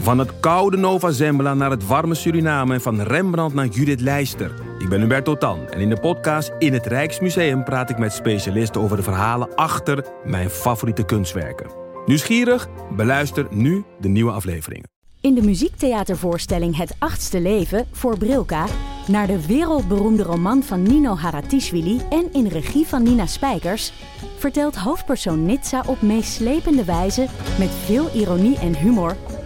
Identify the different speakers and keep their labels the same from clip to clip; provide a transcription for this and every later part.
Speaker 1: Van het koude Nova Zembla naar het warme Suriname en van Rembrandt naar Judith Leister. Ik ben Hubert Totan en in de podcast In het Rijksmuseum praat ik met specialisten over de verhalen achter mijn favoriete kunstwerken. Nieuwsgierig? Beluister nu de nieuwe afleveringen.
Speaker 2: In de muziektheatervoorstelling Het Achtste Leven voor Brilka naar de wereldberoemde roman van Nino Haratischvili en in regie van Nina Spijkers vertelt hoofdpersoon Nitsa op meeslepende wijze met veel ironie en humor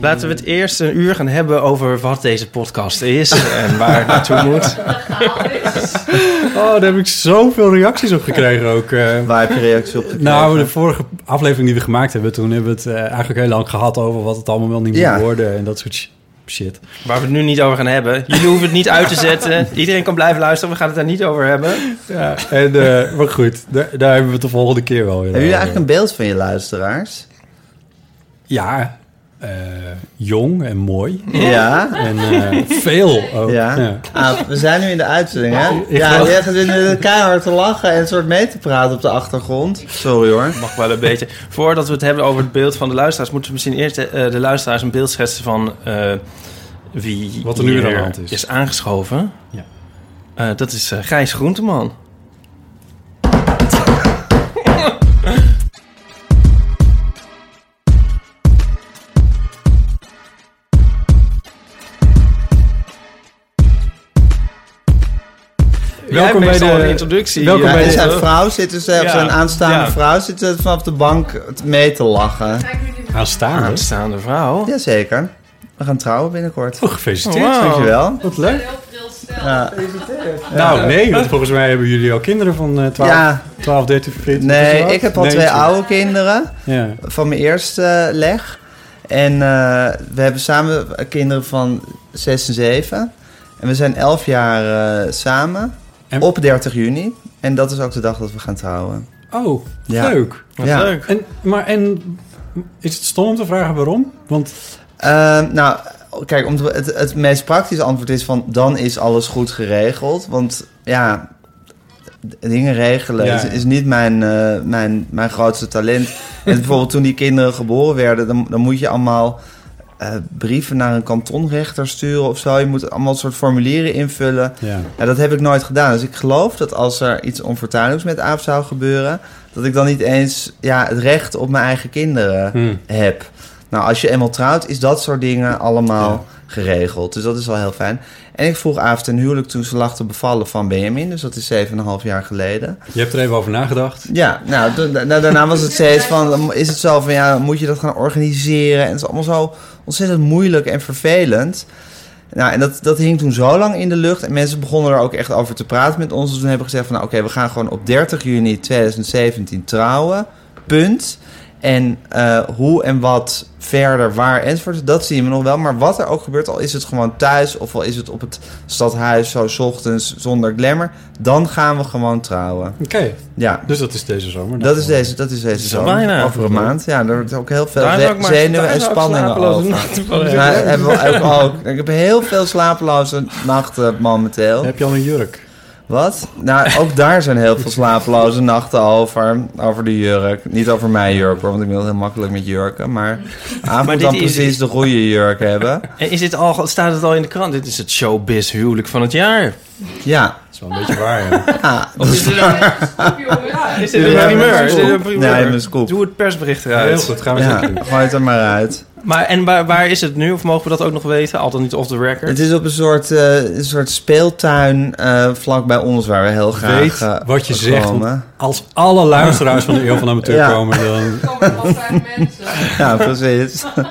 Speaker 3: Laten we het eerst een uur gaan hebben over wat deze podcast is en waar het naartoe moet.
Speaker 4: Oh, daar heb ik zoveel reacties op gekregen ook. eh.
Speaker 5: Waar heb je reacties op gekregen?
Speaker 4: nou, de vorige aflevering die we gemaakt hebben, toen hebben we het eh, eigenlijk heel lang gehad over wat het allemaal wel niet
Speaker 5: Ja.
Speaker 4: moet worden en dat soort sh- shit.
Speaker 3: Waar we het nu niet over gaan hebben. Jullie hoeven het niet uit te zetten. Iedereen kan blijven luisteren, we gaan het daar niet over hebben.
Speaker 4: Ja, en, eh, maar goed, daar, daar hebben we het de volgende keer wel weer
Speaker 5: Hebben jullie
Speaker 4: over.
Speaker 5: eigenlijk een beeld van je luisteraars?
Speaker 4: Ja, eh, jong en mooi.
Speaker 5: Ja.
Speaker 4: En eh, veel ook.
Speaker 5: Ja.
Speaker 4: Ja.
Speaker 5: Ah, we zijn nu in de uitzending, hè?
Speaker 4: Ik
Speaker 5: Ja,
Speaker 4: geloof-
Speaker 5: je gaat in keihard te lachen en een soort mee te praten op de achtergrond. Sorry hoor.
Speaker 3: Mag wel een beetje. Voordat we het hebben over het beeld van de luisteraars, moeten we misschien eerst eh, de luisteraars een beeld schetsen van eh, wie
Speaker 4: Wat er nu weer aan de
Speaker 3: hier
Speaker 4: hand is.
Speaker 3: is aangeschoven.
Speaker 4: Ja.
Speaker 3: Eh, dat is eh, Gijs Groenteman.
Speaker 4: Welkom bij de-
Speaker 3: introductie.
Speaker 4: welkom
Speaker 5: Ja,
Speaker 4: bij
Speaker 5: en
Speaker 4: de-
Speaker 5: zijn vrouw zit dus, eh,
Speaker 3: Ja.
Speaker 5: zijn aanstaande
Speaker 3: Ja.
Speaker 5: vrouw zit dus vanaf de bank mee te lachen.
Speaker 4: Aanstaande.
Speaker 3: aanstaande vrouw.
Speaker 5: Jazeker. We gaan trouwen binnenkort.
Speaker 4: Oh, gefeliciteerd.
Speaker 3: Wow.
Speaker 5: Dankjewel.
Speaker 4: Wat leuk.
Speaker 5: Ja.
Speaker 4: Nou, nee, want volgens mij hebben jullie al kinderen van eh, 12,
Speaker 5: Ja.
Speaker 4: 12 13, 14.
Speaker 5: Nee,
Speaker 4: zo oud?
Speaker 5: ik heb al
Speaker 4: 19.
Speaker 5: twee oude kinderen
Speaker 4: Ja.
Speaker 5: van mijn eerste eh, leg. En eh, we hebben samen kinderen van 6 en 7. En we zijn 11 jaar eh, samen
Speaker 4: En-
Speaker 5: op 30 juni. En dat is ook de dag dat we gaan trouwen.
Speaker 4: Oh,
Speaker 5: Ja.
Speaker 4: leuk.
Speaker 3: Wat
Speaker 5: Ja.
Speaker 3: leuk.
Speaker 4: En, maar en is het stom om te vragen waarom? Want
Speaker 5: Eh, nou, kijk, om te- het, het meest praktische antwoord is van... dan is alles goed geregeld. Want ja, d- dingen regelen
Speaker 4: Ja.
Speaker 5: is, is niet mijn, eh, mijn, mijn grootste talent. en bijvoorbeeld toen die kinderen geboren werden... dan, dan moet je allemaal eh, brieven naar een kantonrechter sturen of zo. Je moet allemaal soort formulieren invullen.
Speaker 4: ja,
Speaker 5: Ja, dat heb ik nooit gedaan. Dus ik geloof dat als er iets onfortuinlijks met Aap zou gebeuren... dat ik dan niet eens ja, het recht op mijn eigen kinderen
Speaker 4: Hmm.
Speaker 5: heb. Nou, als je eenmaal trouwt, is dat soort dingen allemaal geregeld. Dus dat is wel heel fijn. En ik vroeg Aaf ten huwelijk toen ze lag te bevallen van Benjamin. Dus dat is 7,5 jaar geleden.
Speaker 4: je hebt er even over nagedacht.
Speaker 5: Ja, nou, da- da- daarna was het steeds van... Is het zo van, ja, moet je dat gaan organiseren? En het is allemaal zo ontzettend moeilijk en vervelend. Nou, en dat, dat hing toen zo lang in de lucht. En mensen begonnen er ook echt over te praten met ons. Dus toen hebben we gezegd van, nou, oké, we gaan gewoon op 30 juni 2017 trouwen. Punt. En eh, hoe en wat verder, waar enzovoort, dat zien we nog wel. Maar wat er ook gebeurt, al is het gewoon thuis... of al is het op het stadhuis zo 's ochtends zonder glamour... dan gaan we gewoon trouwen.
Speaker 4: Oké,
Speaker 5: Ja,
Speaker 4: dus dat is deze zomer.
Speaker 5: dat is deze, dat is deze
Speaker 3: Nou, is al
Speaker 5: zomer.
Speaker 3: bijna.
Speaker 5: Over een maand. Ja, daar wordt ook heel veel
Speaker 3: Daar
Speaker 5: ze-
Speaker 3: heb ik maar-
Speaker 5: zenuwen
Speaker 3: daar
Speaker 5: en
Speaker 3: heb ik
Speaker 5: spanningen
Speaker 3: slapeloze
Speaker 5: over.
Speaker 3: nachten van.
Speaker 5: Ja, hebben we ook, ook. Ik heb heel veel slapeloze nachten momenteel.
Speaker 4: Heb je al een jurk?
Speaker 5: Wat? Nou, ook daar zijn heel veel slapeloze nachten over. Over de jurk. Niet over mijn jurk hoor, want ik wil heel makkelijk met jurken. Maar Aaf
Speaker 3: Maar
Speaker 5: moet
Speaker 3: dit
Speaker 5: dan
Speaker 3: is-
Speaker 5: precies de goede jurk hebben.
Speaker 3: En Eh, is dit al, staat het al in de krant? Dit is het showbiz huwelijk van het jaar.
Speaker 5: Ja.
Speaker 4: Dat is wel een beetje waar, ja.
Speaker 3: Of is dit een, is dit
Speaker 5: Jullie
Speaker 3: een
Speaker 5: hebben
Speaker 3: primeur?
Speaker 5: een
Speaker 3: Is dit een
Speaker 5: scoop.
Speaker 3: primeur?
Speaker 5: Nee, een scoop.
Speaker 3: Doe het persbericht
Speaker 4: Heel
Speaker 3: eruit.
Speaker 4: goed, gaan we
Speaker 5: ja.
Speaker 4: zeker doen.
Speaker 5: Gooi het er maar uit.
Speaker 3: Maar, en waar, waar is het nu? Of mogen we dat ook nog weten? Al dan niet off the record.
Speaker 5: Het is op een soort, eh, een soort speeltuin eh, vlakbij ons waar we heel graag
Speaker 4: Weet
Speaker 5: eh,
Speaker 4: wat je zegt,
Speaker 5: komen.
Speaker 4: want als alle luisteraars van de Eeuw van de Amateur
Speaker 5: Ja.
Speaker 4: komen, dan...
Speaker 5: Ja, precies. Ja.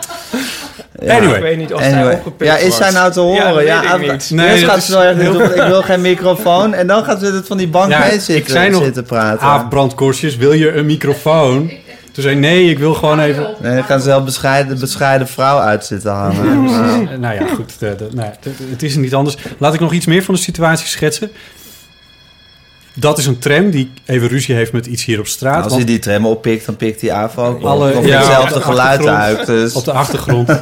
Speaker 3: Ik
Speaker 4: Anyway,
Speaker 3: weet niet of zij
Speaker 5: Anyway.
Speaker 3: opgepikt
Speaker 5: Ja, is zij nou te
Speaker 3: Ja,
Speaker 5: horen?
Speaker 3: weet
Speaker 5: Ja,
Speaker 3: ik
Speaker 5: af-
Speaker 3: niet.
Speaker 5: eerst
Speaker 4: Nee, dat
Speaker 5: gaat
Speaker 4: is
Speaker 5: ze wel echt
Speaker 4: heel-
Speaker 5: doen, ik wil geen microfoon. En dan gaat ze het van die bank
Speaker 4: Ja,
Speaker 5: mee
Speaker 4: ik
Speaker 5: zitten,
Speaker 4: zei nog-
Speaker 5: zitten praten.
Speaker 4: Aaf Brandkorsjes, wil je een microfoon? Toen Toen zei ik, nee, ik wil gewoon even...
Speaker 5: Nee, dan gaan ze wel bescheiden, bescheiden vrouw uit zitten hangen. Ja.
Speaker 4: Eh, nou ja, goed. de- de- nou, ja, de- de- het is niet anders. Laat ik nog iets meer van de situatie schetsen. Dat is een tram die even ruzie heeft met iets hier op straat.
Speaker 5: Als
Speaker 4: want
Speaker 5: je die tram oppikt, dan pikt die AVO ook op.
Speaker 4: Alle-
Speaker 5: Of
Speaker 4: ja,
Speaker 5: hetzelfde
Speaker 4: op de
Speaker 5: geluid
Speaker 4: achtergrond.
Speaker 5: uit. Dus.
Speaker 4: Op de achtergrond.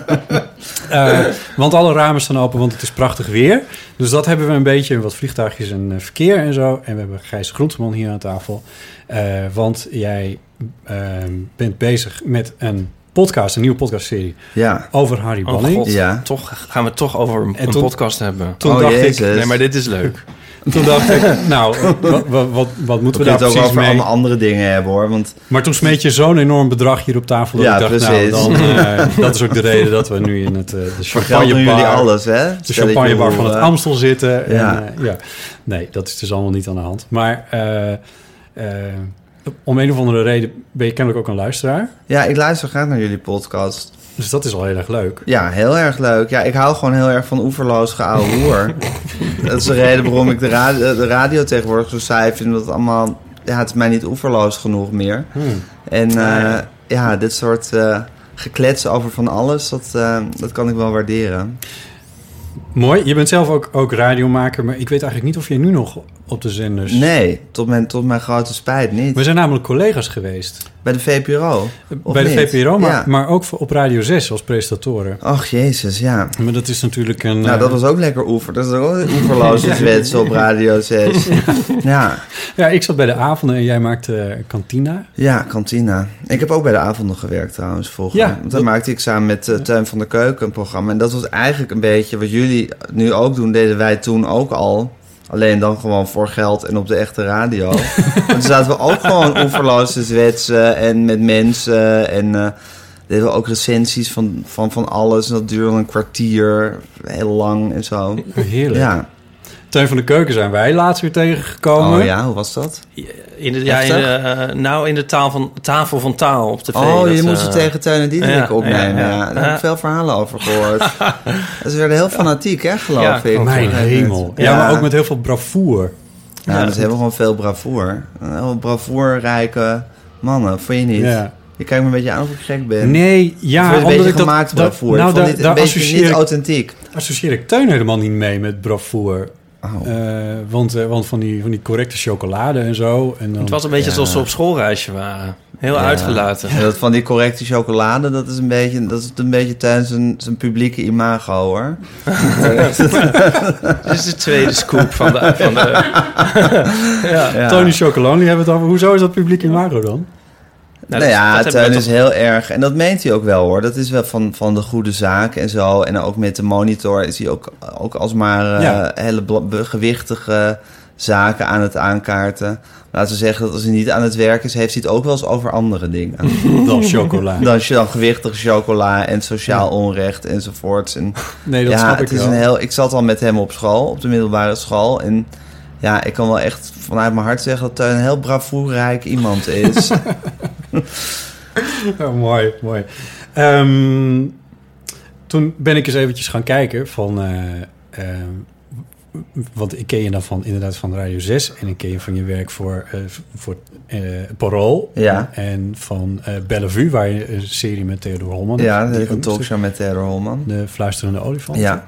Speaker 4: Eh, want alle ramen staan open, want het is prachtig weer. Dus dat hebben we een beetje, wat vliegtuigjes en eh, verkeer en zo. En we hebben Gijs Groenteman hier aan tafel. Eh, want jij eh, bent bezig met een podcast, een nieuwe podcastserie
Speaker 5: Ja.
Speaker 4: over Harry
Speaker 3: Oh
Speaker 4: Banning.
Speaker 3: god,
Speaker 5: Ja.
Speaker 3: toch gaan we het toch over een,
Speaker 4: En
Speaker 3: een
Speaker 4: toen-
Speaker 3: podcast hebben.
Speaker 4: Toen
Speaker 5: Oh,
Speaker 4: dacht
Speaker 5: jezus.
Speaker 4: ik,
Speaker 3: Nee, maar dit is leuk.
Speaker 4: toen dacht ik, nou, wat, wat, wat
Speaker 5: We
Speaker 4: moeten we
Speaker 5: kunnen
Speaker 4: daar
Speaker 5: het ook
Speaker 4: precies
Speaker 5: over
Speaker 4: mee?
Speaker 5: allemaal andere dingen hebben hoor. Want
Speaker 4: Maar toen smeet je zo'n enorm bedrag hier op tafel. Dat
Speaker 5: Ja,
Speaker 4: ik dacht,
Speaker 5: precies.
Speaker 4: nou, dan, eh, dat is ook de reden dat we nu in het, eh, de
Speaker 5: vergelden
Speaker 4: champagnebar...
Speaker 5: jullie alles, hè?
Speaker 4: de champagnebar van het Amstel zitten. En,
Speaker 5: eh, Ja.
Speaker 4: eh, ja. Nee, dat is dus allemaal niet aan de hand. Maar eh, eh, om een of andere reden ben je kennelijk ook een luisteraar.
Speaker 5: Ja, ik luister graag naar jullie podcast.
Speaker 4: Dus dat is al heel erg leuk.
Speaker 5: Ja, heel erg leuk. Ja, ik hou gewoon heel erg van oeverloos geouwe hoer. dat is de reden waarom ik de radio, de radio tegenwoordig zo saai vind. Omdat het allemaal... Ja, het is mij niet oeverloos genoeg meer. En eh, ja, dit soort eh geklets over van alles, dat, eh, dat kan ik wel waarderen.
Speaker 4: Mooi. Je bent zelf ook, ook radiomaker, maar ik weet eigenlijk niet of je nu nog op de zenders...
Speaker 5: Nee, tot mijn, tot mijn grote spijt niet.
Speaker 4: Dus- We zijn namelijk collega's geweest.
Speaker 5: Bij de VPRO. Of
Speaker 4: bij de
Speaker 5: niet?
Speaker 4: VPRO, maar,
Speaker 5: Ja.
Speaker 4: maar ook voor- op Radio 6 als presentatoren.
Speaker 5: Och, jezus, ja.
Speaker 4: Maar dat is natuurlijk een...
Speaker 5: Nou,
Speaker 4: eh,
Speaker 5: dat was ook lekker oever. Dat is ook een oeverloze zwets op Radio 6. Ja,
Speaker 4: Ja, ik zat bij de avonden en jij maakte eh, kantina.
Speaker 5: ja, kantina. Ik heb ook bij de avonden gewerkt trouwens vroeger.
Speaker 4: Ja,
Speaker 5: Want Daar
Speaker 4: dat-
Speaker 5: maakte ik samen met eh, Teun van der Keuken een programma. En dat was eigenlijk een beetje wat jullie nu ook doen, deden wij toen ook al. Alleen dan gewoon voor geld en op de echte radio. Want toen zaten we ook gewoon oeverloos te zwetsen en met mensen. En eh, deden we ook recensies van, van, van alles. En dat duurde een kwartier, heel lang en zo.
Speaker 4: Heerlijk.
Speaker 5: Ja.
Speaker 4: Teun van de Keuken zijn wij laatst weer tegengekomen.
Speaker 5: Oh ja, hoe was dat?
Speaker 3: In de, ja, in de, eh, nou, in de taal van, tafel van taal op tv.
Speaker 5: Oh, je
Speaker 3: Dat,
Speaker 5: moest
Speaker 3: eh,
Speaker 5: het tegen Teun en Diederik
Speaker 3: ja,
Speaker 5: opnemen.
Speaker 3: ja,
Speaker 5: Ja,
Speaker 3: ja.
Speaker 5: Daar heb ik
Speaker 3: Ja.
Speaker 5: veel verhalen over gehoord. Ze werden heel fanatiek, hè, geloof
Speaker 3: Ja,
Speaker 5: ik.
Speaker 3: klopt.
Speaker 4: Mijn
Speaker 5: Ja,
Speaker 4: hemel. Ja.
Speaker 5: Ja,
Speaker 4: maar ook met heel veel bravoer.
Speaker 5: Ja, dat hebben gewoon veel bravoer. Heel bravoerrijke mannen, vond je niet?
Speaker 4: Ja.
Speaker 5: Je kijkt me een beetje aan of ik gek ben.
Speaker 4: Nee,
Speaker 5: ik
Speaker 4: ja,
Speaker 5: vond het een
Speaker 4: omdat
Speaker 5: beetje
Speaker 4: ik dat,
Speaker 5: gemaakt
Speaker 4: dat-
Speaker 5: bravoer.
Speaker 4: nou,
Speaker 5: ik vond
Speaker 4: daar,
Speaker 5: dit
Speaker 4: daar
Speaker 5: een beetje
Speaker 4: associeer,
Speaker 5: niet
Speaker 4: ik,
Speaker 5: authentiek.
Speaker 4: associeer ik Teun helemaal niet mee met bravoer.
Speaker 5: Oh.
Speaker 4: Eh, want eh, want van, die, van die correcte chocolade en zo. En dan,
Speaker 3: Het was een beetje alsof ze op schoolreisje waren. Heel uitgelaten.
Speaker 5: Ja, dat van die correcte chocolade, dat is een beetje, dat is een beetje tijdens zijn, zijn publieke imago, hoor.
Speaker 3: Dit is de tweede scoop van de... Van de
Speaker 5: Ja.
Speaker 4: Tony Chocolonely hebben we het over. Hoezo is dat publiek in Maro dan?
Speaker 5: Nou,
Speaker 3: dat-
Speaker 5: ja,
Speaker 3: dat hebben we
Speaker 5: Teun
Speaker 3: toch-
Speaker 5: is heel erg. En dat meent hij ook wel hoor. Dat is wel van, van de goede zaak en zo. En ook met de monitor is hij ook, ook alsmaar eh
Speaker 4: Ja.
Speaker 5: hele bla- be- gewichtige zaken aan het aankaarten. Laten we zeggen dat als hij niet aan het werk is, heeft hij het ook wel eens over andere dingen.
Speaker 4: Dan chocola.
Speaker 5: Dan, is je dan gewichtige chocola en sociaal onrecht enzovoorts. En,
Speaker 4: Nee, dat
Speaker 5: ja,
Speaker 4: snap ik
Speaker 5: het is
Speaker 4: wel.
Speaker 5: een heel. Ik zat al met hem op school, op de middelbare school. En ja, ik kan wel echt vanuit mijn hart zeggen dat Teun een heel bravoerrijk iemand is.
Speaker 4: Ja, Oh, mooi, mooi. Ehm, toen ben ik eens eventjes gaan kijken van... eh, ehm, want ik ken je dan van, inderdaad van Radio 6... en ik ken je van je werk voor, eh, voor eh, Parool...
Speaker 5: Ja.
Speaker 4: en van eh Bellevue, waar je een serie met Theodor Holman...
Speaker 5: ja,
Speaker 4: die
Speaker 5: dat ik
Speaker 4: ook
Speaker 5: een
Speaker 4: een stuk-
Speaker 5: talkshow met Theodor Holman.
Speaker 4: De Fluisterende Olifant.
Speaker 5: Ja,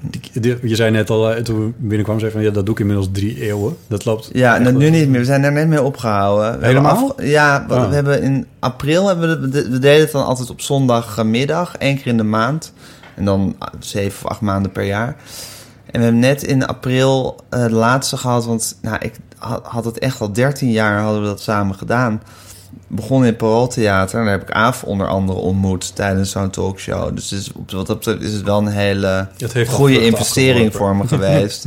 Speaker 4: Die- die- je zei net al, eh, toen we binnenkwam, zei je van... ja, dat doe ik inmiddels drie eeuwen. Dat loopt...
Speaker 5: ja
Speaker 4: echt
Speaker 5: nou,
Speaker 4: wel-
Speaker 5: nu niet meer. We zijn er net mee opgehouden. We hebben
Speaker 4: Helemaal?
Speaker 5: afge- ja, we,
Speaker 4: Ah.
Speaker 5: we hebben in april hebben we, de- we deden het dan altijd op zondagmiddag, één keer in de maand. En dan ah, zeven of acht maanden per jaar. En we hebben net in april eh, de laatste gehad, want nou, ik had, had het echt al 13 jaar hadden we dat samen gedaan. Begon in het Parooltheater en daar heb ik Aaf onder andere ontmoet tijdens zo'n talkshow. Dus het is, op wat dat betreft is het wel een hele
Speaker 4: Dat heeft al
Speaker 5: goede
Speaker 4: vruchten
Speaker 5: investering
Speaker 4: afgeworpen.
Speaker 5: voor me geweest.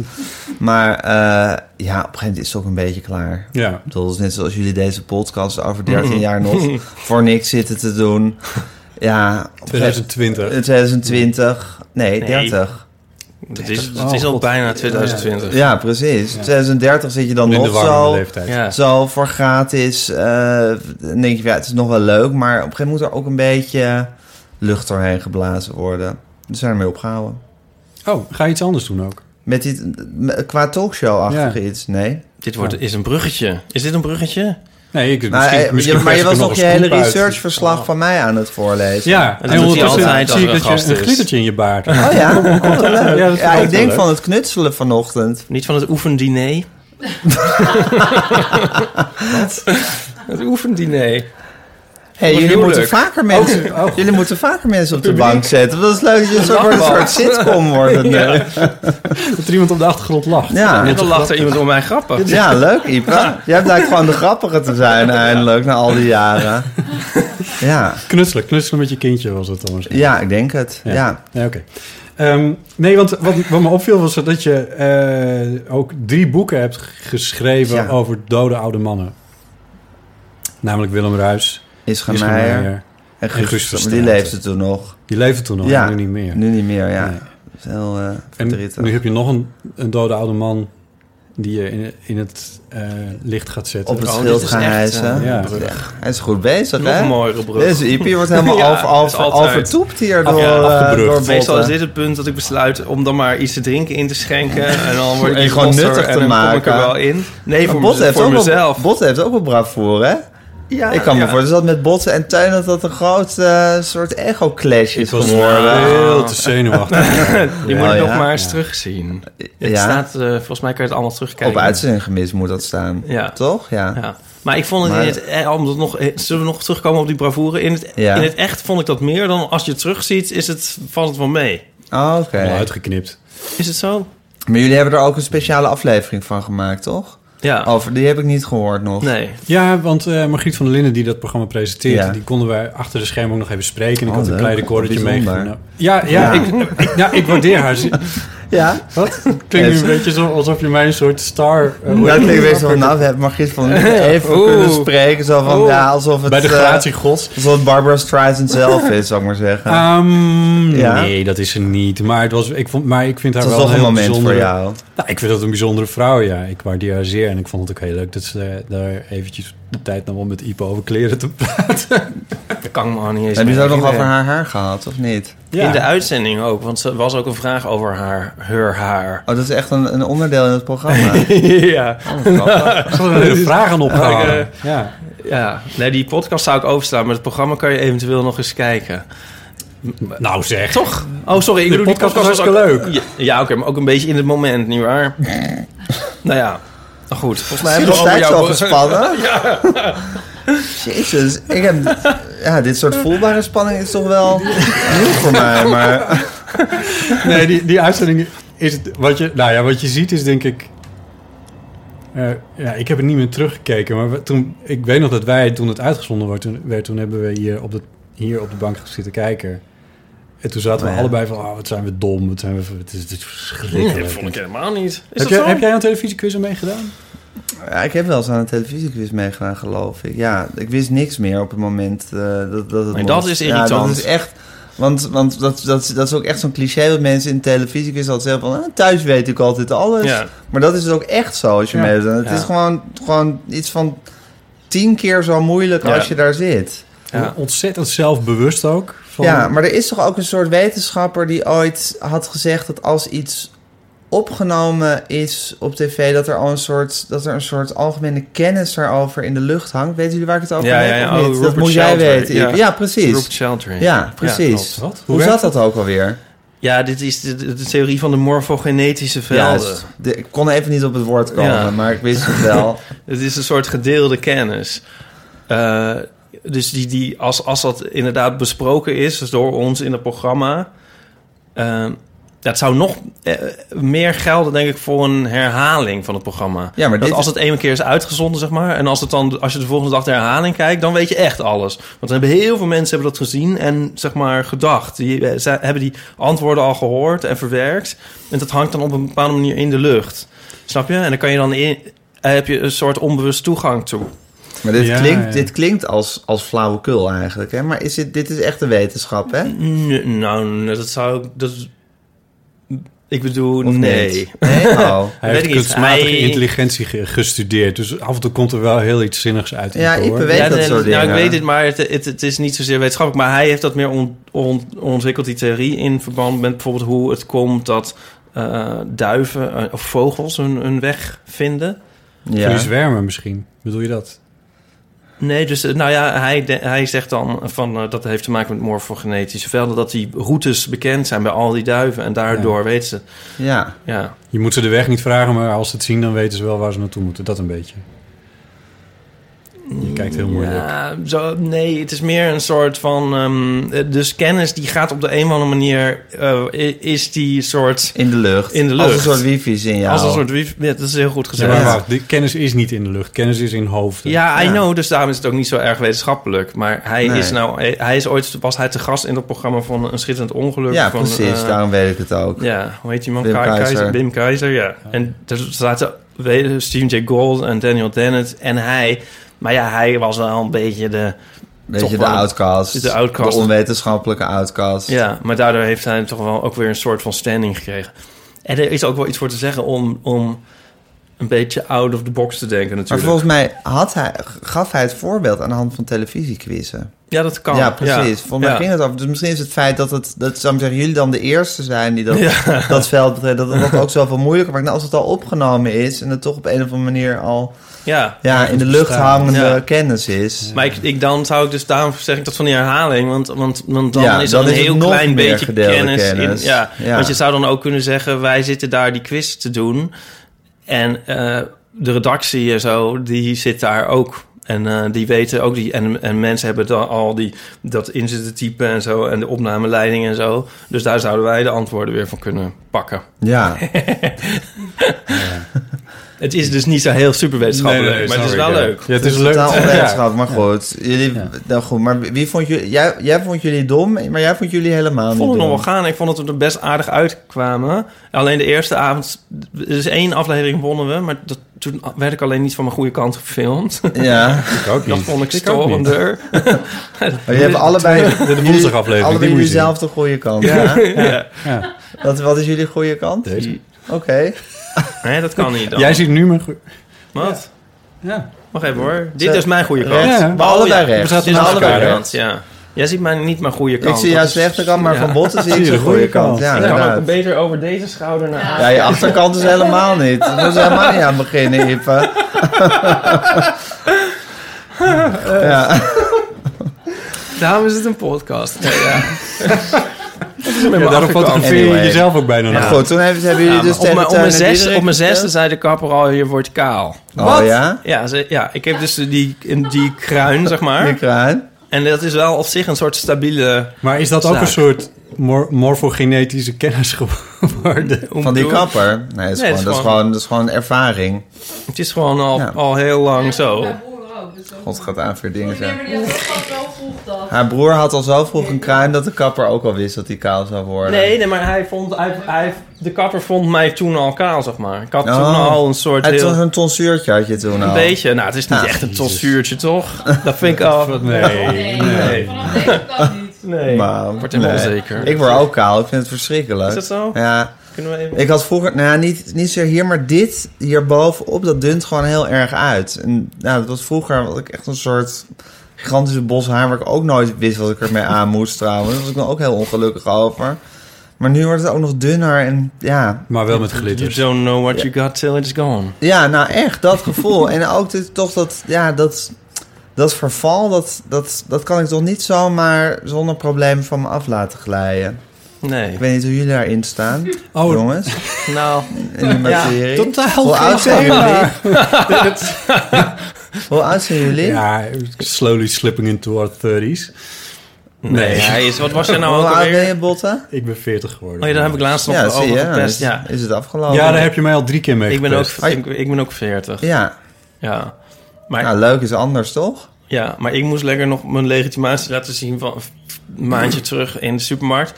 Speaker 5: maar eh, ja, op een gegeven moment is het ook een beetje klaar.
Speaker 4: Ja.
Speaker 5: Ik bedoel, het is net zoals jullie deze podcast over 13 jaar nog voor niks zitten te doen. Ja, op een gegeven-
Speaker 4: 2020.
Speaker 5: 2020. Nee, 30.
Speaker 3: Het is,
Speaker 5: Oh,
Speaker 3: het is al bijna 2020.
Speaker 5: Ja, precies. 2030 zit je dan
Speaker 4: in de
Speaker 5: nog
Speaker 4: warme
Speaker 5: zo,
Speaker 4: leeftijd.
Speaker 3: Ja.
Speaker 5: zo voor gratis. eh, dan denk je, ja, het is nog wel leuk, maar op een gegeven moment moet er ook een beetje lucht doorheen geblazen worden. Dus zijn ermee opgehouden.
Speaker 4: Oh, ga je iets anders doen ook?
Speaker 5: Met dit, qua talkshow-achtige
Speaker 4: Ja.
Speaker 5: iets, nee.
Speaker 3: Dit wordt, is een bruggetje. Is dit een bruggetje?
Speaker 4: Nee, ik,
Speaker 5: Nou,
Speaker 4: misschien,
Speaker 5: eh,
Speaker 4: misschien
Speaker 5: je, maar je
Speaker 4: krijg
Speaker 5: was
Speaker 4: ik er
Speaker 5: nog je
Speaker 4: een
Speaker 5: hele
Speaker 4: scoop uit.
Speaker 5: researchverslag van mij aan het voorlezen.
Speaker 4: Ja,
Speaker 3: doet
Speaker 4: en
Speaker 3: hij
Speaker 4: ondertussen
Speaker 3: altijd als
Speaker 4: zie ik
Speaker 3: er een
Speaker 4: dat
Speaker 3: gast
Speaker 4: je een
Speaker 3: is.
Speaker 4: glittertje in je baard hebt.
Speaker 5: Oh ja?
Speaker 4: Ja, dat
Speaker 5: Ja,
Speaker 4: vind
Speaker 5: ik
Speaker 4: wel
Speaker 5: denk
Speaker 4: leuk.
Speaker 5: van het knutselen vanochtend.
Speaker 3: Niet van het oefendiner. Wat? Het oefendiner.
Speaker 5: Hey,
Speaker 3: Wat
Speaker 5: jullie, moeten
Speaker 3: huwelijk.
Speaker 5: vaker mensen, jullie moeten vaker mensen op de bank zetten. Dat is leuk. Het wordt een soort sitcom wordt het nu.
Speaker 4: Dat er iemand op de achtergrond lacht.
Speaker 5: Ja.
Speaker 3: En dan lacht er iemand om mijn grappen.
Speaker 5: Ja, leuk, Ipe. Jij blijkt gewoon de grappige te zijn eindelijk, na al die jaren. Ja,
Speaker 4: Knutselen, knutselen met je kindje was het dan misschien.
Speaker 5: ja ik denk het. Ja.
Speaker 4: Nee, oké. Ehm, nee, want wat, wat me opviel was dat je eh, ook drie boeken hebt geschreven
Speaker 5: Ja.
Speaker 4: over dode oude mannen. Namelijk Willem Ruis,
Speaker 5: Is gaan
Speaker 4: Ischa
Speaker 5: Meijer
Speaker 4: Meijer.
Speaker 5: en
Speaker 4: en Guus
Speaker 5: Guus. Die
Speaker 4: Verstraeten.
Speaker 5: leefde toen nog.
Speaker 4: Die leefde toen nog,
Speaker 5: Ja.
Speaker 4: nu niet meer.
Speaker 5: Nu niet meer, ja.
Speaker 4: Nee.
Speaker 5: Dat is heel eh,
Speaker 4: En
Speaker 5: verdrietig.
Speaker 4: nu heb je nog een, een dode oude man die je in, in het eh, licht gaat zetten.
Speaker 5: Op het
Speaker 3: Oh, dit
Speaker 5: schild
Speaker 3: is
Speaker 5: gaan
Speaker 3: echt,
Speaker 5: hijsen.
Speaker 3: eh,
Speaker 4: Ja.
Speaker 5: Ja, hij is goed bezig,
Speaker 3: Nog
Speaker 5: hè?
Speaker 3: een mooiere brug.
Speaker 5: Deze IP wordt helemaal
Speaker 3: Ja,
Speaker 5: al, al,
Speaker 3: is altijd.
Speaker 5: al vertoept hier door,
Speaker 4: ja,
Speaker 5: eh,
Speaker 4: afgebrugd.
Speaker 5: door
Speaker 3: Meestal is
Speaker 5: botten.
Speaker 3: dit het punt dat ik besluit om dan maar iets te drinken in te schenken. En dan word ik
Speaker 5: En
Speaker 3: die
Speaker 5: gewoon
Speaker 3: sponsor
Speaker 5: nuttig
Speaker 3: en
Speaker 5: te
Speaker 3: dan kom ik
Speaker 5: maken.
Speaker 3: er wel in. Nee,
Speaker 5: Maar
Speaker 3: voor,
Speaker 5: Bot
Speaker 3: mez-
Speaker 5: heeft,
Speaker 3: voor
Speaker 5: ook
Speaker 3: mezelf.
Speaker 5: wel, Bot heeft ook wel bravoer, hè?
Speaker 3: Ja,
Speaker 5: ik kan me
Speaker 3: ja.
Speaker 5: voorstellen dat met Botsen en Tuinen dat een groot eh, soort echo-clash is
Speaker 4: Het was
Speaker 5: geworden.
Speaker 4: heel te zenuwachtig.
Speaker 3: Je moet het
Speaker 5: Oh,
Speaker 3: nog
Speaker 5: ja.
Speaker 3: maar eens terugzien. Het
Speaker 5: Ja.
Speaker 3: staat, eh, volgens mij kan je het allemaal terugkijken.
Speaker 5: Op uitzending gemist moet dat staan.
Speaker 3: Ja.
Speaker 5: Toch? Ja.
Speaker 3: Ja. Maar ik vond het
Speaker 5: Maar-
Speaker 3: in het eh, om dat nog eh, zullen we nog terugkomen op die bravoure in het,
Speaker 5: Ja.
Speaker 3: in het echt vond ik dat meer dan als je het terugziet is het valt het wel mee.
Speaker 5: Oh, Oké.
Speaker 4: Helemaal uitgeknipt.
Speaker 3: Is het zo?
Speaker 5: Maar jullie hebben er ook een speciale aflevering van gemaakt, toch?
Speaker 3: Ja.
Speaker 5: Over, die heb ik niet gehoord nog.
Speaker 3: Nee.
Speaker 4: Ja, want eh, Margriet van der Linden, die dat programma presenteert...
Speaker 5: Ja.
Speaker 4: die konden wij achter de schermen ook nog even spreken. En ik
Speaker 5: Oh,
Speaker 4: had een
Speaker 5: leuk.
Speaker 4: klein recordertje
Speaker 5: Bijzonder.
Speaker 4: meegenomen. Ja, ja,
Speaker 5: Ja.
Speaker 4: Ik, ik, ja, ik waardeer haar. Ze-
Speaker 5: Ja?
Speaker 4: Wat? Klinkt nu een beetje zo, alsof je mij een soort star... eh,
Speaker 5: Dat klinkt best wel nou, we hebben Margriet van even kunnen spreken. Zo van, ja, alsof het...
Speaker 4: bij de
Speaker 5: eh,
Speaker 4: gratie gods.
Speaker 5: alsof het Barbara Streisand zelf is, zou ik maar zeggen.
Speaker 4: Ehm,
Speaker 5: Ja.
Speaker 4: Nee, dat is ze niet. Maar, het was, ik vond, maar ik vind haar
Speaker 5: Het was
Speaker 4: wel
Speaker 5: toch een
Speaker 4: heel
Speaker 5: moment
Speaker 4: bijzonder.
Speaker 5: voor jou.
Speaker 4: Nou, ik vind dat een bijzondere vrouw, ja. Ik waardeer haar zeer en ik vond het ook heel leuk dat ze eh, daar eventjes de tijd nam om met Ipo over kleren te praten.
Speaker 3: Dat kan ik me al niet eens
Speaker 5: Heb je het
Speaker 3: meer
Speaker 5: ook nog over
Speaker 3: herinneren.
Speaker 5: haar haar gehad, of niet?
Speaker 4: Ja.
Speaker 3: In de uitzending ook, want er was ook een vraag over haar, haar haar.
Speaker 5: Oh, dat is echt een, een onderdeel in het programma. Oh,
Speaker 3: ja.
Speaker 4: Ze hadden er vragen opgehangen.
Speaker 3: Ja,
Speaker 4: ja.
Speaker 3: ja. Nee, die podcast zou ik overslaan, maar het programma kan je eventueel nog eens kijken.
Speaker 4: Nou zeg.
Speaker 3: Toch? Oh, sorry. Ik
Speaker 4: De
Speaker 3: bedoel, die
Speaker 4: podcast
Speaker 3: podcast,
Speaker 4: was
Speaker 3: was ook
Speaker 4: hartstikke
Speaker 3: Ja, ja, oké, maar ook een beetje in het moment, nietwaar? nou ja, goed. Volgens mij
Speaker 5: Zie,
Speaker 3: hebben
Speaker 5: nog
Speaker 3: we over
Speaker 5: steeds
Speaker 3: jouw...
Speaker 5: al gespannen. Jezus, ik heb... Ja, dit soort voelbare spanning is toch wel nieuw voor mij, maar...
Speaker 4: Nee, die, die uitzending is het, wat je, nou ja, wat je ziet is denk ik, eh, ja, ik heb het niet meer teruggekeken, maar we- toen, ik weet nog dat wij toen het uitgezonden werd, toen, werd, toen hebben we hier op de, hier op de bank zitten kijken. En toen zaten
Speaker 5: Oh
Speaker 4: we
Speaker 5: ja.
Speaker 4: allebei van, oh, wat zijn we dom, wat zijn we, het is, het is
Speaker 3: Nee,
Speaker 4: verschrikkelijk.
Speaker 3: dat vond ik helemaal niet. Is
Speaker 4: heb,
Speaker 3: dat
Speaker 4: jij,
Speaker 3: zo?
Speaker 4: heb jij een televisiequiz er mee gedaan?
Speaker 5: Ja, ik heb wel eens aan een televisiequiz meegedaan, geloof ik. Ja, ik wist niks meer op het moment eh, dat, dat het
Speaker 3: Nee,
Speaker 5: moest.
Speaker 3: dat is
Speaker 5: Ja, dat
Speaker 3: irritant.
Speaker 5: is echt... Want, want dat, dat, dat is ook echt zo'n cliché dat mensen in televisiequiz altijd zeggen van... "Ah, thuis weet ik altijd alles.
Speaker 3: Ja.
Speaker 5: Maar dat is dus ook echt zo als je
Speaker 4: Ja.
Speaker 5: meedoet. Het
Speaker 3: Ja.
Speaker 5: is gewoon, gewoon iets van tien keer zo moeilijk
Speaker 3: Ja.
Speaker 5: als je daar zit.
Speaker 3: Ja.
Speaker 4: Ontzettend zelfbewust ook. Van,
Speaker 5: Ja, maar er is toch ook een soort wetenschapper die ooit had gezegd dat als iets opgenomen is op tv, dat er al een soort, dat er een soort algemene kennis daarover in de lucht hangt. Weten jullie waar ik het over
Speaker 3: Ja,
Speaker 5: heb?
Speaker 3: ja, ja.
Speaker 5: of
Speaker 3: Oh,
Speaker 5: niet? dat
Speaker 3: Rupert
Speaker 5: moet jij
Speaker 3: Sheldrake.
Speaker 5: weten. Iep. Ja,
Speaker 3: Ja. Robert
Speaker 5: precies.
Speaker 3: Sheldrake.
Speaker 5: Ja,
Speaker 3: klopt.
Speaker 5: precies.
Speaker 4: Wat?
Speaker 5: Hoe zat dat ook alweer?
Speaker 3: Ja, dit is de, de- de theorie van de morfogenetische velden.
Speaker 5: Juist. De- ik kon even niet op het woord komen,
Speaker 3: Ja.
Speaker 5: maar ik wist het wel.
Speaker 3: Het is een soort gedeelde kennis. Eh, dus die, die, als, als dat inderdaad besproken is dus door ons in het programma... eh, dat zou nog eh, meer gelden, denk ik, voor een herhaling van het programma.
Speaker 5: Ja, maar
Speaker 3: dat
Speaker 5: dit
Speaker 3: als
Speaker 5: is-
Speaker 3: het ene keer is uitgezonden, zeg maar... en als, het dan, als je de volgende dag de herhaling kijkt, dan weet je echt alles. Want dan hebben heel veel mensen hebben dat gezien en, zeg maar, gedacht. Die eh, ze hebben die antwoorden al gehoord en verwerkt. En dat hangt dan op een bepaalde manier in de lucht. Snap je? En dan kan je dan in, eh, heb je een soort onbewust toegang toe.
Speaker 5: Maar dit
Speaker 4: Ja,
Speaker 5: klinkt,
Speaker 4: ja.
Speaker 5: Dit klinkt als, als flauwekul eigenlijk. Hè? Maar is dit, dit is echt de wetenschap, hè?
Speaker 3: N- nou, dat zou... Dat, ik bedoel,
Speaker 5: Of
Speaker 3: nee.
Speaker 5: niet? Nee? Oh.
Speaker 3: Weet
Speaker 4: Hij heeft
Speaker 3: ik niet.
Speaker 4: kunstmatige
Speaker 3: Hij-
Speaker 4: intelligentie ge- gestudeerd. Dus af en toe komt er wel heel iets zinnigs uit. in
Speaker 5: Ja,
Speaker 4: voor.
Speaker 5: ik weet dat
Speaker 3: nee,
Speaker 5: soort
Speaker 3: nou, ik
Speaker 5: dingen.
Speaker 3: weet het, maar het, het, het is niet zozeer wetenschappelijk. Maar hij heeft dat meer on- on- ontwikkeld, die theorie, in verband met bijvoorbeeld hoe het komt dat eh, duiven eh, of vogels hun, hun weg vinden.
Speaker 4: Van
Speaker 5: Ja.
Speaker 4: die zwermen misschien. Bedoel je dat?
Speaker 3: Nee, dus eh, nou ja, hij, de- hij zegt dan van eh, dat heeft te maken met morfogenetische velden. Dat die routes bekend zijn bij al die duiven. En daardoor weten ze.
Speaker 5: Ja.
Speaker 3: Ja,
Speaker 4: Je moet ze de weg niet vragen, maar als ze het zien, dan weten ze wel waar ze naartoe moeten. Dat een beetje. Je kijkt heel moeilijk.
Speaker 3: Ja, zo, nee, het is meer een soort van. ehm, eh, dus kennis die gaat op de een of andere manier. eh, i- is die soort.
Speaker 5: In de lucht.
Speaker 3: In de
Speaker 5: Als een
Speaker 3: lucht.
Speaker 5: soort wifi-signaal.
Speaker 3: Als een soort. wief- Ja, dat is heel goed
Speaker 4: Ja,
Speaker 3: gezegd.
Speaker 4: maar
Speaker 3: Ja,
Speaker 4: wacht, de kennis is niet in de lucht. Kennis is in hoofden.
Speaker 3: I
Speaker 5: Ja.
Speaker 3: know. Dus daarom is het ook niet zo erg wetenschappelijk. Maar hij
Speaker 5: Nee.
Speaker 3: is nou. Hij is ooit. Was hij te gast in dat programma van een schitterend ongeluk?
Speaker 5: Ja,
Speaker 3: van,
Speaker 5: precies.
Speaker 3: eh,
Speaker 5: daarom weet ik het ook.
Speaker 3: Ja, hoe heet die man?
Speaker 5: Wim
Speaker 3: Ka-
Speaker 5: Keizer.
Speaker 3: Wim Keizer, ja. En er zaten we- Steven J. Gold en Daniel Dennett en hij. Maar ja, hij was wel een beetje de...
Speaker 5: Weet
Speaker 3: Toch
Speaker 5: je, de
Speaker 3: wel een-
Speaker 5: outcast.
Speaker 3: de outcast.
Speaker 5: De onwetenschappelijke outcast.
Speaker 3: Ja, maar daardoor heeft hij toch wel ook weer een soort van standing gekregen. En er is ook wel iets voor te zeggen om, om een beetje out of the box te denken
Speaker 5: Maar
Speaker 3: natuurlijk.
Speaker 5: volgens mij had hij, gaf hij het voorbeeld aan de hand van televisiequizzen.
Speaker 3: Ja, dat kan.
Speaker 5: Ja, precies. Volgens mij
Speaker 3: Ja.
Speaker 5: ging het over. Dus misschien is het feit dat, het, dat zou ik zeggen, jullie dan de eerste zijn die dat,
Speaker 3: Ja.
Speaker 5: dat veld betreden, dat het dat ook zoveel moeilijker maakt. Nou, als het al opgenomen is en het toch op een of andere manier al
Speaker 3: Ja.
Speaker 5: ja, in de lucht
Speaker 4: bestaan.
Speaker 5: hangende
Speaker 3: Ja.
Speaker 5: kennis is.
Speaker 3: Maar ik, ik dan zou ik dus daarom zeg ik dat van die herhaling, want, want, want dan
Speaker 5: Ja,
Speaker 3: is
Speaker 5: dan
Speaker 3: er een
Speaker 5: is het
Speaker 3: heel
Speaker 5: nog
Speaker 3: klein
Speaker 5: meer
Speaker 3: beetje
Speaker 5: gedeelde
Speaker 3: kennis,
Speaker 5: kennis.
Speaker 3: in. Ja,
Speaker 5: Ja.
Speaker 3: Want je zou dan ook kunnen zeggen, wij zitten daar die quiz te doen. En eh, de redactie en zo, die zit daar ook. En eh, die weten ook die. En, en mensen hebben dan al die dat inzettentype en zo. En de opnameleiding en zo. Dus daar zouden wij de antwoorden weer van kunnen pakken.
Speaker 5: Ja,
Speaker 3: Het is dus niet zo heel super wetenschappelijk, maar het is wel leuk.
Speaker 4: Ja, het is leuk.
Speaker 5: Dus totaal
Speaker 4: Ja.
Speaker 5: onwetenschap. Maar goed, jullie,
Speaker 4: Ja.
Speaker 5: nou goed, maar wie vond jullie, jij, jij vond jullie dom, maar jij vond jullie helemaal
Speaker 3: Ik
Speaker 5: niet
Speaker 3: vond het nog wel
Speaker 5: dom.
Speaker 3: gaan. Ik vond dat we er best aardig uitkwamen. Alleen de eerste avond... Dus één aflevering wonnen we. Maar dat, toen werd ik alleen niet van mijn goede kant gefilmd.
Speaker 5: Ja,
Speaker 4: Ik ook
Speaker 3: Dat
Speaker 4: niet.
Speaker 3: vond ik
Speaker 4: Ik ook niet.
Speaker 3: storender.
Speaker 5: maar jullie hebben allebei,
Speaker 4: De
Speaker 5: jullie-
Speaker 4: woensdagaflevering, die
Speaker 5: allebei
Speaker 4: moet je
Speaker 5: jullie
Speaker 4: zien.
Speaker 5: zelf de goede kant. Ja.
Speaker 3: Ja.
Speaker 4: Ja.
Speaker 5: Dat, wat is jullie goede kant? Oké.
Speaker 4: Deze.
Speaker 3: Nee, dat kan niet dan.
Speaker 4: Jij ziet nu mijn... goe-
Speaker 3: Wat?
Speaker 4: Ja.
Speaker 3: Wacht even hoor. Dit
Speaker 5: Ze-
Speaker 3: is mijn goede kant.
Speaker 5: Rechts,
Speaker 4: Ja.
Speaker 5: maar allebei
Speaker 3: Oh, ja.
Speaker 5: rechts.
Speaker 4: We zaten
Speaker 3: Dit is
Speaker 4: naast
Speaker 3: mijn
Speaker 4: elkaar,
Speaker 3: goede
Speaker 4: hè?
Speaker 3: kant, ja. Jij ziet mij niet mijn goede kant.
Speaker 5: Ik zie
Speaker 3: Dat
Speaker 5: jouw
Speaker 3: is-
Speaker 5: slechte kant, maar
Speaker 3: ja.
Speaker 5: van botten
Speaker 4: Zie
Speaker 5: zie ik
Speaker 4: je
Speaker 5: zijn
Speaker 4: de
Speaker 5: goede
Speaker 4: goede
Speaker 5: kant.
Speaker 4: kant.
Speaker 5: Ja,
Speaker 3: Ik kan ook
Speaker 5: inderdaad.
Speaker 3: beter over deze schouder naar
Speaker 5: Ja, je achterkant is helemaal niet. Dat is helemaal niet aan het begin, Ipe. Ja.
Speaker 3: Daarom is het een podcast. Ja, ja.
Speaker 4: Ja, daarom fotografeer je
Speaker 5: Anyway.
Speaker 4: jezelf ook bijna
Speaker 5: Maar
Speaker 4: na.
Speaker 5: goed, toen hebben, hebben jullie
Speaker 3: Ja,
Speaker 5: dus
Speaker 3: maar op
Speaker 5: tegen
Speaker 3: mijn- op mijn
Speaker 5: Teun en
Speaker 3: zesde-
Speaker 5: Diederik
Speaker 3: op mijn zesde
Speaker 5: gespeeld?
Speaker 3: zei de kapper al, je wordt kaal.
Speaker 5: Oh ja?
Speaker 3: Ja, ze- ja, ik heb dus die, die kruin, zeg maar.
Speaker 5: Nick Ruin.
Speaker 3: En dat is wel op zich een soort stabiele...
Speaker 4: Maar is dat ook
Speaker 3: Zaak.
Speaker 4: een soort mor- morfogenetische kennis geworden?
Speaker 3: hoe
Speaker 5: Van die
Speaker 3: bedoel ik?
Speaker 5: kapper. Nee, dat is, gewoon, dat, is gewoon, dat is gewoon ervaring.
Speaker 3: Het is gewoon al,
Speaker 5: Ja.
Speaker 3: al heel lang zo.
Speaker 6: Mijn broer ook. Dus
Speaker 5: God gaat aan voor dingen
Speaker 6: Nee,
Speaker 5: zijn.
Speaker 6: maar die had ook wel vroeg dat.
Speaker 5: Haar broer had al zo vroeg een kruin dat de kapper ook al wist dat hij kaal zou worden.
Speaker 3: Nee, nee, maar hij vond, hij, hij, de kapper vond mij toen al kaal, zeg maar. Ik had toen
Speaker 5: Oh.
Speaker 3: al een soort
Speaker 5: Het
Speaker 3: heel...
Speaker 5: was een tonsuurtje had je toen al.
Speaker 3: Een beetje, nou het is niet
Speaker 5: Ah,
Speaker 3: echt een tossuurtje toch? Dat vind ik al...
Speaker 4: Nee.
Speaker 6: Nee, nee. vanaf deze kant niet.
Speaker 3: Nee,
Speaker 5: Maar-
Speaker 3: wordt hem
Speaker 5: nee.
Speaker 3: onzeker.
Speaker 5: Ik word ook kaal, ik vind het verschrikkelijk.
Speaker 3: Is dat zo?
Speaker 5: Ja,
Speaker 3: Kunnen we even...
Speaker 5: ik had vroeger, nou ja, niet, niet zozeer hier, maar dit hierbovenop, dat dunt gewoon heel erg uit. En nou, dat was vroeger, had ik echt een soort gigantische bos haar, waar ik ook nooit wist wat ik ermee aan moest trouwens. Daar was ik dan ook heel ongelukkig over. Maar nu wordt het ook nog dunner en ja,
Speaker 4: Maar wel met
Speaker 3: You
Speaker 4: glitters.
Speaker 3: don't know what you got till it's gone.
Speaker 5: Ja, nou echt, dat gevoel. en ook dit, toch dat, ja, dat, dat verval, dat, dat, dat kan ik toch niet zomaar zonder probleem van me af laten glijden.
Speaker 3: Nee.
Speaker 5: Ik weet niet hoe jullie daarin staan,
Speaker 4: Oh.
Speaker 5: jongens,
Speaker 3: Nou,
Speaker 5: in die materie.
Speaker 4: totaal
Speaker 5: Hoe oud
Speaker 4: geen
Speaker 5: zijn
Speaker 4: thema.
Speaker 5: jullie? Hoe oud zijn jullie? Nou,
Speaker 4: Ja, slowly slipping into uh, our 30s.
Speaker 3: nee. hij is, wat was jij nou
Speaker 5: Hoe
Speaker 3: ook
Speaker 5: oud ben
Speaker 3: alweer?
Speaker 5: je, Botten?
Speaker 4: Ik ben 40 geworden.
Speaker 3: Oh ja, daar heb ik laatst nog
Speaker 5: Oh, Ja, zie
Speaker 3: over
Speaker 5: je, dan is,
Speaker 3: gepest. Ja,
Speaker 5: is het afgelopen.
Speaker 4: Ja, daar heb je mij al drie keer mee
Speaker 3: ik ben, ook, Ah,
Speaker 4: gepest.
Speaker 3: ik, ik ben ook 40.
Speaker 5: Ja,
Speaker 3: Ja. Maar,
Speaker 5: nou leuk is anders, toch?
Speaker 3: ja, maar ik moest lekker nog mijn legitimatie laten zien van een maandje terug in de supermarkt.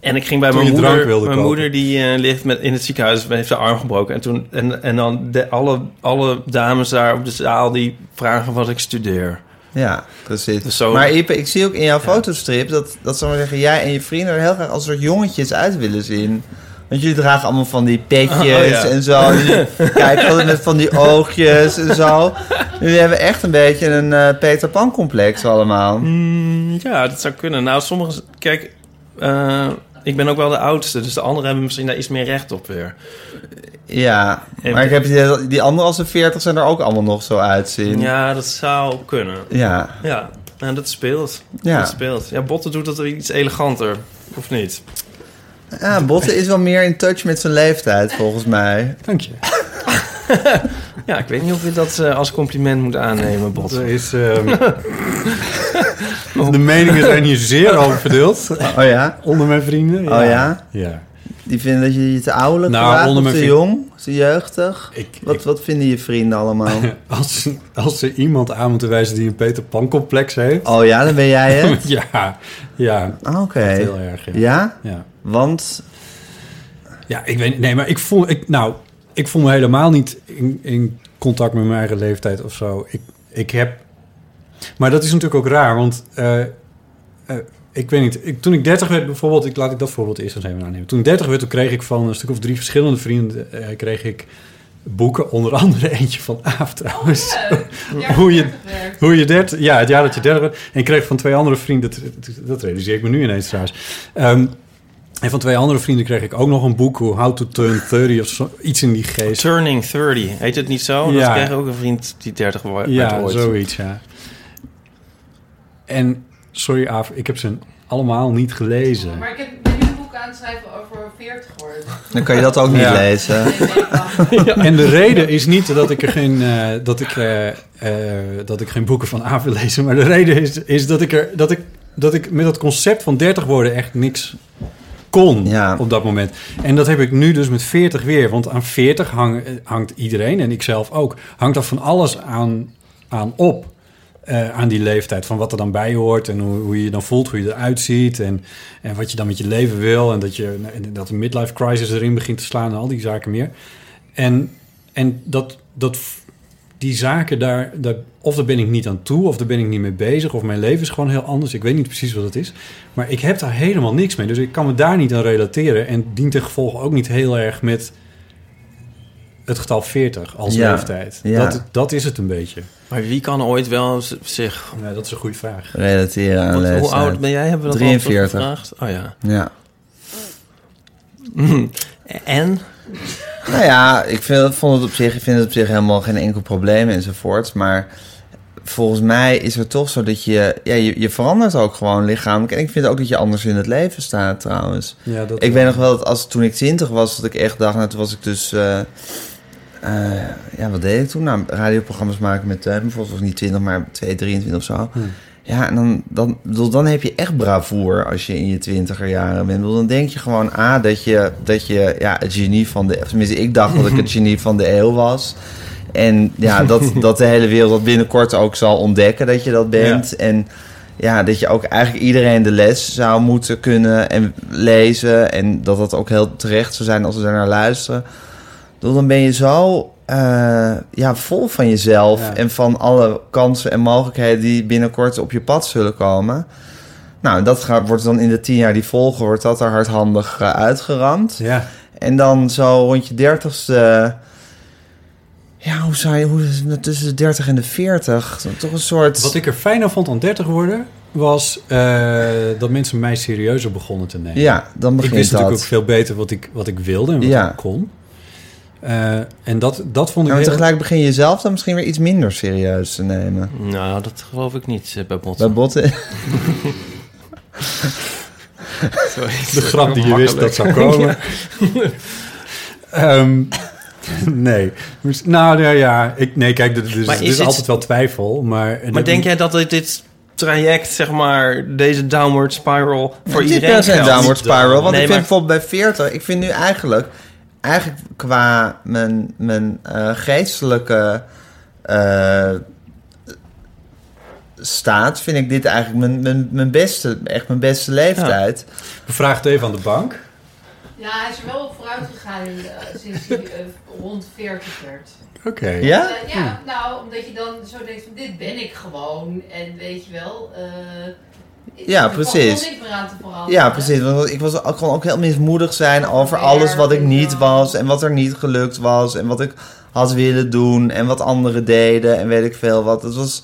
Speaker 3: En ik ging bij
Speaker 4: Toen
Speaker 3: mijn
Speaker 4: je
Speaker 3: moeder.
Speaker 4: drank
Speaker 3: Mijn
Speaker 4: wilde kopen.
Speaker 3: moeder die eh, ligt met, in het ziekenhuis en heeft haar arm gebroken. En, toen, en, en dan de, alle, alle dames daar op de zaal die vragen wat ik studeer.
Speaker 5: Ja, precies.
Speaker 3: Dus zo-
Speaker 5: Maar Ipe, ik zie ook in jouw fotostrip dat, dat zal maar zeggen, jij en je vrienden er heel graag als soort jongetjes uit willen zien. Want jullie dragen allemaal van die petjes
Speaker 3: Oh, ja.
Speaker 5: en zo. En jullie Kijken altijd met van die oogjes en zo. Jullie hebben echt een beetje een eh, Peter Pan complex allemaal.
Speaker 3: Mm, ja, dat zou kunnen. Nou, sommige. Kijk, eh, ik ben ook wel de oudste, dus de anderen hebben misschien daar iets meer recht op weer.
Speaker 5: Ja, maar ik heb die, die anderen als de 40 zijn er ook allemaal nog zo uitzien.
Speaker 3: Ja, dat zou kunnen.
Speaker 5: Ja.
Speaker 3: Ja, en dat speelt.
Speaker 5: Ja.
Speaker 3: Dat speelt. Ja, Botten doet dat iets eleganter, of niet?
Speaker 5: Ja, Botten is wel meer in touch met zijn leeftijd, volgens mij.
Speaker 4: Dank je.
Speaker 3: Ja, ik weet niet of je dat eh, als compliment moet aannemen, Botten.
Speaker 4: Er is, ehm, de meningen zijn hier zeer over verdeeld. eh,
Speaker 5: Oh ja?
Speaker 4: Onder mijn vrienden.
Speaker 5: Oh ja?
Speaker 4: Ja.
Speaker 5: Die vinden dat je je te ouderlijk
Speaker 4: Nou,
Speaker 5: gedraagt,
Speaker 4: onder
Speaker 5: of
Speaker 4: mijn
Speaker 5: te
Speaker 4: vri-
Speaker 5: jong, of te jeugtig.
Speaker 4: Ik,
Speaker 5: Wat, wat vinden je vrienden allemaal?
Speaker 4: ik- als, als ze iemand aan moeten wijzen die een Peter Pan complex heeft.
Speaker 5: Oh ja, dan ben jij het?
Speaker 4: Ja, ja.
Speaker 5: Ah, Oké.
Speaker 4: Heel erg, ja.
Speaker 5: Ja?
Speaker 4: ja.
Speaker 5: Want...
Speaker 4: Ja, ik weet Nee, maar ik voel, ik, nou, ik voel me helemaal niet in, in contact met mijn eigen leeftijd of zo. Ik, ik heb... Maar dat is natuurlijk ook raar, want... eh, eh, ik weet niet, ik, toen ik 30 werd bijvoorbeeld... Ik, laat ik dat voorbeeld eerst eens even aannemen. Toen ik 30 werd, toen kreeg ik van een stuk of drie verschillende vrienden... eh, kreeg ik boeken, onder andere eentje van Aaf trouwens. Hoe je- Hoe je dert, ja, het jaar dat je derde werd. En ik kreeg van twee andere vrienden, dat, dat realiseer ik me nu ineens trouwens. Ehm, en van twee andere vrienden kreeg ik ook nog een boek, hoe How to Turn 30 of zo, iets in die geest.
Speaker 3: Turning 30, heet het niet zo? Dat
Speaker 4: Ja.
Speaker 3: krijg ik ook een vriend die 30 wo- werd
Speaker 4: Ja,
Speaker 3: ooit.
Speaker 4: zoiets, ja. En, sorry Aaf, ik heb ze allemaal niet gelezen.
Speaker 6: Maar ik heb, ben nu een boek aan het schrijven over 40 worden.
Speaker 5: Dan kan je dat ook niet
Speaker 4: Ja.
Speaker 5: lezen.
Speaker 6: Nee, nee, wacht.
Speaker 4: En de reden is niet dat ik er geen, eh, dat ik, eh, eh, dat ik geen boeken van Aaf wil lezen, maar de reden is, is dat, ik er, dat, ik, dat ik met dat concept van 30 worden echt niks kon
Speaker 5: Ja.
Speaker 4: op dat moment. En dat heb ik nu dus met 40 weer, want aan 40 hang- hangt iedereen en ik zelf ook, hangt er van alles aan, aan op. eh, aan die leeftijd, van wat er dan bij hoort en hoe, hoe je je dan voelt, hoe je eruit ziet en, en wat je dan met je leven wil en dat, je, en dat de midlife crisis erin begint te slaan en al die zaken meer. En, en dat, dat, die zaken daar, daar, of daar ben ik niet aan toe, of daar ben ik niet mee bezig, of mijn leven is gewoon heel anders. Ik weet niet precies wat het is. Maar ik heb daar helemaal niks mee. Dus ik kan me daar niet aan relateren. En dient ten gevolge ook niet heel erg met het getal 40 als
Speaker 5: Ja,
Speaker 4: leeftijd.
Speaker 5: ja.
Speaker 4: Dat, dat is het een beetje.
Speaker 3: Maar wie kan ooit wel z- zich...
Speaker 4: Ja, dat is een goede vraag.
Speaker 5: Relateren aan
Speaker 3: Wat-
Speaker 5: leeftijd.
Speaker 3: hoe oud ben jij? Hebben we dat
Speaker 5: 43.
Speaker 3: al gevraagd? Oh ja.
Speaker 5: Ja.
Speaker 3: En?
Speaker 5: Nou ja, ik vind, vond het op zich, ik vind het op zich helemaal geen enkel probleem enzovoort. Maar volgens mij is het toch zo dat je, ja, je... Je verandert ook gewoon lichamelijk. En ik vind ook dat je anders in het leven staat trouwens.
Speaker 4: Ja, dat
Speaker 5: Ik weet nog wel dat als, toen ik 20 was, dat ik echt dacht... Nou, toen was ik dus... eh, eh, ja, wat deed ik toen? Nou, radioprogramma's maken met Teun. Bijvoorbeeld was ik niet 20, maar 2, 23 of zo. Ja, en dan, dan, bedoel, dan heb je echt bravoer als je in je twintiger jaren bent. Bedoel, dan denk je gewoon, ah, dat je, dat je ja, het genie van de... of Tenminste, ik dacht dat ik het genie van de eeuw was. En ja, dat, dat de hele wereld dat binnenkort ook zal ontdekken dat je dat bent. En ja, dat je ook eigenlijk iedereen de les zou moeten kunnen en lezen. En dat dat ook heel terecht zou zijn als ze daar naar luisteren. Bedoel, Dan ben je zo eh, ja, vol van jezelf
Speaker 4: Ja.
Speaker 5: en van alle kansen en mogelijkheden die binnenkort op je pad zullen komen. Nou, dat gaat, wordt dan in de tien jaar die volgen, wordt dat er hardhandig eh, uitgeramd.
Speaker 4: Ja,
Speaker 5: En dan zo rond je dertigste... Ja, hoe zou je... Hoe, is het nou tussen de 30 en de 40? Toch een soort...
Speaker 4: wat ik er fijn aan vond aan 30 worden, was eh, dat mensen mij serieuzer begonnen te nemen.
Speaker 5: Ja, dan
Speaker 4: Ik
Speaker 5: begint
Speaker 4: wist
Speaker 5: dat.
Speaker 4: natuurlijk ook veel beter wat ik, wat ik wilde en wat
Speaker 5: Ja.
Speaker 4: ik kon. Eh, en dat, dat vond ik
Speaker 5: Maar
Speaker 4: heel-
Speaker 5: tegelijk begin je jezelf dan misschien weer iets minder serieus te nemen.
Speaker 3: Nou, dat geloof ik niet eh, bij Botten.
Speaker 5: Bij botten...
Speaker 4: de grap die je wist dat zou komen. Ehm, nee. Dus- Nou, nou ja, ik, nee, kijk, er er is,
Speaker 3: Maar
Speaker 4: er
Speaker 3: is
Speaker 4: is
Speaker 3: het-
Speaker 4: altijd wel twijfel. Maar,
Speaker 3: Maar denk jij dat dit- dit traject, zeg maar, deze downward spiral voor
Speaker 5: Dit
Speaker 3: iedereen
Speaker 5: is een
Speaker 3: geldt?
Speaker 5: downward spiral. Want
Speaker 3: Nee,
Speaker 5: ik vind
Speaker 3: maar-
Speaker 5: bijvoorbeeld bij 40... Ik vind nu eigenlijk... Eigenlijk qua mijn, mijn eh, geestelijke eh, staat... vind ik dit eigenlijk mijn, mijn, mijn beste... Echt mijn beste leeftijd.
Speaker 4: Vraagt even aan de bank.
Speaker 6: Ja, hij is er wel op vooruit gegaan in, eh, sinds hij eh, rond 40 werd.
Speaker 4: Oké.
Speaker 5: Ja? Hm.
Speaker 6: Eh, ja, nou, omdat je dan zo denkt van dit ben ik gewoon. En weet je wel... eh,
Speaker 5: Ja,
Speaker 6: er valt
Speaker 5: precies.
Speaker 6: nog niks meer aan te veranderen.
Speaker 5: Ja, precies. Want ik was, ik kon ook heel mismoedig zijn over alles wat ik niet was. En wat er niet gelukt was. En wat ik had willen doen. En wat anderen deden. En weet ik veel wat. Het was.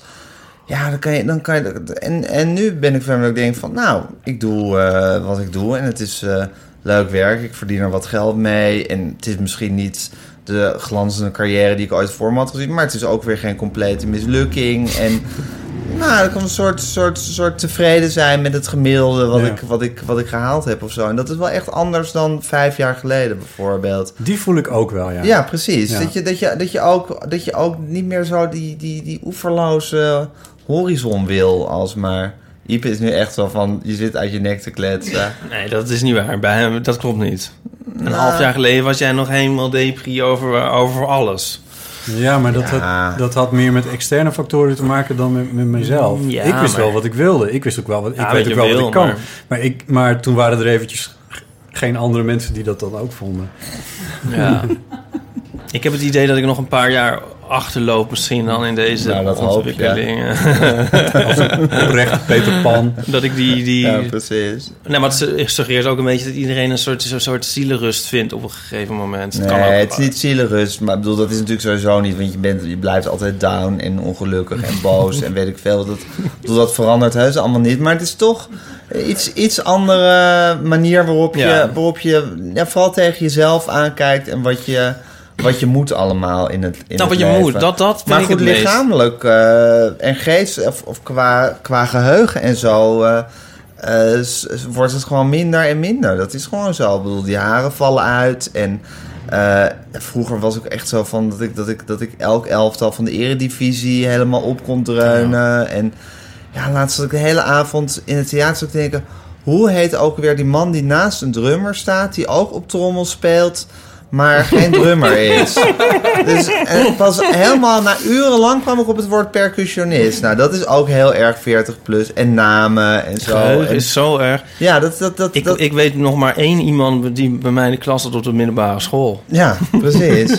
Speaker 5: Ja, dan kan je... Dan kan je en, en nu ben ik van dat ik denk van... Nou, ik doe eh, wat ik doe en het is eh, leuk werk. Ik verdien er wat geld mee. En het is misschien niet de glanzende carrière die ik ooit voor me had gezien. Maar het is ook weer geen complete mislukking. En nou, er kan een soort, soort, soort tevreden zijn met het gemiddelde wat,
Speaker 4: Ja.
Speaker 5: ik, wat, ik, wat ik gehaald heb of zo. En dat is wel echt anders dan vijf jaar geleden bijvoorbeeld.
Speaker 4: Die voel ik ook wel, ja.
Speaker 5: Ja, precies.
Speaker 4: Ja.
Speaker 5: Dat, je, dat, je, dat, je ook, dat je ook niet meer zo die, die, die oeverloze horizon wil, als maar. Ipe is nu echt wel van, je zit uit je nek te kletsen.
Speaker 3: Nee, dat is niet waar. Bij hem, dat klopt niet. Een half jaar geleden was jij nog helemaal depri over, over alles.
Speaker 4: Ja, maar dat,
Speaker 5: Ja.
Speaker 4: Had, dat had meer met externe factoren te maken dan met, met mezelf.
Speaker 3: Ja,
Speaker 4: ik wist
Speaker 3: maar-
Speaker 4: wel wat ik wilde. Ik wist ook wel wat ik,
Speaker 3: Ja,
Speaker 4: weet
Speaker 3: wat
Speaker 4: ook
Speaker 3: je
Speaker 4: wel wat
Speaker 3: wil,
Speaker 4: ik kan. Maar...
Speaker 3: maar-
Speaker 4: ik, maar toen waren er eventjes geen andere mensen die dat dan ook vonden.
Speaker 3: Ja. ik heb het idee dat ik nog een paar jaar achterloop misschien dan in deze
Speaker 5: Nou, dat hoop ik,
Speaker 3: ontwikkelingen.
Speaker 4: Oprecht, Peter Pan.
Speaker 3: dat ik die... die...
Speaker 5: Ja, precies.
Speaker 3: Nee, maar het su- suggereert ook een beetje dat iedereen een soort, een soort zielenrust vindt op een gegeven moment. Het
Speaker 5: Nee,
Speaker 3: kan ook
Speaker 5: het is niet zielerust, maar ik bedoel, dat is natuurlijk sowieso niet, want je, bent, je blijft altijd down en ongelukkig en boos en weet ik veel. Dat, ik bedoel, dat verandert heus allemaal niet, maar het is toch iets, iets andere manier waarop je,
Speaker 3: Ja.
Speaker 5: waarop je ja, vooral tegen jezelf aankijkt en wat je, wat je moet allemaal in het in
Speaker 3: Nou,
Speaker 5: het
Speaker 3: wat je
Speaker 5: leven.
Speaker 3: moet, dat, dat vind
Speaker 5: Maar
Speaker 3: ik
Speaker 5: goed,
Speaker 3: het meest.
Speaker 5: lichamelijk eh, en geest, of, of qua, qua geheugen en zo, eh, eh, s- s- wordt het gewoon minder en minder. Dat is gewoon zo. Ik bedoel, die haren vallen uit. En eh, vroeger was ik echt zo van dat ik, dat, ik, dat ik elk elftal van de eredivisie helemaal op kon dreunen. En ja, laatst zat ik de hele avond in het theater zat ik te denken... Hoe heet ook weer die man die naast een drummer staat, die ook op trommel speelt, maar geen drummer is? Dus eh, pas helemaal na urenlang kwam ik op het woord percussionist. Nou, dat is ook heel erg 40 plus. En namen en zo.
Speaker 3: Geheugen
Speaker 5: En-
Speaker 3: is zo erg.
Speaker 5: ja, dat... dat, dat,
Speaker 3: Ik,
Speaker 5: dat-
Speaker 3: ik weet nog maar één iemand die bij mij in de klas zat op de middelbare school.
Speaker 5: ja, precies.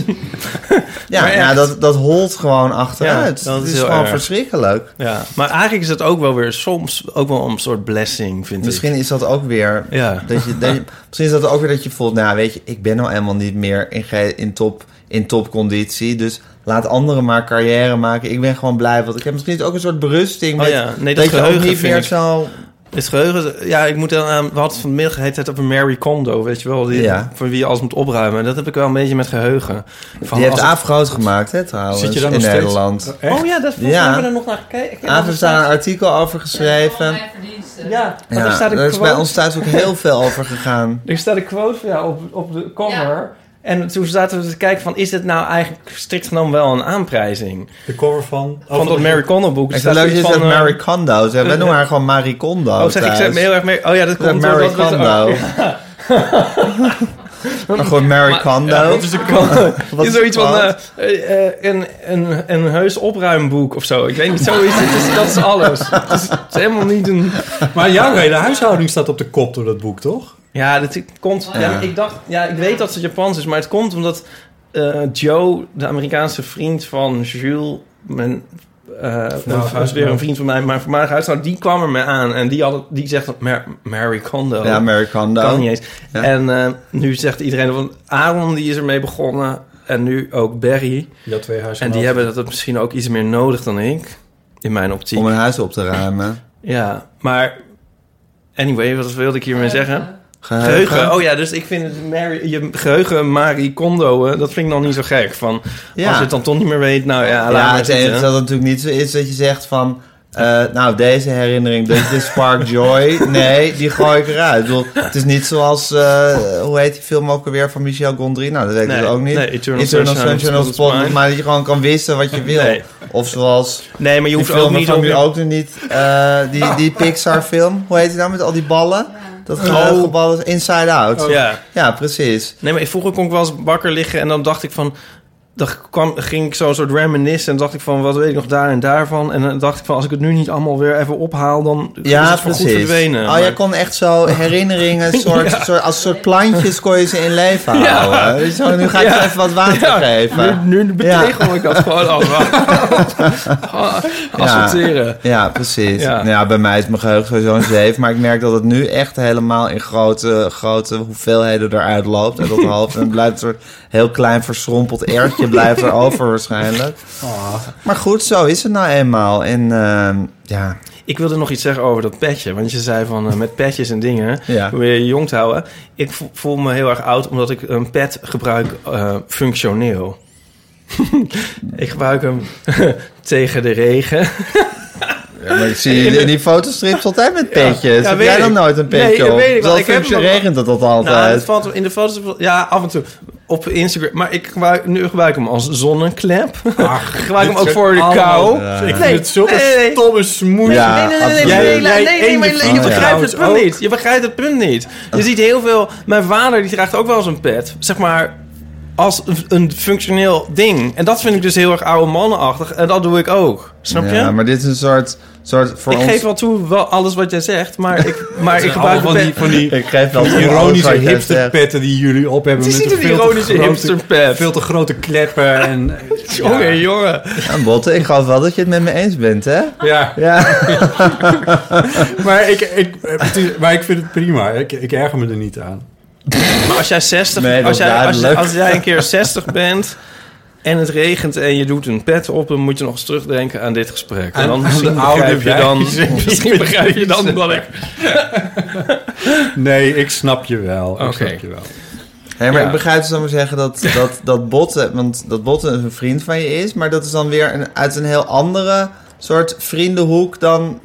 Speaker 5: ja,
Speaker 3: Maar
Speaker 5: ja
Speaker 3: echt.
Speaker 5: dat, dat holt gewoon achteruit.
Speaker 3: Ja, dat
Speaker 5: dat
Speaker 3: is
Speaker 5: is,
Speaker 3: heel
Speaker 5: gewoon
Speaker 3: erg.
Speaker 5: verschrikkelijk.
Speaker 3: Ja. Maar eigenlijk is dat ook wel weer soms ook wel een soort blessing, vind
Speaker 5: Misschien is dat ook weer...
Speaker 3: ik. Ja.
Speaker 5: Dat je, dat je- misschien is dat ook weer dat je voelt... Nou, weet je, ik ben nou helemaal niet meer in, ge- in, top, in topconditie. Dus laat anderen maar carrière maken. Ik ben gewoon blij. Want ik heb misschien is het ook een soort berusting.
Speaker 3: Oh
Speaker 5: met-
Speaker 3: ja, nee, dat,
Speaker 5: je ook
Speaker 3: geheugen
Speaker 5: niet
Speaker 3: vind
Speaker 5: meer
Speaker 3: ik...
Speaker 5: zo...
Speaker 3: Het geheugen, ja, ik moet dan aan... We hadden vanmiddag heet het over Mary Kondo, weet je wel. Die,
Speaker 5: Ja.
Speaker 3: Voor wie je alles moet opruimen. En Dat heb ik wel een beetje met geheugen. Van
Speaker 5: Die heeft
Speaker 3: als het-
Speaker 5: Aaf groot gemaakt, hè, trouwens,
Speaker 4: Zit je dan
Speaker 5: in
Speaker 4: nog steeds-
Speaker 5: Nederland.
Speaker 4: Echt?
Speaker 3: Oh ja, dat volgens mij
Speaker 5: Ja.
Speaker 3: hebben we er nog naar gekeken.
Speaker 5: Aaf heeft daar een artikel over geschreven.
Speaker 6: Mijn verdiensten.
Speaker 3: Ja, maar
Speaker 5: Ja,
Speaker 3: daar staat
Speaker 5: daar
Speaker 3: een
Speaker 5: is bij
Speaker 3: quote,
Speaker 5: ons thuis ook heel veel over gegaan.
Speaker 3: er staat een quote van jou op, op de cover.
Speaker 6: Ja.
Speaker 3: En toen zaten we te kijken van... Is dit nou eigenlijk strikt genomen wel een aanprijzing?
Speaker 4: De cover van...
Speaker 3: van dat Mary Kondo boek. Er
Speaker 5: Ik
Speaker 3: staat
Speaker 5: vind het leuk
Speaker 3: iets
Speaker 5: dat je
Speaker 3: van,
Speaker 5: zegt
Speaker 3: eh,
Speaker 5: Mary Kondo zegt. Wij noemen haar gewoon Marie Kondo
Speaker 3: Oh, zeg ik
Speaker 5: thuis.
Speaker 3: zeg me heel erg mee. Oh ja, dat
Speaker 5: Dat
Speaker 3: komt
Speaker 5: Mary
Speaker 3: doordat we-
Speaker 5: Kondo.
Speaker 3: oh,
Speaker 5: Maar gewoon Mary
Speaker 3: Maar-
Speaker 5: Kondo.
Speaker 3: ja, dat is de Kondo.
Speaker 5: Wat
Speaker 3: is zoiets van
Speaker 5: spannend.
Speaker 3: eh, eh, eh, een, een, een heus opruimboek of zo. Ik weet niet, zoiets. Het is, dat is alles. Het is, het is helemaal niet een...
Speaker 4: Maar jouw hele huishouding staat op de kop door dat boek, toch?
Speaker 3: Ja, dat komt... Ja.
Speaker 5: Ja.
Speaker 3: ik dacht... Ja, ik weet dat het Japans is, maar het komt omdat eh, Joe, de Amerikaanse vriend van Jules... Mijn, eh
Speaker 4: Nou,
Speaker 3: was weer een vriend van mij, maar voormalig huishouden, die kwam er me aan. En die, had, die zegt dat Mar- Mary Kondo.
Speaker 5: Ja, Mary
Speaker 3: Kan
Speaker 5: Kondo.
Speaker 3: niet eens.
Speaker 5: Ja.
Speaker 3: En eh, nu zegt iedereen van Aaron die is ermee begonnen en nu ook Barry.
Speaker 4: Ja, twee huishoudens.
Speaker 3: En die hebben dat misschien ook iets meer nodig dan ik, in mijn optiek.
Speaker 5: Om een huis op te ruimen.
Speaker 3: Ja, maar anyway, wat wilde ik hiermee zeggen? Geheugen.
Speaker 5: Geheugen.
Speaker 3: Oh ja, dus ik vind het Mary, je geheugen Marie Kondo, eh, dat vind ik nog niet zo gek. Van
Speaker 5: Ja.
Speaker 3: als je het dan toch niet meer weet, nou ja, laat
Speaker 5: Ja,
Speaker 3: maar
Speaker 5: het
Speaker 3: zitten.
Speaker 5: enige is dat het natuurlijk niet zo is dat je zegt van... eh, nou, deze herinnering, dit is Spark Joy. Nee, die gooi ik eruit. Ik bedoel, het is niet zoals, eh, hoe heet die film ook alweer van Michel Gondry? Nou, dat weet ik
Speaker 3: Nee,
Speaker 5: dus ook niet.
Speaker 3: nee, Eternal Sunshine of the
Speaker 5: Sunshine of the
Speaker 3: Spotless
Speaker 5: Spotless
Speaker 3: Mind.
Speaker 5: Maar dat je gewoon kan wissen wat je wil.
Speaker 3: Nee.
Speaker 5: Of zoals
Speaker 3: Nee, maar je
Speaker 5: die
Speaker 3: hoeft ook
Speaker 5: film
Speaker 3: niet
Speaker 5: van
Speaker 3: om
Speaker 5: nu
Speaker 3: je-
Speaker 5: ook nog niet, eh, die, die Pixar film. Hoe heet die nou met al die ballen? Dat geheugenbal is Inside Out.
Speaker 3: Oh. Ja.
Speaker 5: Ja, precies.
Speaker 3: Nee, maar vroeger kon ik wel eens wakker liggen en dan dacht ik van... Dan kwam, ging ik zo'n soort reminiscen en dacht ik van... wat weet ik nog daar en daarvan? En dan dacht ik van, als ik het nu niet allemaal weer even ophaal... dan is
Speaker 5: Ja,
Speaker 3: het voor goed
Speaker 5: precies.
Speaker 3: verdwenen.
Speaker 5: Oh,
Speaker 3: Maar-
Speaker 5: jij kon echt zo herinneringen, soort, soort, als soort plantjes kon je ze in leven
Speaker 3: Ja.
Speaker 5: houden. Weet je Zo, nu ga ik
Speaker 3: Ja.
Speaker 5: ze even wat water
Speaker 3: Ja.
Speaker 5: geven.
Speaker 3: Nu, nu betegel ik dat gewoon allemaal. Ah, Assorteren.
Speaker 5: Ja, precies.
Speaker 3: Ja.
Speaker 5: Nou ja, bij mij is mijn geheugen sowieso een zeef. Maar ik merk dat het nu echt helemaal in grote, grote hoeveelheden eruit loopt. En dat half en het blijft een soort heel klein verschrompeld ertje stukje blijft er over waarschijnlijk.
Speaker 3: Ah.
Speaker 5: Maar goed, zo is het nou eenmaal. En ehm, ja,
Speaker 3: Ik wilde nog iets zeggen over dat petje. Want je zei van eh, met petjes en dingen
Speaker 5: Ja.
Speaker 3: probeer je jong te houden. Ik vo- voel me heel erg oud omdat ik een pet gebruik eh, functioneel. ik gebruik hem tegen de regen.
Speaker 5: Ja, maar ik zie jullie in die fotostrips altijd met petjes.
Speaker 3: Ja,
Speaker 5: Heb
Speaker 3: weet
Speaker 5: jij dan
Speaker 3: ik.
Speaker 5: nooit een petje
Speaker 3: Nee, dat
Speaker 5: op?
Speaker 3: weet ik wel.
Speaker 5: Zelf
Speaker 3: Ik heb
Speaker 5: functie
Speaker 3: hem al-
Speaker 5: regent het dat
Speaker 3: Nou, dat
Speaker 5: altijd.
Speaker 3: valt in de foto's. Ja, af en toe. Op Instagram. Maar ik gebruik, nu gebruik ik hem als zonneklep.
Speaker 4: Ach,
Speaker 3: Ik gebruik hem
Speaker 4: dit
Speaker 3: ook
Speaker 4: zijn
Speaker 3: voor de
Speaker 4: allemaal- eh,
Speaker 3: kou.
Speaker 5: Ja.
Speaker 4: Ik vind
Speaker 3: Nee,
Speaker 4: het zulke
Speaker 3: nee, nee.
Speaker 4: stomme smoes.
Speaker 5: Ja.
Speaker 3: Nee, nee, nee, nee,
Speaker 5: absoluut.
Speaker 3: nee, nee, nee,
Speaker 6: Jij-
Speaker 3: nee, nee, maar je-
Speaker 5: Oh,
Speaker 3: je
Speaker 5: ja.
Speaker 3: begrijpt het punt
Speaker 4: Ook.
Speaker 3: niet. Je begrijpt het punt niet. Je ziet heel veel... Mijn vader, die draagt ook wel eens een pet. Zeg maar, als een- een functioneel ding. En dat vind ik dus heel erg oude mannenachtig. En dat doe ik ook. Snap je?
Speaker 5: Ja, maar dit is een soort, soort voor
Speaker 3: ik
Speaker 5: ons...
Speaker 3: geef wel toe wel alles wat jij zegt, maar ik, maar ik
Speaker 4: Allemaal
Speaker 3: gebruik de
Speaker 4: van die,
Speaker 3: pet.
Speaker 4: van die
Speaker 5: ik geef wel
Speaker 4: ironische
Speaker 5: hipsterpet.
Speaker 4: hipsterpetten die jullie op hebben.
Speaker 3: Het is
Speaker 4: met
Speaker 3: niet een
Speaker 4: veel te
Speaker 3: ironische
Speaker 4: grote-
Speaker 3: hipsterpet.
Speaker 4: Veel te grote kleppen. En,
Speaker 3: Jongen, jongen.
Speaker 5: Ja, Ah, Botte, ik geloof wel dat je het met me eens bent, hè?
Speaker 4: Ja,
Speaker 5: Ja.
Speaker 4: maar ik, ik, het is- maar ik vind het prima. Ik, ik erger me er niet aan.
Speaker 3: Maar als jij 60,
Speaker 5: Nee, dat
Speaker 3: als,
Speaker 5: is
Speaker 3: jij, als,
Speaker 5: duidelijk.
Speaker 3: als jij een keer 60 bent en het regent en je doet een pet op, dan moet je nog eens terugdenken aan dit gesprek. En
Speaker 4: Aan-
Speaker 3: dan
Speaker 4: aan
Speaker 3: misschien
Speaker 4: de oude
Speaker 3: begrijp je dan,
Speaker 4: wijze.
Speaker 3: misschien begrijp je dan dat ik.
Speaker 4: Nee, ik snap je wel.
Speaker 3: Oké.
Speaker 4: Ik snap je wel.
Speaker 5: Hé, maar
Speaker 3: Ja.
Speaker 5: ik begrijp dus dan maar zeggen dat, dat, dat Botte... Want dat Botte een vriend van je is. Maar dat is dan weer een, uit een heel andere soort vriendenhoek dan,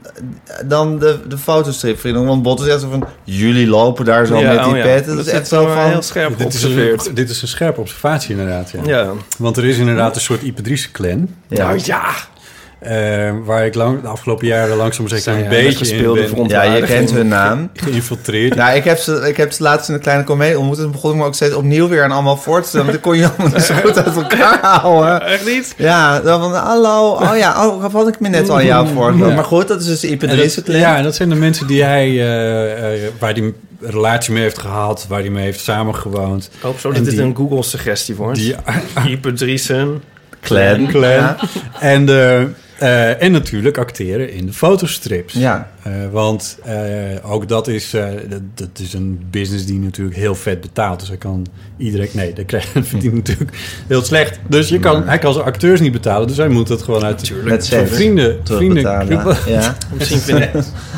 Speaker 5: dan de, de fotostrip vriendenhoek. Want Botte zegt zo van... Jullie lopen daar zo
Speaker 3: Ja,
Speaker 5: met die
Speaker 3: oh ja.
Speaker 5: pet. Dat, is echt zo
Speaker 3: wel
Speaker 5: van...
Speaker 3: heel scherp
Speaker 4: Dit is,
Speaker 3: geobserveerd.
Speaker 4: een, dit is een scherpe observatie inderdaad. Ja.
Speaker 3: Ja.
Speaker 4: Want er is inderdaad een soort Ipedrice clan.
Speaker 5: Ja.
Speaker 3: ja,
Speaker 4: eh, waar ik lang, de afgelopen jaren langzaam zeker
Speaker 3: Zijn
Speaker 4: een
Speaker 3: ja,
Speaker 4: beetje in
Speaker 3: gespeelde
Speaker 4: ben
Speaker 5: Ja, je kent hun naam.
Speaker 4: geïnfiltreerd.
Speaker 5: Nou, ik heb, ze, ik heb ze laatst in een kleine komedie ontmoet. En toen begon ik me ook steeds opnieuw weer aan allemaal voor te stellen. Want ik kon je allemaal zo goed uit elkaar houden.
Speaker 3: Echt niet?
Speaker 5: Ja, dan van, hallo, oh ja, oh, wat had ik me net al jou voorgesteld. Maar goed, dat is dus de
Speaker 4: En
Speaker 5: Ipadrisse
Speaker 4: dat,
Speaker 5: clan.
Speaker 4: ja, en dat zijn de mensen die hij, eh, eh, waar hij een relatie mee heeft gehad, waar hij mee heeft samengewoond.
Speaker 3: Ik hoop Oh, zo
Speaker 4: En
Speaker 3: dat dit
Speaker 4: die-
Speaker 3: een Google-suggestie wordt.
Speaker 4: Die
Speaker 3: Hyperdriesen.
Speaker 5: Clan. Ja.
Speaker 4: En, eh, eh, en natuurlijk acteren in de fotostrips.
Speaker 5: Ja.
Speaker 4: Eh, want eh, ook dat is, eh, dat, dat is een business die natuurlijk heel vet betaalt. Dus hij kan iedereen... Nee, dat krijgt, verdient natuurlijk heel slecht. Dus je kan, hij kan zijn acteurs niet betalen. Dus hij moet dat gewoon uit
Speaker 5: Met
Speaker 4: zijn
Speaker 5: centen
Speaker 4: vrienden... vrienden
Speaker 5: terugbetalen. Ja.
Speaker 3: Misschien vind, ik,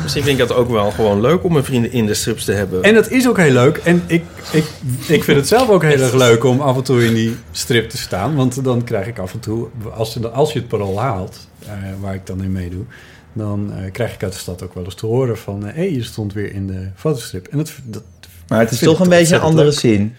Speaker 3: misschien vind ik dat ook wel gewoon leuk om mijn vrienden in de strips te hebben.
Speaker 4: En dat is ook heel leuk. En ik, ik, ik vind het zelf ook heel erg leuk om af en toe in die strip te staan. Want dan krijg ik af en toe, als, je- als je het parool haalt, eh, waar ik dan in meedoe, dan eh, krijg ik uit de stad ook wel eens te horen van: hé, hey, je stond weer in de fotostrip. En dat. dat
Speaker 5: Maar het is
Speaker 4: Vind
Speaker 5: toch een
Speaker 4: ik
Speaker 5: beetje een
Speaker 4: ontzettend
Speaker 5: andere
Speaker 4: leuk.
Speaker 5: zin.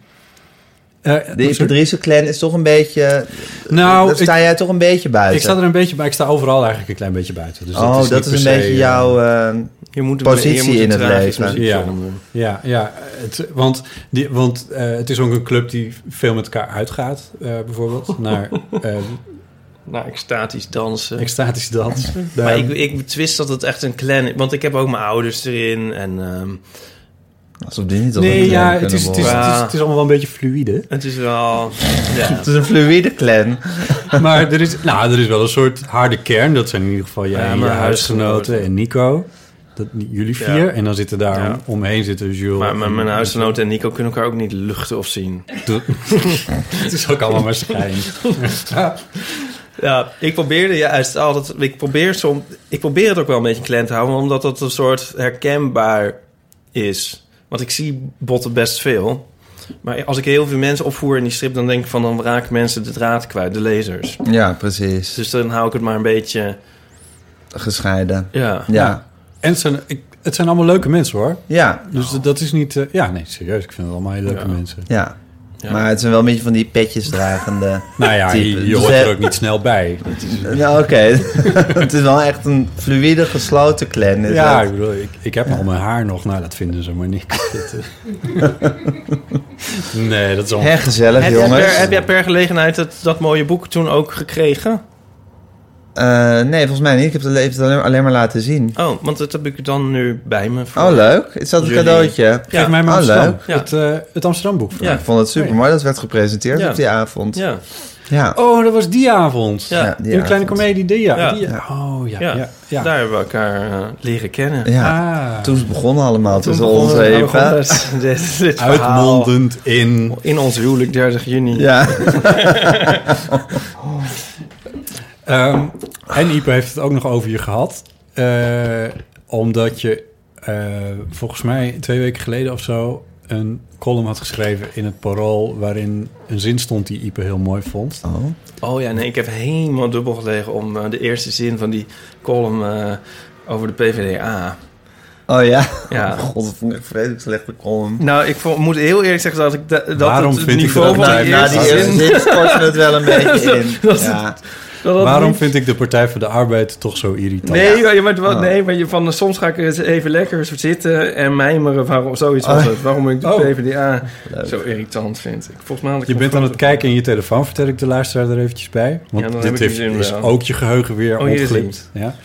Speaker 4: eh,
Speaker 5: De Ipadrisse clan is toch een beetje...
Speaker 4: nou,
Speaker 5: daar
Speaker 4: ik,
Speaker 5: sta jij toch een beetje buiten.
Speaker 4: ik sta er een beetje bij. Ik sta overal eigenlijk een klein beetje buiten. Dus
Speaker 5: oh,
Speaker 4: dat is,
Speaker 5: dat
Speaker 4: niet
Speaker 5: is een
Speaker 4: per se,
Speaker 5: beetje
Speaker 4: eh,
Speaker 5: jouw... eh,
Speaker 3: je moet
Speaker 5: Positie
Speaker 3: je moet
Speaker 5: in het
Speaker 3: tragisch
Speaker 5: leven.
Speaker 3: muziekje
Speaker 4: Ja.
Speaker 3: doen.
Speaker 4: Ja, ja het, want, die, want eh, het is ook een club die veel met elkaar uitgaat, eh, bijvoorbeeld. Naar eh,
Speaker 3: Nou, extatisch dansen.
Speaker 4: extatisch dans.
Speaker 3: Maar
Speaker 4: Daar-
Speaker 3: ik, ik betwist dat het echt een clan is. Want ik heb ook mijn ouders erin. En ehm,
Speaker 5: alsof die niet tot een
Speaker 4: Nee,
Speaker 5: clan
Speaker 4: ja, het
Speaker 5: kunnen
Speaker 4: is, het, is,
Speaker 5: behoren.
Speaker 4: het, is, het is allemaal wel een beetje fluïde.
Speaker 3: het is wel... Ja.
Speaker 5: Het is een fluïde clan.
Speaker 4: Maar er is, nou, er is wel een soort harde kern. Dat zijn in ieder geval jij
Speaker 3: Ja,
Speaker 4: en je
Speaker 3: maar
Speaker 4: huisgenoten en Nico. Dat, jullie
Speaker 3: Ja.
Speaker 4: vier. En dan zitten daar
Speaker 3: Ja.
Speaker 4: omheen zitten Jules.
Speaker 3: Maar mijn, mijn
Speaker 4: en-
Speaker 3: huisgenoten en Nico kunnen elkaar ook niet luchten of zien.
Speaker 4: Het is ook allemaal maar schijn.
Speaker 3: Ja, ik probeerde juist altijd... Ik probeer, som, ik probeer het ook wel een beetje clan te houden... omdat dat een soort herkenbaar is. Want ik zie botten best veel. Maar als ik heel veel mensen opvoer in die strip... dan denk ik van, dan raken mensen de draad kwijt, de lezers.
Speaker 5: Ja, precies.
Speaker 3: Dus dan hou ik het maar een beetje...
Speaker 5: Gescheiden.
Speaker 3: Ja,
Speaker 5: Ja.
Speaker 4: En het zijn, ik, het zijn allemaal leuke mensen hoor.
Speaker 5: Ja.
Speaker 4: Dus dat- dat is niet... eh, ja, nee, serieus. Ik vind het allemaal hele leuke
Speaker 3: Ja.
Speaker 4: mensen.
Speaker 5: Ja.
Speaker 3: Ja.
Speaker 5: Maar het zijn wel een beetje van die petjes dragende.
Speaker 4: Nou ja,
Speaker 5: Type.
Speaker 4: je, je
Speaker 5: Dus
Speaker 4: hoort
Speaker 5: hij-
Speaker 4: er ook niet snel bij. Dat is-
Speaker 5: Nou, oké. het is wel echt een fluïde gesloten clan. is
Speaker 4: ja,
Speaker 5: het.
Speaker 4: ik bedoel, ik, ik heb al mijn haar nog. Nou, dat vinden ze maar niks. Dat, eh. nee, dat is allemaal
Speaker 5: Hè, gezellig,
Speaker 3: Heb jij,
Speaker 5: jongens.
Speaker 3: per, heb jij per gelegenheid het, dat mooie boek toen ook gekregen?
Speaker 5: Eh, nee, volgens mij niet. Ik heb het alleen- alleen, alleen maar laten zien.
Speaker 3: Oh, want dat heb ik dan nu bij me. voor-
Speaker 5: Oh, leuk. Is dat een
Speaker 3: Jullie-
Speaker 5: cadeautje?
Speaker 4: Geef
Speaker 3: Ja.
Speaker 4: mij maar
Speaker 5: Oh,
Speaker 4: Amsterdam.
Speaker 5: leuk.
Speaker 3: Ja.
Speaker 4: Het, eh, het Amsterdam boek.
Speaker 3: Ja.
Speaker 5: Ik vond het super mooi dat het werd gepresenteerd
Speaker 3: Ja.
Speaker 5: op die avond.
Speaker 3: Ja.
Speaker 5: Ja.
Speaker 4: Oh, dat was die avond.
Speaker 3: Ja.
Speaker 5: Ja, die
Speaker 4: Uw kleine
Speaker 5: avond.
Speaker 4: komedie, die, ja.
Speaker 3: Ja.
Speaker 4: die- Oh, ja,
Speaker 3: Ja.
Speaker 4: ja. ja.
Speaker 3: Daar hebben we elkaar eh, leren kennen.
Speaker 5: Ja.
Speaker 4: Ah.
Speaker 5: Toen ze begonnen allemaal tussen
Speaker 3: begon-
Speaker 5: ons
Speaker 3: nou,
Speaker 5: even.
Speaker 3: begon dit- dit- dit verhaal.
Speaker 4: Uitmondend in...
Speaker 3: In ons huwelijk 30 juni.
Speaker 5: Ja.
Speaker 4: Ehm, en Ipe heeft het ook nog over je gehad. Eh, omdat je eh, volgens mij twee weken geleden of zo... een column had geschreven in het Parool... waarin een zin stond die Ipe heel mooi vond.
Speaker 5: Oh.
Speaker 3: Oh ja, nee, ik heb helemaal dubbel gelegen om eh, de eerste zin van die column eh, over de PvdA.
Speaker 5: oh ja.
Speaker 3: Ja.
Speaker 5: Oh, God, dat vond ik vreselijk slecht bekomen.
Speaker 3: Nou, ik vo- moet heel eerlijk zeggen dat ik da- dat
Speaker 4: Waarom
Speaker 3: het
Speaker 4: vind ik
Speaker 3: niveau
Speaker 4: dat
Speaker 3: van
Speaker 4: nou-
Speaker 3: die
Speaker 5: na
Speaker 3: eerste,
Speaker 5: die eerste
Speaker 3: zin...
Speaker 5: zin stort het wel een beetje in. Ja.
Speaker 3: dat dat
Speaker 4: Waarom
Speaker 3: niet-
Speaker 4: vind ik de Partij voor de Arbeid toch zo irritant?
Speaker 3: Nee, Nou ja, maar, wat-
Speaker 5: Oh.
Speaker 3: nee, maar je, van, eh, soms ga ik er eens even lekker zitten en mijmeren. Waarom, zoiets
Speaker 5: Oh.
Speaker 3: was het. Waarom ik de
Speaker 4: Oh.
Speaker 3: PvdA
Speaker 5: Leuk.
Speaker 3: zo irritant vind. Ik, volgens mij had ik
Speaker 4: Je
Speaker 3: nog
Speaker 4: bent aan het
Speaker 3: grote-
Speaker 4: kijken in je telefoon, vertel ik de luisteraar er eventjes bij.
Speaker 3: Ja,
Speaker 4: Want
Speaker 3: dan heb
Speaker 4: dit
Speaker 3: ik die
Speaker 4: heeft,
Speaker 3: zin
Speaker 4: is
Speaker 3: wel.
Speaker 4: ook je geheugen weer
Speaker 3: Oh, hier is
Speaker 4: ontglipt. Ja?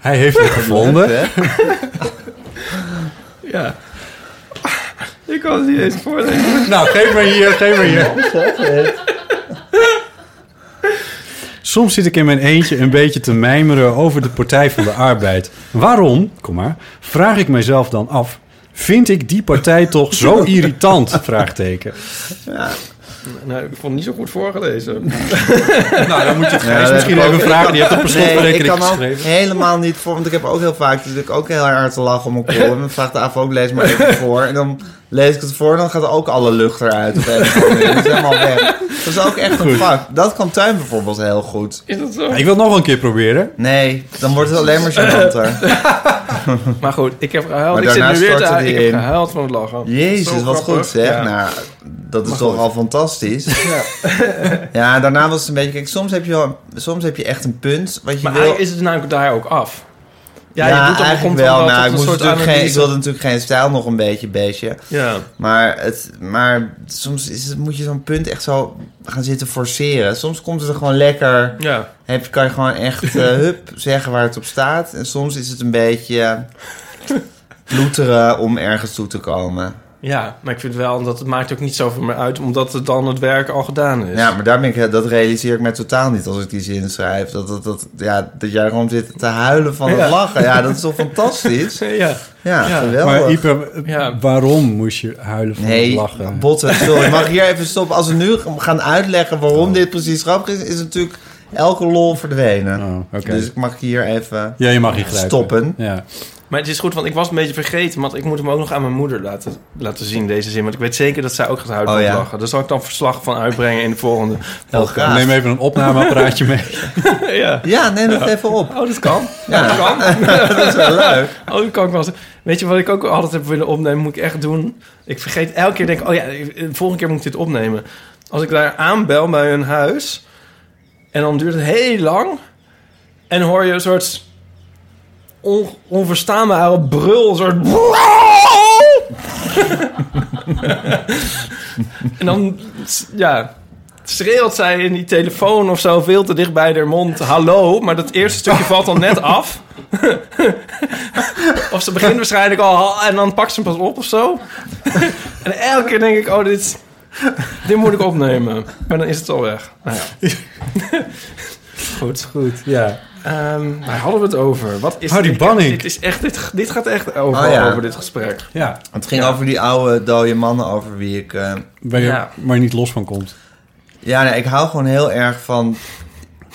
Speaker 4: Hij heeft het gevonden.
Speaker 5: Leuk, hè?
Speaker 3: Ja. Ik kan het niet eens voorlezen.
Speaker 4: Nou, geef maar hier, geef maar hier. Soms zit ik in mijn eentje een beetje te mijmeren over de Partij van de Arbeid. Waarom, kom maar, vraag ik mezelf dan af... vind ik die partij toch zo irritant? Vraagteken.
Speaker 3: Nou, ik vond het niet zo goed voorgelezen.
Speaker 4: Nou, dan moet je het
Speaker 5: Ja, dat
Speaker 4: misschien
Speaker 5: heb ik
Speaker 4: even
Speaker 5: ook.
Speaker 4: vragen. Die hebt op een
Speaker 5: Nee, ik
Speaker 4: slotverrekening
Speaker 5: kan ook
Speaker 4: geschreven.
Speaker 5: helemaal niet voor, want ik heb ook heel vaak natuurlijk ook heel hard te lachen om een column. En vraagt de AVO ook, lees maar even voor. En dan lees ik het voor en dan gaat ook alle lucht eruit. Of even, dat is helemaal weg. Dat is ook echt een vak. Dat kan Tuin bijvoorbeeld heel goed.
Speaker 3: Is dat zo?
Speaker 4: Ik wil het nog wel een keer proberen.
Speaker 5: Nee, dan wordt het alleen maar chanter.
Speaker 3: Maar goed, ik heb gehuild.
Speaker 5: Maar
Speaker 3: ik zit nu
Speaker 5: daarna
Speaker 3: weer te
Speaker 5: stortte die
Speaker 3: huilen. Ik heb
Speaker 5: in.
Speaker 3: gehuild van het lachen.
Speaker 5: Jezus,
Speaker 3: Zo
Speaker 5: wat
Speaker 3: grappig.
Speaker 5: goed zeg.
Speaker 3: Ja.
Speaker 5: Nou, dat is toch al fantastisch.
Speaker 3: Ja.
Speaker 5: Ja, daarna was het een beetje... Kijk, soms heb je, wel- soms heb je echt een punt wat je
Speaker 3: Maar
Speaker 5: wil...
Speaker 3: eigenlijk is het namelijk daar ook af. Ja, je doet
Speaker 5: eigenlijk
Speaker 3: dan komt
Speaker 5: wel.
Speaker 3: wel,
Speaker 5: Nou, ik,
Speaker 3: tot
Speaker 5: moest
Speaker 3: een soort
Speaker 5: natuurlijk geen, ik
Speaker 3: analyse.
Speaker 5: wilde natuurlijk geen stijl nog een beetje, beetje.
Speaker 3: Ja.
Speaker 5: Maar, het, maar soms is het, moet je zo'n punt echt zo gaan zitten forceren. Soms komt het er gewoon lekker.
Speaker 3: Ja.
Speaker 5: Heb, kan je gewoon echt eh, hup zeggen waar het op staat. En soms is het een beetje ploeteren om ergens toe te komen.
Speaker 3: ja, maar ik vind wel dat het maakt ook niet zoveel meer uit... omdat het dan het werk al gedaan is.
Speaker 5: Ja, maar daar ben ik, dat realiseer ik me totaal niet als ik die zin schrijf. Dat, dat, dat, ja, dat jij gewoon zit te huilen van het
Speaker 3: Ja.
Speaker 5: lachen. Ja, dat is toch fantastisch?
Speaker 3: ja.
Speaker 5: Ja,
Speaker 3: Ja.
Speaker 5: geweldig.
Speaker 4: Maar Ipe,
Speaker 3: Ja.
Speaker 4: waarom moest je huilen van het
Speaker 5: Nee,
Speaker 4: lachen?
Speaker 5: botten, sorry. Mag ik hier even stoppen? Als we nu gaan uitleggen
Speaker 4: Oh.
Speaker 5: waarom dit precies grappig is, is natuurlijk elke lol verdwenen.
Speaker 4: Oh, oké.
Speaker 5: Dus ik mag hier even...
Speaker 4: Ja, je mag niet grijpen.
Speaker 5: Stoppen.
Speaker 4: Ja.
Speaker 3: Maar het is goed, want ik was een beetje vergeten... want ik moet hem ook nog aan mijn moeder laten, laten zien, deze zin. Want ik weet zeker dat zij ook gaat huilen
Speaker 5: Oh,
Speaker 3: van het
Speaker 5: ja.
Speaker 3: lachen. Daar zal ik dan verslag van uitbrengen in de volgende
Speaker 5: graag.
Speaker 4: Neem even een opnameapparaatje mee.
Speaker 3: ja.
Speaker 5: Ja, neem het even op.
Speaker 3: Oh, dat kan.
Speaker 5: Ja.
Speaker 3: Dat kan.
Speaker 5: Dat is wel leuk.
Speaker 3: Oh, dat kan ik wel eens- Weet je wat ik ook altijd heb willen opnemen? Moet ik echt doen. Ik vergeet elke keer, denk ik, oh ja, de volgende keer moet ik dit opnemen. Als ik daar aanbel bij hun huis. En dan duurt het heel lang. En hoor je een soort on, onverstaanbare brul. Een soort. en dan, ja. Schreeuwt zij in die telefoon of zo veel te dicht bij haar mond: Hallo, maar dat eerste stukje valt dan net af. Of ze begint waarschijnlijk al en dan pakt ze hem pas op of zo. en elke keer denk ik, oh, dit, dit moet ik opnemen. Maar dan is het al weg. Nou ja. Goed.
Speaker 4: Goed, ja.
Speaker 3: Ehm, waar hadden we het over? Wat is
Speaker 4: Harry
Speaker 3: dit?
Speaker 4: Banning.
Speaker 3: Dit, is echt, dit, dit gaat echt over,
Speaker 5: Oh ja.
Speaker 3: over dit gesprek.
Speaker 4: ja.
Speaker 5: Het ging over die oude dode mannen over wie ik... eh,
Speaker 4: Waar je
Speaker 3: Ja.
Speaker 4: maar niet los van komt.
Speaker 5: Ja, nee, ik hou gewoon heel erg van...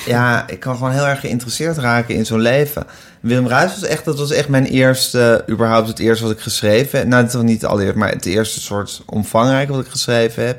Speaker 5: Ja, ik kan gewoon heel erg geïnteresseerd raken in zo'n leven. Willem Ruijs was echt, dat was echt mijn eerste, überhaupt het eerste wat ik geschreven heb. Nou, dat was niet het allereerste, maar het eerste soort omvangrijk wat ik geschreven heb.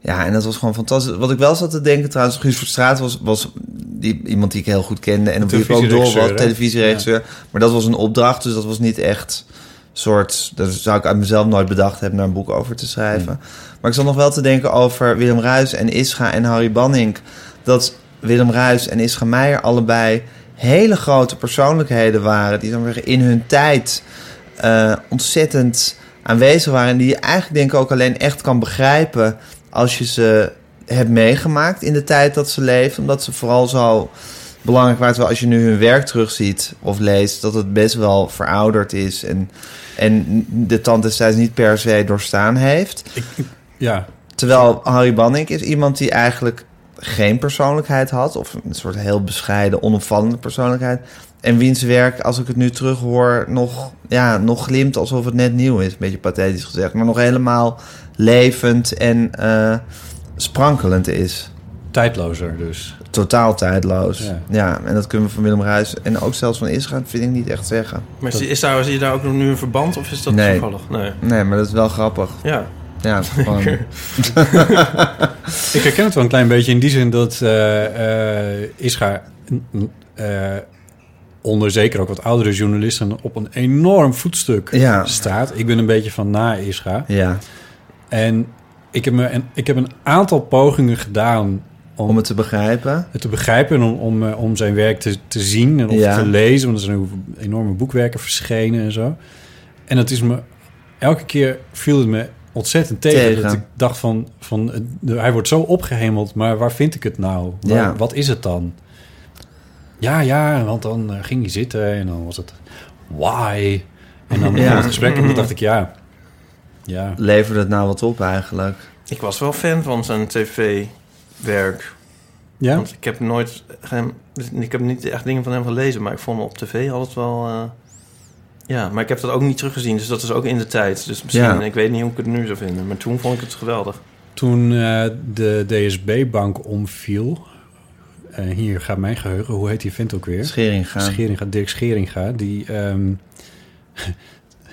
Speaker 5: Ja, en dat was gewoon fantastisch. Wat ik wel zat te denken trouwens, Guus Verstraat was, was die, iemand die ik heel goed kende. En op wie ik ook door
Speaker 4: Televisieregisseur,
Speaker 5: was,
Speaker 4: hè?
Speaker 5: televisieregisseur. Maar dat was een opdracht, dus dat was niet echt soort... Dat zou ik uit mezelf nooit bedacht hebben daar een boek over te
Speaker 4: Hmm.
Speaker 5: schrijven. Maar ik zat nog wel te denken over Willem Ruis en Ischa en Harry Banning. Dat Willem Ruis en Ischa Meijer allebei hele grote persoonlijkheden waren. Die dan weer in hun tijd eh, ontzettend aanwezig waren. En die je eigenlijk denk ik ook alleen echt kan begrijpen als je ze hebt meegemaakt in de tijd dat ze leefden. Omdat ze vooral zo belangrijk waar. Terwijl als je nu hun werk terugziet of leest, dat het best wel verouderd is. En, en de tand destijds niet per se doorstaan heeft.
Speaker 4: Ja,
Speaker 5: Terwijl Harry Bannick is iemand die eigenlijk geen persoonlijkheid had. Of een soort heel bescheiden, onopvallende persoonlijkheid. En wiens werk, als ik het nu terughoor, nog, ja, nog glimt alsof het net nieuw is. Een beetje pathetisch gezegd. Maar nog helemaal levend en eh, sprankelend is.
Speaker 4: tijdlozer dus.
Speaker 5: Totaal tijdloos.
Speaker 4: Ja.
Speaker 5: Ja. en dat kunnen we van Willem Ruijs en ook zelfs van Isra, vind ik niet echt zeggen.
Speaker 3: Maar is, is daar, zie je daar ook nog nu een verband of is dat
Speaker 5: Nee.
Speaker 3: toevallig? Nee.
Speaker 5: Nee, maar dat is wel grappig.
Speaker 3: Ja.
Speaker 5: Ja, gewoon.
Speaker 4: Ik herken het wel een klein beetje in die zin dat eh eh Ischa eh, onder zeker ook wat oudere journalisten op een enorm voetstuk
Speaker 5: Ja.
Speaker 4: staat. Ik ben een beetje van na Ischa.
Speaker 5: ja,
Speaker 4: En ik heb, me, en ik heb een aantal pogingen gedaan om, het
Speaker 5: om het te begrijpen.
Speaker 4: te begrijpen en om, om, eh, om zijn werk te, te zien en of
Speaker 5: Ja.
Speaker 4: te lezen. Want er zijn enorme boekwerken verschenen en zo. En het is me... Elke keer viel het me ontzettend tegen.
Speaker 5: Tegen.
Speaker 4: Dat ik dacht van, van... eh, de- Hij wordt zo opgehemeld, maar waar vind ik het nou? Waar-
Speaker 5: Ja.
Speaker 4: Wat is het dan? Ja, ja, want dan eh, ging hij zitten en dan was het... Why? En dan begon
Speaker 5: Ja.
Speaker 4: het gesprek en dan dacht ik, ja... Ja,
Speaker 5: Levert het nou wat op eigenlijk?
Speaker 3: Ik was wel fan van zijn tv-werk.
Speaker 4: ja?
Speaker 3: Want ik heb nooit... Geen, ik heb niet echt dingen van hem gelezen, maar ik vond hem op tv altijd wel... eh, ja, maar ik heb dat ook niet teruggezien, dus dat is ook in de tijd. Dus misschien,
Speaker 5: Ja.
Speaker 3: ik weet niet hoe ik het nu zou vinden. Maar toen vond ik het geweldig.
Speaker 4: Toen eh, de DSB-bank omviel, eh, hier gaat mijn geheugen, hoe heet die vent ook weer?
Speaker 5: Schering gaan.
Speaker 4: Scheringa, Dirk Scheringa, die ehm,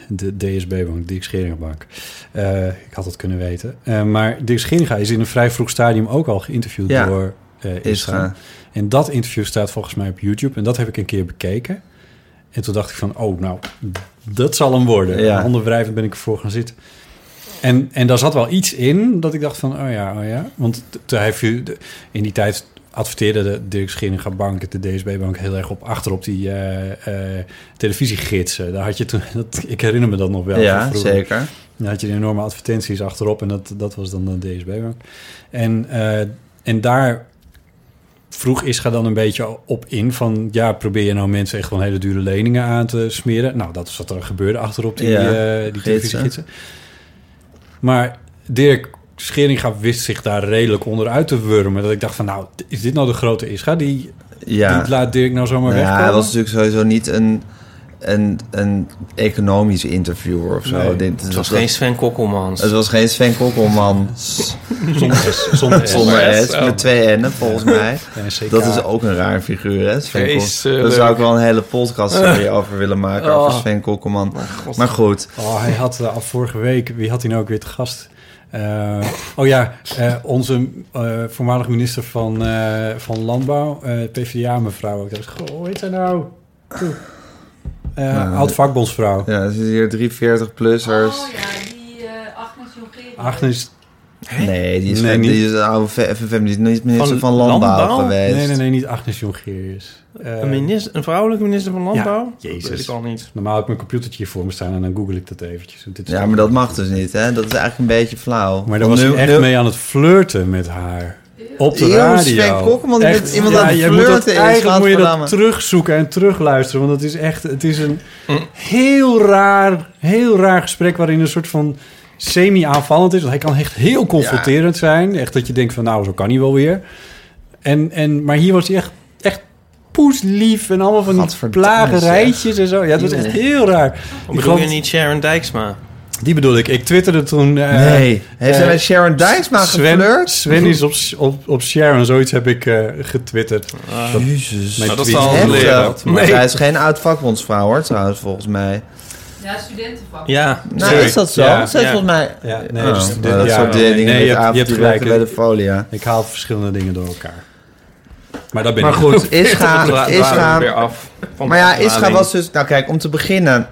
Speaker 4: de DSB-bank, Dirk Scheringa-bank. Eh, ik had dat kunnen weten. Eh, maar Dirk Scheringa is in een vrij vroeg stadium ook al geïnterviewd
Speaker 5: Ja.
Speaker 4: door eh
Speaker 5: Is
Speaker 4: Isra.
Speaker 5: gaan.
Speaker 4: En dat interview staat volgens mij op YouTube. En dat heb ik een keer bekeken. En toen dacht ik van, oh, nou, dat zal hem worden.
Speaker 5: Ja.
Speaker 4: Ja. Handenwrijvend ben ik ervoor gaan zitten. En, en daar zat wel iets in dat ik dacht van, oh ja, oh ja. Want t- t- hij viel- de- in die tijd adverteerde de Dirk Scheringa Bank, de DSB-bank, heel erg op achter op die eh, eh, televisiegidsen. Daar had je toen, dat, ik herinner me dat nog wel. van
Speaker 5: Ja,
Speaker 4: vroeger.
Speaker 5: zeker.
Speaker 4: Dan had je de enorme advertenties achterop en dat, dat was dan de DSB-bank. En, eh, en daar vroeg Ischa dan een beetje op in van... ja, probeer je nou mensen echt gewoon hele dure leningen aan te smeren? Nou, dat is wat er gebeurde achterop die,
Speaker 5: Ja,
Speaker 4: eh, die
Speaker 5: gidsen.
Speaker 4: televisiegidsen. Maar Dirk Scheringa wist zich daar redelijk onderuit te wurmen. Dat ik dacht van, nou, is dit nou de grote Ischa? Die,
Speaker 5: Ja.
Speaker 4: die laat Dirk nou zomaar
Speaker 5: Nou Ja,
Speaker 4: wegkomen?
Speaker 5: hij was natuurlijk sowieso niet een, een, een economisch interviewer of zo.
Speaker 4: Nee,
Speaker 5: Dit-
Speaker 3: Het was geen Sven Kokkelmans.
Speaker 5: het was geen Sven Kokkelman
Speaker 4: zonder, zonder S.
Speaker 5: zonder S,
Speaker 3: S, oh.
Speaker 5: met twee N'en volgens mij.
Speaker 4: En CK.
Speaker 5: Dat is ook een raar figuur, hè? Sven Kok-
Speaker 3: Vreselijk.
Speaker 5: Daar zou ik wel een hele podcast serie over willen maken,
Speaker 3: Oh.
Speaker 5: over Sven Kokkelman. Maar goed,
Speaker 4: Oh, hij had eh, al vorige week, wie had hij nou ook weer te gast? Eh, oh ja, eh, onze eh, voormalig minister van, eh, van Landbouw, eh, PvdA mevrouw. Ik dacht, goh, hoe heet zij nou? Toe. Eh,
Speaker 5: Nou,
Speaker 4: oud vakbondsvrouw.
Speaker 5: ja, er zitten hier 340-plussers.
Speaker 6: Oh ja, die eh Agnes Jongerius.
Speaker 4: Agnes,
Speaker 5: Nee, die is,
Speaker 4: Nee,
Speaker 5: fem-
Speaker 4: niet.
Speaker 5: die is een oude fe- FFM, die is niet minister
Speaker 3: Van
Speaker 5: van, Landbouw,
Speaker 3: Landbouw?
Speaker 5: geweest.
Speaker 4: nee, nee, nee, niet Agnes Jongerius. Eh,
Speaker 3: Een, minister, een vrouwelijke minister van Landbouw?
Speaker 4: Ja, Jezus.
Speaker 3: Dat weet ik al niet.
Speaker 4: normaal heb ik mijn computertje hier voor me staan en dan google ik dat eventjes. want dit is
Speaker 5: Ja, maar dat mag dus niet, hè? Dat is eigenlijk een beetje flauw.
Speaker 4: Oh, Maar daar
Speaker 5: Want
Speaker 4: was
Speaker 5: nu-
Speaker 4: hij echt
Speaker 5: nu-
Speaker 4: mee aan het flirten met haar. Op de
Speaker 5: Eeuw,
Speaker 4: radio.
Speaker 5: Sven Kokkelman, die
Speaker 4: Echt,
Speaker 5: met iemand aan het
Speaker 4: jij moet dat-
Speaker 5: flirten is,
Speaker 4: Eigenlijk moet je
Speaker 5: gadverdamme.
Speaker 4: dat terugzoeken en terugluisteren. Want het is echt... Het is een heel raar, heel raar gesprek... waarin een soort van semi-aanvallend is. Want hij kan echt heel confronterend zijn. Echt dat je denkt van... Nou, zo kan hij wel weer. En, en, maar hier was hij echt, echt poeslief. En allemaal van die
Speaker 5: Gadverdamme,
Speaker 4: plagerijtjes en zo. Ja, het was echt heel raar.
Speaker 3: Of
Speaker 4: Ik
Speaker 3: bedoel je
Speaker 4: geloof-
Speaker 3: niet Sharon Dijksma?
Speaker 4: Die bedoel ik. Ik twitterde toen... eh,
Speaker 5: Nee. Heeft hij
Speaker 4: eh,
Speaker 5: met Sharon Dijksma
Speaker 4: Sven,
Speaker 5: Nou, geflirt?
Speaker 4: Sven is op, op, op Sharon, zoiets heb ik eh, getwitterd. Dat-
Speaker 5: Jezus.
Speaker 4: mijn
Speaker 3: Nou, dat
Speaker 4: tweet.
Speaker 3: zal
Speaker 5: Heftig.
Speaker 3: leren. dat.
Speaker 5: Maar
Speaker 3: Nee.
Speaker 5: Zij is geen oud vakbondsvrouw hoor, trouwens, volgens mij.
Speaker 6: Ja, studentenvak.
Speaker 3: Ja,
Speaker 5: Nou,
Speaker 4: Sorry.
Speaker 5: is dat zo?
Speaker 4: Ja,
Speaker 5: Zij is
Speaker 3: ja.
Speaker 5: volgens mij...
Speaker 4: Ja, nee,
Speaker 3: Ah.
Speaker 5: Oh,
Speaker 4: dus
Speaker 5: maar
Speaker 4: dit-
Speaker 5: dat
Speaker 4: ja,
Speaker 5: soort
Speaker 4: nee,
Speaker 5: dingen
Speaker 4: nee,
Speaker 5: nee,
Speaker 4: je
Speaker 5: je,
Speaker 4: hebt- je hebt gelijk.
Speaker 5: bij de folia.
Speaker 4: Ik haal verschillende dingen door elkaar. Maar daar ben
Speaker 5: Maar
Speaker 4: ik.
Speaker 5: goed,
Speaker 3: Dra- dra-
Speaker 5: Isra...
Speaker 3: dra- weer
Speaker 5: Isra
Speaker 3: af. van
Speaker 5: maar
Speaker 3: de
Speaker 5: ja, Isra
Speaker 3: afdaling.
Speaker 5: was dus... Nou kijk, om te beginnen...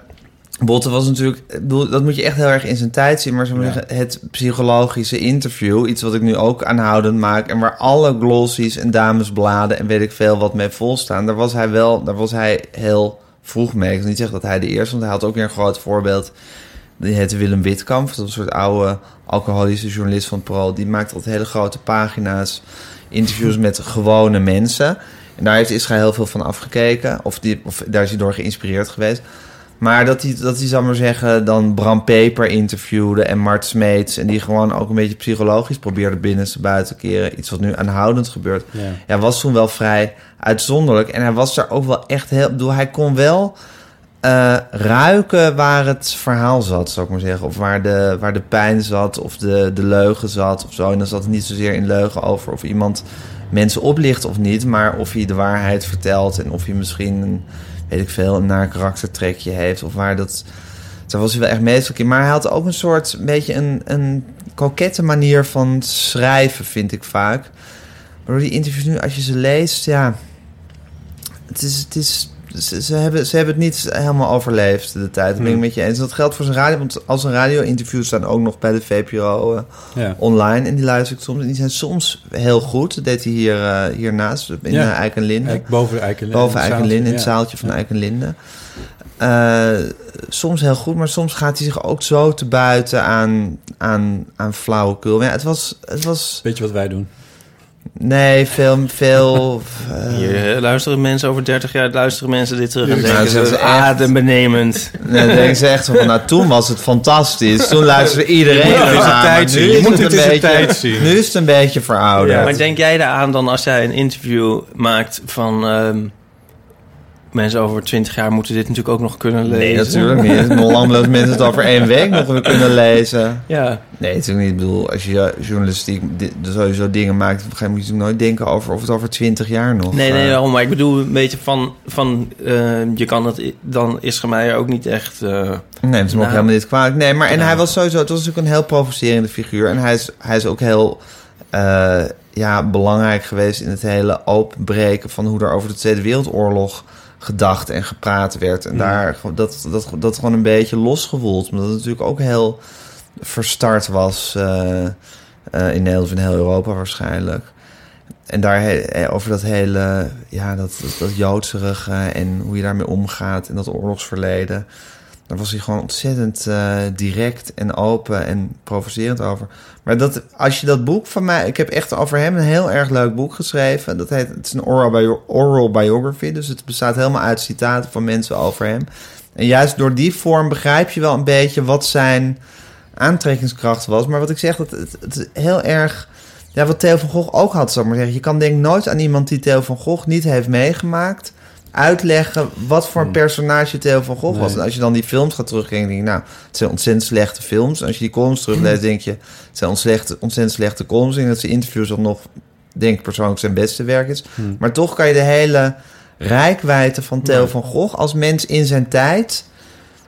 Speaker 5: Botte was natuurlijk... ik bedoel, Dat moet je echt heel erg in zijn tijd zien. Maar zo moet
Speaker 4: Ja.
Speaker 5: zeggen, het psychologische interview... iets wat ik nu ook aanhoudend maak... en waar alle glossies en damesbladen... en weet ik veel wat mee volstaan... daar was hij wel... daar was hij heel vroeg mee. Ik wil niet zeggen dat hij de eerste... want hij had ook weer een groot voorbeeld... Die heette Willem Witkamp. Dat was een soort oude alcoholische journalist van het Parool. Die maakte altijd hele grote pagina's. Interviews met gewone mensen. En daar heeft Israël heel veel van afgekeken. Of, die, of daar is hij door geïnspireerd geweest. Maar dat hij, dat hij, zal ik maar zeggen, dan Bram Peper interviewde en Mart Smeets. En die gewoon ook een beetje psychologisch probeerde binnenste buiten te keren. Iets wat nu aanhoudend gebeurt.
Speaker 4: Ja.
Speaker 5: Ja, was toen wel vrij uitzonderlijk. En hij was daar ook wel echt heel... Ik bedoel, hij kon wel eh, ruiken waar het verhaal zat, zou ik maar zeggen. Of waar de, waar de pijn zat, of de, de leugen zat, of zo. En dan zat het niet zozeer in leugen over of iemand mensen oplicht of niet... maar of hij de waarheid vertelt en of hij misschien, een, weet ik veel, een naar karaktertrekje heeft... of waar dat... Daar was hij wel echt meestelijk in. Maar hij had ook een soort, een beetje een, een kokette manier van schrijven, vind ik vaak. Waardoor die interviews nu, als je ze leest, ja... Het is, het is, ze, ze hebben, ze hebben het niet helemaal overleefd de tijd. Dat ben ik
Speaker 4: Hmm.
Speaker 5: met je eens. Dat geldt voor zijn radio, want als een radio-interview staan ook nog bij de VPRO eh,
Speaker 4: Ja.
Speaker 5: online. En die luister ik soms. En die zijn soms heel goed. Dat deed hij hier, eh, hiernaast, in
Speaker 4: Ja.
Speaker 5: eh, Eik en Linde.
Speaker 4: Eik- boven Eikenlinde.
Speaker 5: Boven Eikenlinde, in het
Speaker 4: Ja.
Speaker 5: zaaltje van Eikenlinde. Eh, soms heel goed, maar soms gaat hij zich ook zo te buiten aan, aan, aan flauwekul. Maar Ja, het was, het was...
Speaker 4: Weet je wat wij doen?
Speaker 5: Nee, veel... veel eh,
Speaker 3: Hier eh, luisteren mensen over 30 jaar, luisteren mensen dit terug en
Speaker 5: Ja,
Speaker 3: denken
Speaker 5: ze
Speaker 3: ze,
Speaker 5: hebben
Speaker 3: "Wat
Speaker 5: ze echt-
Speaker 3: adembenemend.
Speaker 5: nee, dan denken ze echt van, nou toen was het fantastisch. Toen luisterde iedereen
Speaker 3: Je moet het in zijn
Speaker 5: ernaar, maar
Speaker 3: tijd
Speaker 5: nu
Speaker 3: zien. Je
Speaker 5: is
Speaker 3: moet
Speaker 5: het
Speaker 3: het
Speaker 5: een
Speaker 3: in zijn
Speaker 5: beetje-
Speaker 3: tijd zien.
Speaker 5: Nu is het een beetje verouderd.
Speaker 3: Ja, maar denk jij eraan dan als jij een interview maakt van... ehm, mensen over 20 jaar moeten dit natuurlijk ook nog kunnen lezen.
Speaker 5: Nee, natuurlijk niet. Het is nog lang dat mensen het over één week nog weer kunnen lezen.
Speaker 3: Ja,
Speaker 5: Nee, natuurlijk niet. Ik bedoel, als je eh, journalistiek di- sowieso dingen maakt... op een gegeven moment moet je natuurlijk nooit denken over of het over twintig jaar nog...
Speaker 3: nee, nee,
Speaker 5: eh,
Speaker 3: daarom. maar ik bedoel een beetje van... van eh, je kan het, i- dan is Gemeijer ook niet echt... eh,
Speaker 5: Nee, dus het is me ook
Speaker 3: Nou.
Speaker 5: helemaal niet kwalijk. Nee, maar en
Speaker 3: Ja.
Speaker 5: hij was sowieso... Het was natuurlijk een heel provocerende figuur. En hij is, hij is ook heel eh, ja, belangrijk geweest in het hele openbreken... van hoe er over de Tweede Wereldoorlog gedacht en gepraat werd. En daar, gewoon- dat, dat, dat gewoon een beetje losgewoeld. Omdat het natuurlijk ook heel verstart was... eh, eh, in Nederland of in heel Europa waarschijnlijk. En daar he- eh, over dat hele, ja, dat, dat, dat joodserige en hoe je daarmee omgaat en dat oorlogsverleden. Daar was hij gewoon ontzettend eh, direct en open en provocerend over. Maar dat, als je dat boek van mij... Ik heb echt over hem een heel erg leuk boek geschreven. Dat heet, het is een oral, bio- oral biography. Dus het bestaat helemaal uit citaten van mensen over hem. En juist door die vorm begrijp je wel een beetje wat zijn aantrekkingskracht was. Maar wat ik zeg, dat het, het is heel erg... Ja, wat Theo van Gogh ook had, zou ik maar zeggen. Je kan denk ik nooit aan iemand die Theo van Gogh niet heeft meegemaakt... uitleggen wat voor een personage Theo van Gogh was. En als je dan die films gaat terugkijken, denk je... nou, het zijn ontzettend slechte films. En als je die columns terugleest, denk je... het zijn ontzettend, ontzettend slechte columns. En dat zijn interviews dan nog, denk ik persoonlijk, zijn beste werk is. Maar toch kan je de hele rijkwijde van Theo van Gogh... als mens in zijn tijd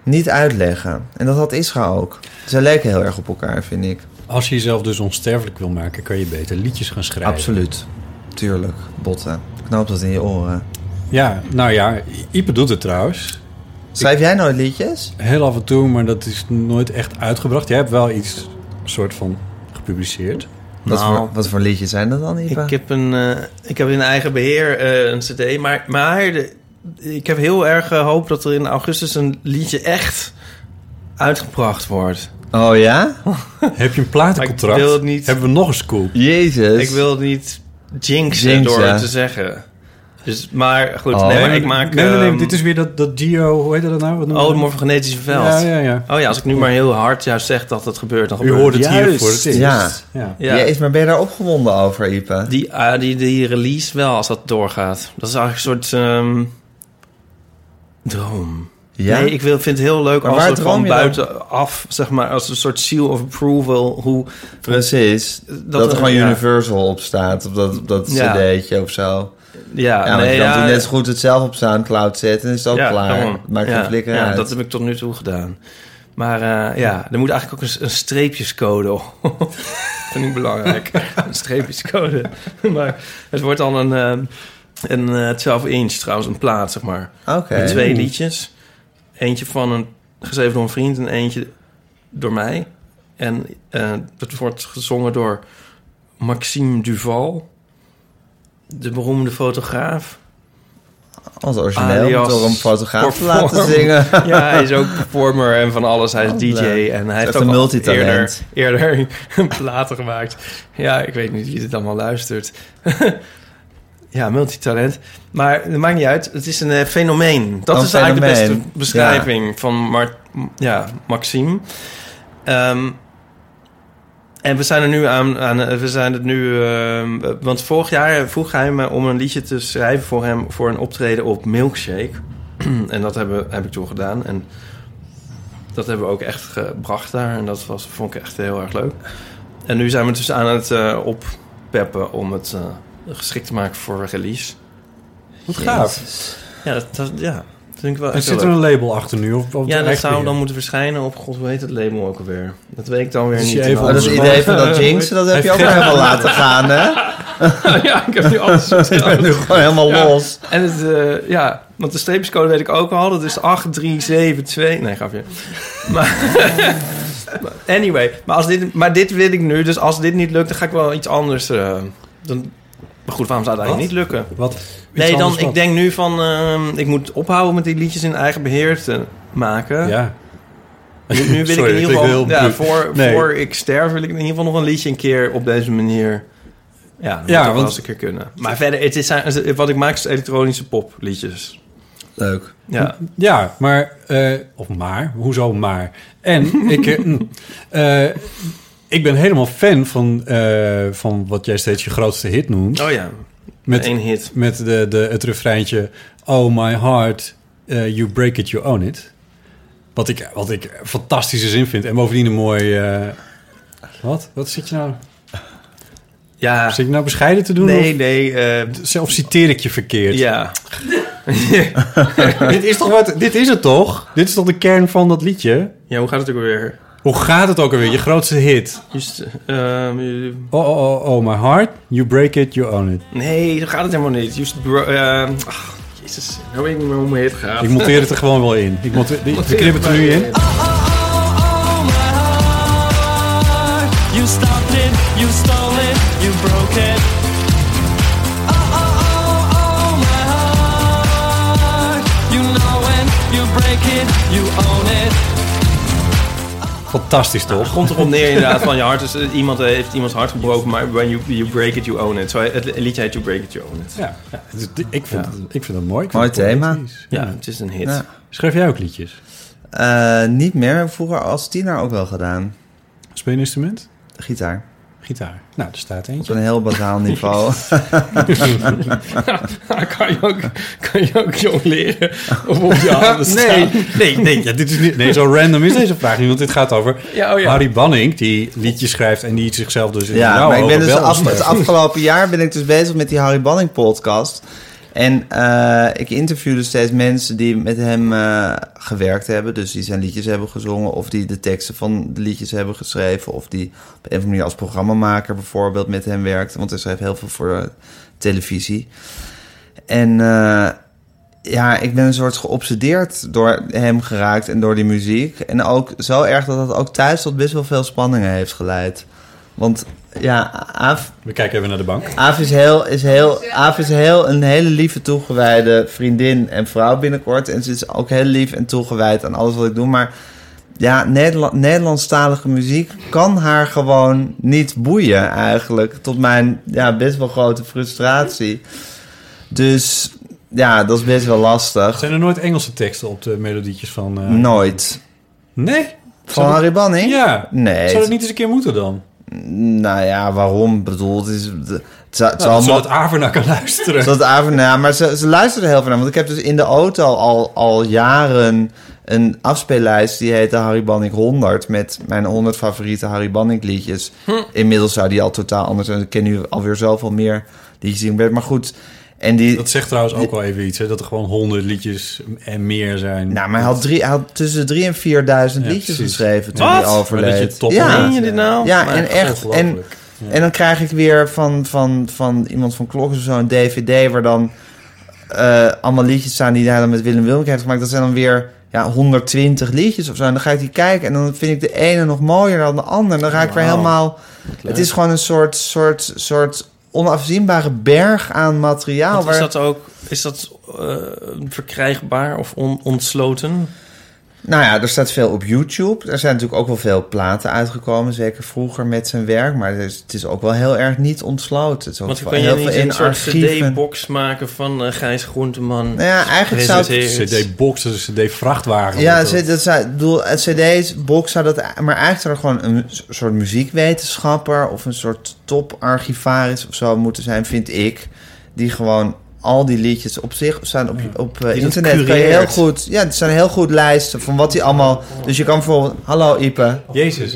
Speaker 5: niet uitleggen. En dat had Isra ook. Ze lijken heel erg op elkaar, vind ik.
Speaker 4: Als je jezelf dus onsterfelijk wil maken, kan je beter liedjes gaan schrijven.
Speaker 5: Absoluut. Tuurlijk, botten. Knoop dat in je oren.
Speaker 4: Ja, nou ja, Ipe doet het trouwens.
Speaker 5: Schrijf jij nooit liedjes?
Speaker 4: Heel af en toe, maar dat is nooit echt uitgebracht. Jij hebt wel iets soort van gepubliceerd.
Speaker 5: Wat,
Speaker 3: Nou.
Speaker 5: voor, wat voor liedjes zijn dat dan, Ipa?
Speaker 3: Ik heb, een, eh, ik heb in eigen beheer eh, een cd. Maar, maar de- ik heb heel erg eh, hoop dat er in augustus een liedje echt uitgebracht wordt.
Speaker 5: Oh ja?
Speaker 4: Heb je een platencontract?
Speaker 3: Maar ik wil het niet.
Speaker 4: Hebben we nog een scoop?
Speaker 5: Jezus.
Speaker 3: Ik wil het niet jinxen,
Speaker 5: Jinxen.
Speaker 3: door het te zeggen. Dus, maar goed,
Speaker 5: Oh.
Speaker 3: nee, maar
Speaker 5: Nee,
Speaker 3: ik maak...
Speaker 4: Nee, nee, nee,
Speaker 3: ehm,
Speaker 4: dit is weer dat, dat Gio, hoe heet dat nou? Wat noemen
Speaker 3: Oh,
Speaker 4: we
Speaker 3: het
Speaker 4: dat?
Speaker 3: morfogenetische veld.
Speaker 4: Ja, ja, ja.
Speaker 3: Oh ja, als ik nu maar heel hard juist zeg dat het gebeurt, dan
Speaker 4: U
Speaker 3: gebeurt
Speaker 4: hoort het hier
Speaker 3: Juist.
Speaker 4: voor het eerst.
Speaker 5: Ja.
Speaker 4: ja.
Speaker 3: Ja,
Speaker 5: Jezus, maar ben je daar opgewonden over, Ipa?
Speaker 3: die, ah, die, die release wel, als dat doorgaat. Dat is eigenlijk een soort ehm, droom.
Speaker 5: Ja?
Speaker 3: Nee, ik wil, vind het heel leuk
Speaker 5: Maar
Speaker 3: als
Speaker 5: waar
Speaker 3: er
Speaker 5: droom
Speaker 3: van
Speaker 5: je dan?
Speaker 3: buitenaf, zeg maar, als een soort seal of approval, hoe... eh,
Speaker 5: Precies. Dat,
Speaker 3: Dat
Speaker 5: er
Speaker 3: er-
Speaker 5: gewoon
Speaker 3: ja.
Speaker 5: Universal op staat, op dat, op dat
Speaker 3: Ja.
Speaker 5: cd'tje of zo.
Speaker 3: Ja,
Speaker 5: Ja, want
Speaker 3: nee,
Speaker 5: je kan
Speaker 3: ja,
Speaker 5: natuurlijk net zo goed het zelf op Soundcloud zetten en is het ook
Speaker 3: ja,
Speaker 5: klaar.
Speaker 3: daarom.
Speaker 5: Maakt
Speaker 3: ja,
Speaker 5: geen flikker
Speaker 3: ja,
Speaker 5: uit.
Speaker 3: dat heb ik tot nu toe gedaan. Maar eh, ja, er moet eigenlijk ook een, een streepjescode op. Dat vind ik belangrijk. een streepjescode. maar het wordt dan een, eh, een eh, 12 inch trouwens, een plaat, zeg maar.
Speaker 5: Oké. Mm.
Speaker 3: Met twee liedjes. Eentje van een geschreven door een vriend en eentje door mij. En eh dat wordt gezongen door Maxime Duval, de beroemde fotograaf.
Speaker 5: als origineel
Speaker 3: Alias
Speaker 5: door een fotograaf te
Speaker 3: performer.
Speaker 5: laten zingen.
Speaker 3: Ja, hij is ook performer en van alles. Hij is DJ
Speaker 5: Oh, leuk.
Speaker 3: en hij
Speaker 5: Echt
Speaker 3: heeft
Speaker 5: een
Speaker 3: ook al eerder,
Speaker 5: multitalent.
Speaker 3: eerder platen gemaakt. Ja, ik weet niet wie dit allemaal luistert. ja, multitalent. Maar het maakt niet uit. Het is een eh, fenomeen. Dat
Speaker 5: Een
Speaker 3: is eigenlijk de beste
Speaker 5: fenomeen,
Speaker 3: beschrijving van Mar ja, Maxime. Ehm, en we zijn er nu aan, aan eh, we zijn het nu, ehm, want vorig jaar vroeg hij me om een liedje te schrijven voor hem voor een optreden op Milkshake. en dat hebben, heb ik toen gedaan. En dat hebben we ook echt gebracht daar. En dat was, vond ik echt heel erg leuk. En nu zijn we dus aan het eh, oppeppen om het eh, geschikt te maken voor release.
Speaker 4: Wat gaaf.
Speaker 3: Ja, dat, dat- ja, dat vind ik wel
Speaker 4: Er
Speaker 3: echt
Speaker 4: zit
Speaker 3: heel
Speaker 4: er
Speaker 3: leuk.
Speaker 4: een label achter nu? Of, of
Speaker 3: Ja, dat
Speaker 4: echt
Speaker 3: zou
Speaker 4: weer?
Speaker 3: dan moeten verschijnen op god, hoe heet het label ook alweer? Dat weet ik dan weer
Speaker 4: Dus je
Speaker 3: niet.
Speaker 4: even
Speaker 3: in
Speaker 5: Oh, dat
Speaker 3: alles.
Speaker 5: idee van dat jinxen, dat heb je ook helemaal laten gaan, hè?
Speaker 3: ja, ik heb nu alles
Speaker 5: Ik ben nu
Speaker 3: verteld.
Speaker 5: gewoon helemaal
Speaker 3: Ja.
Speaker 5: los.
Speaker 3: En het, eh, ja, want de streepjescode weet ik ook al. Dat is 8372. Nee, grapje. Maar maar anyway, maar, als dit, maar dit wil ik nu. Dus als dit niet lukt, dan ga ik wel iets anders. eh, dan, maar goed, waarom zou dat
Speaker 4: Wat?
Speaker 3: eigenlijk niet lukken?
Speaker 4: Wat? Iets
Speaker 3: nee, dan,
Speaker 4: anders
Speaker 3: ik
Speaker 4: wat?
Speaker 3: denk nu van... ehm, ik moet ophouden met die liedjes in eigen beheer te maken.
Speaker 4: Ja.
Speaker 3: Nu, nu wil
Speaker 4: Sorry,
Speaker 3: ik in ieder
Speaker 4: dat
Speaker 3: geval...
Speaker 4: klinkt heel
Speaker 3: Ja,
Speaker 4: bruut.
Speaker 3: voor,
Speaker 4: Nee.
Speaker 3: voor ik sterf wil ik in ieder geval nog een liedje een keer op deze manier... Ja, dat moet
Speaker 4: Ja,
Speaker 3: toch wel
Speaker 4: want-
Speaker 3: eens een keer kunnen. Maar verder, het is, wat ik maak is elektronische popliedjes.
Speaker 5: Leuk.
Speaker 3: Ja.
Speaker 4: Ja, maar... eh, of maar. Hoezo maar? En ik... eh, mm, eh, ik ben helemaal fan van, eh, van wat jij steeds je grootste hit noemt.
Speaker 3: Oh ja, met
Speaker 4: met
Speaker 3: één hit.
Speaker 4: met de, de, het refreintje... Oh, my heart, eh, you break it, you own it. Wat ik, wat ik een fantastische zin vind. En bovendien een mooi... eh, wat? Wat zit je nou...
Speaker 3: Ja,
Speaker 4: Zit je nou bescheiden te doen?
Speaker 3: Ah. nee, nee. eh,
Speaker 4: Of, of citeer ik je verkeerd?
Speaker 3: ja.
Speaker 4: dit, is toch wat, dit is het toch? Dit is toch de kern van dat liedje?
Speaker 3: ja, hoe gaat het ook weer?
Speaker 4: Hoe gaat het ook alweer? Je grootste hit.
Speaker 3: Just, ehm,
Speaker 4: Oh, oh, oh, oh, my heart. You break it, you own it.
Speaker 3: nee, zo gaat het helemaal niet. Just bro, ehm, ach, jezus, nou weet ik niet meer hoe mijn hit gaat.
Speaker 4: Ik monteer het er gewoon wel in. Ik monteer, ik knip het er nu in.
Speaker 7: You stopped it, you stole it, you broke it. Oh, oh, oh, oh, my heart. You know it, you break it, you own it.
Speaker 4: Fantastisch toch?
Speaker 3: Komt erop neer inderdaad van je hart. Dus eh, iemand eh, heeft iemands hart gebroken, maar when you, you break it, you own it. Zo, het liedje heet You Break It, You Own It.
Speaker 4: Ja, ja, dus di- ik, vind
Speaker 3: Ja.
Speaker 4: het, ik vind het mooi. Ik vind
Speaker 5: Mooi
Speaker 4: het poëtisch.
Speaker 3: Ja,
Speaker 4: Ja.
Speaker 3: het is een hit.
Speaker 5: Ja.
Speaker 4: Schrijf jij ook liedjes?
Speaker 5: Eh, niet meer, vroeger als tiener ook wel gedaan.
Speaker 4: Speel je een instrument?
Speaker 5: Gitaar.
Speaker 4: Gitaar. Nou, er staat
Speaker 5: Op
Speaker 4: eentje.
Speaker 5: een heel bazaal niveau.
Speaker 3: kan, je ook, kan je ook jong leren of op je handen staan? Nee, nee, nee.
Speaker 4: Ja, dit is niet, nee, zo random is deze vraag niet, want dit gaat over
Speaker 3: Ja, oh ja.
Speaker 4: Harry Banning, die liedjes schrijft en die zichzelf dus in
Speaker 5: Ja,
Speaker 4: jouw
Speaker 5: maar ik ben
Speaker 4: ogen
Speaker 5: dus
Speaker 4: wel
Speaker 5: af-
Speaker 4: sterk
Speaker 5: het afgelopen jaar ben ik dus bezig met die Harry Banning podcast. En eh, ik interview dus steeds mensen die met hem eh, gewerkt hebben. Dus die zijn liedjes hebben gezongen. Of die de teksten van de liedjes hebben geschreven. Of die op een of andere manier als programmamaker bijvoorbeeld met hem werkt. Want hij schrijft heel veel voor eh, televisie. En eh, ja, ik ben een soort geobsedeerd door hem geraakt en door die muziek. En ook zo erg dat dat ook thuis tot best wel veel spanningen heeft geleid. Want ja, Aaf,
Speaker 4: We kijken even naar de bank.
Speaker 5: Aaf is, heel, is, heel, Aaf is heel, een hele lieve toegewijde vriendin en vrouw binnenkort. En ze is ook heel lief en toegewijd aan alles wat ik doe. Maar ja, Nederla- Nederlandstalige muziek kan haar gewoon niet boeien eigenlijk. Tot mijn ja, best wel grote frustratie. Dus ja, dat is best wel lastig.
Speaker 4: Zijn er nooit Engelse teksten op de melodietjes van... eh,
Speaker 5: Nooit.
Speaker 4: Nee?
Speaker 5: Van Harry Banning?
Speaker 4: Ja.
Speaker 5: Nee.
Speaker 4: Zou dat niet eens een keer moeten dan?
Speaker 5: Nou ja, waarom? Bedoeld is... Het, zou- het zou
Speaker 4: Nou,
Speaker 5: allemaal-
Speaker 4: zodat Aver naar kan luisteren.
Speaker 5: Zodat avond, nou ja, maar ze, ze luisterde heel veel naar. Want ik heb dus in de auto al, al jaren een afspeellijst die heette Harry Bannick 100. Met mijn 100 favoriete Harry Bannick liedjes. Inmiddels zou die al totaal anders zijn. Ik ken nu alweer zoveel meer liedjes die ik ben. Maar goed. En die,
Speaker 4: Dat zegt trouwens ook wel even iets, hè? dat er gewoon honderd liedjes en meer zijn.
Speaker 5: nou, maar hij had, drie, hij had tussen de 3 en 4000
Speaker 4: Ja,
Speaker 5: liedjes
Speaker 4: precies.
Speaker 5: geschreven toen
Speaker 3: Wat?
Speaker 5: hij
Speaker 4: Maar dat je
Speaker 5: overleed.
Speaker 4: top
Speaker 5: ja,
Speaker 3: Meen je dit nou?
Speaker 5: ja
Speaker 3: Maar
Speaker 5: en echt. En,
Speaker 4: Ongelooflijk.
Speaker 5: En dan krijg ik weer van, van, van iemand van Klokken of zo een dvd... waar dan eh, allemaal liedjes staan die hij dan met Willem Wilmink heeft gemaakt. Dat zijn dan weer ja, 120 liedjes of zo. En dan ga ik die kijken en dan vind ik de ene nog mooier dan de ander. En dan ga ik weer
Speaker 3: Wauw.
Speaker 5: helemaal... Het is gewoon een soort, soort, soort onafzienbare berg aan materiaal.
Speaker 3: Want
Speaker 5: Waar,
Speaker 3: is dat ook Is dat eh, verkrijgbaar of on- ontsloten?
Speaker 5: Nou ja, er staat veel op YouTube. Er zijn natuurlijk ook wel veel platen uitgekomen, zeker vroeger met zijn werk. Maar het is, het is ook wel heel erg niet ontsloten. Het is ook
Speaker 3: Want
Speaker 5: wel
Speaker 3: kan je
Speaker 5: heel
Speaker 3: niet
Speaker 5: veel in
Speaker 3: een soort
Speaker 5: archieven.
Speaker 3: cd-box maken van eh, Gijs Groenteman?
Speaker 5: Nou ja, eigenlijk zou het
Speaker 3: presenteert?
Speaker 4: CD-box, dat is een CD-vrachtwagen.
Speaker 5: Ja,
Speaker 4: wordt dat.
Speaker 5: ze- dat zou, ik bedoel, het CD-box zou dat. Maar eigenlijk zou er gewoon een s- soort muziekwetenschapper of een soort toparchivaris of zo moeten zijn, vind ik. Die gewoon al die liedjes op zich staan op, op eh,
Speaker 3: dat
Speaker 5: internet. Kan je heel
Speaker 3: cureert.
Speaker 5: goed, ja, er zijn heel goed lijsten van wat die allemaal. Dus je kan bijvoorbeeld. Hallo Ipe.
Speaker 4: Jezus,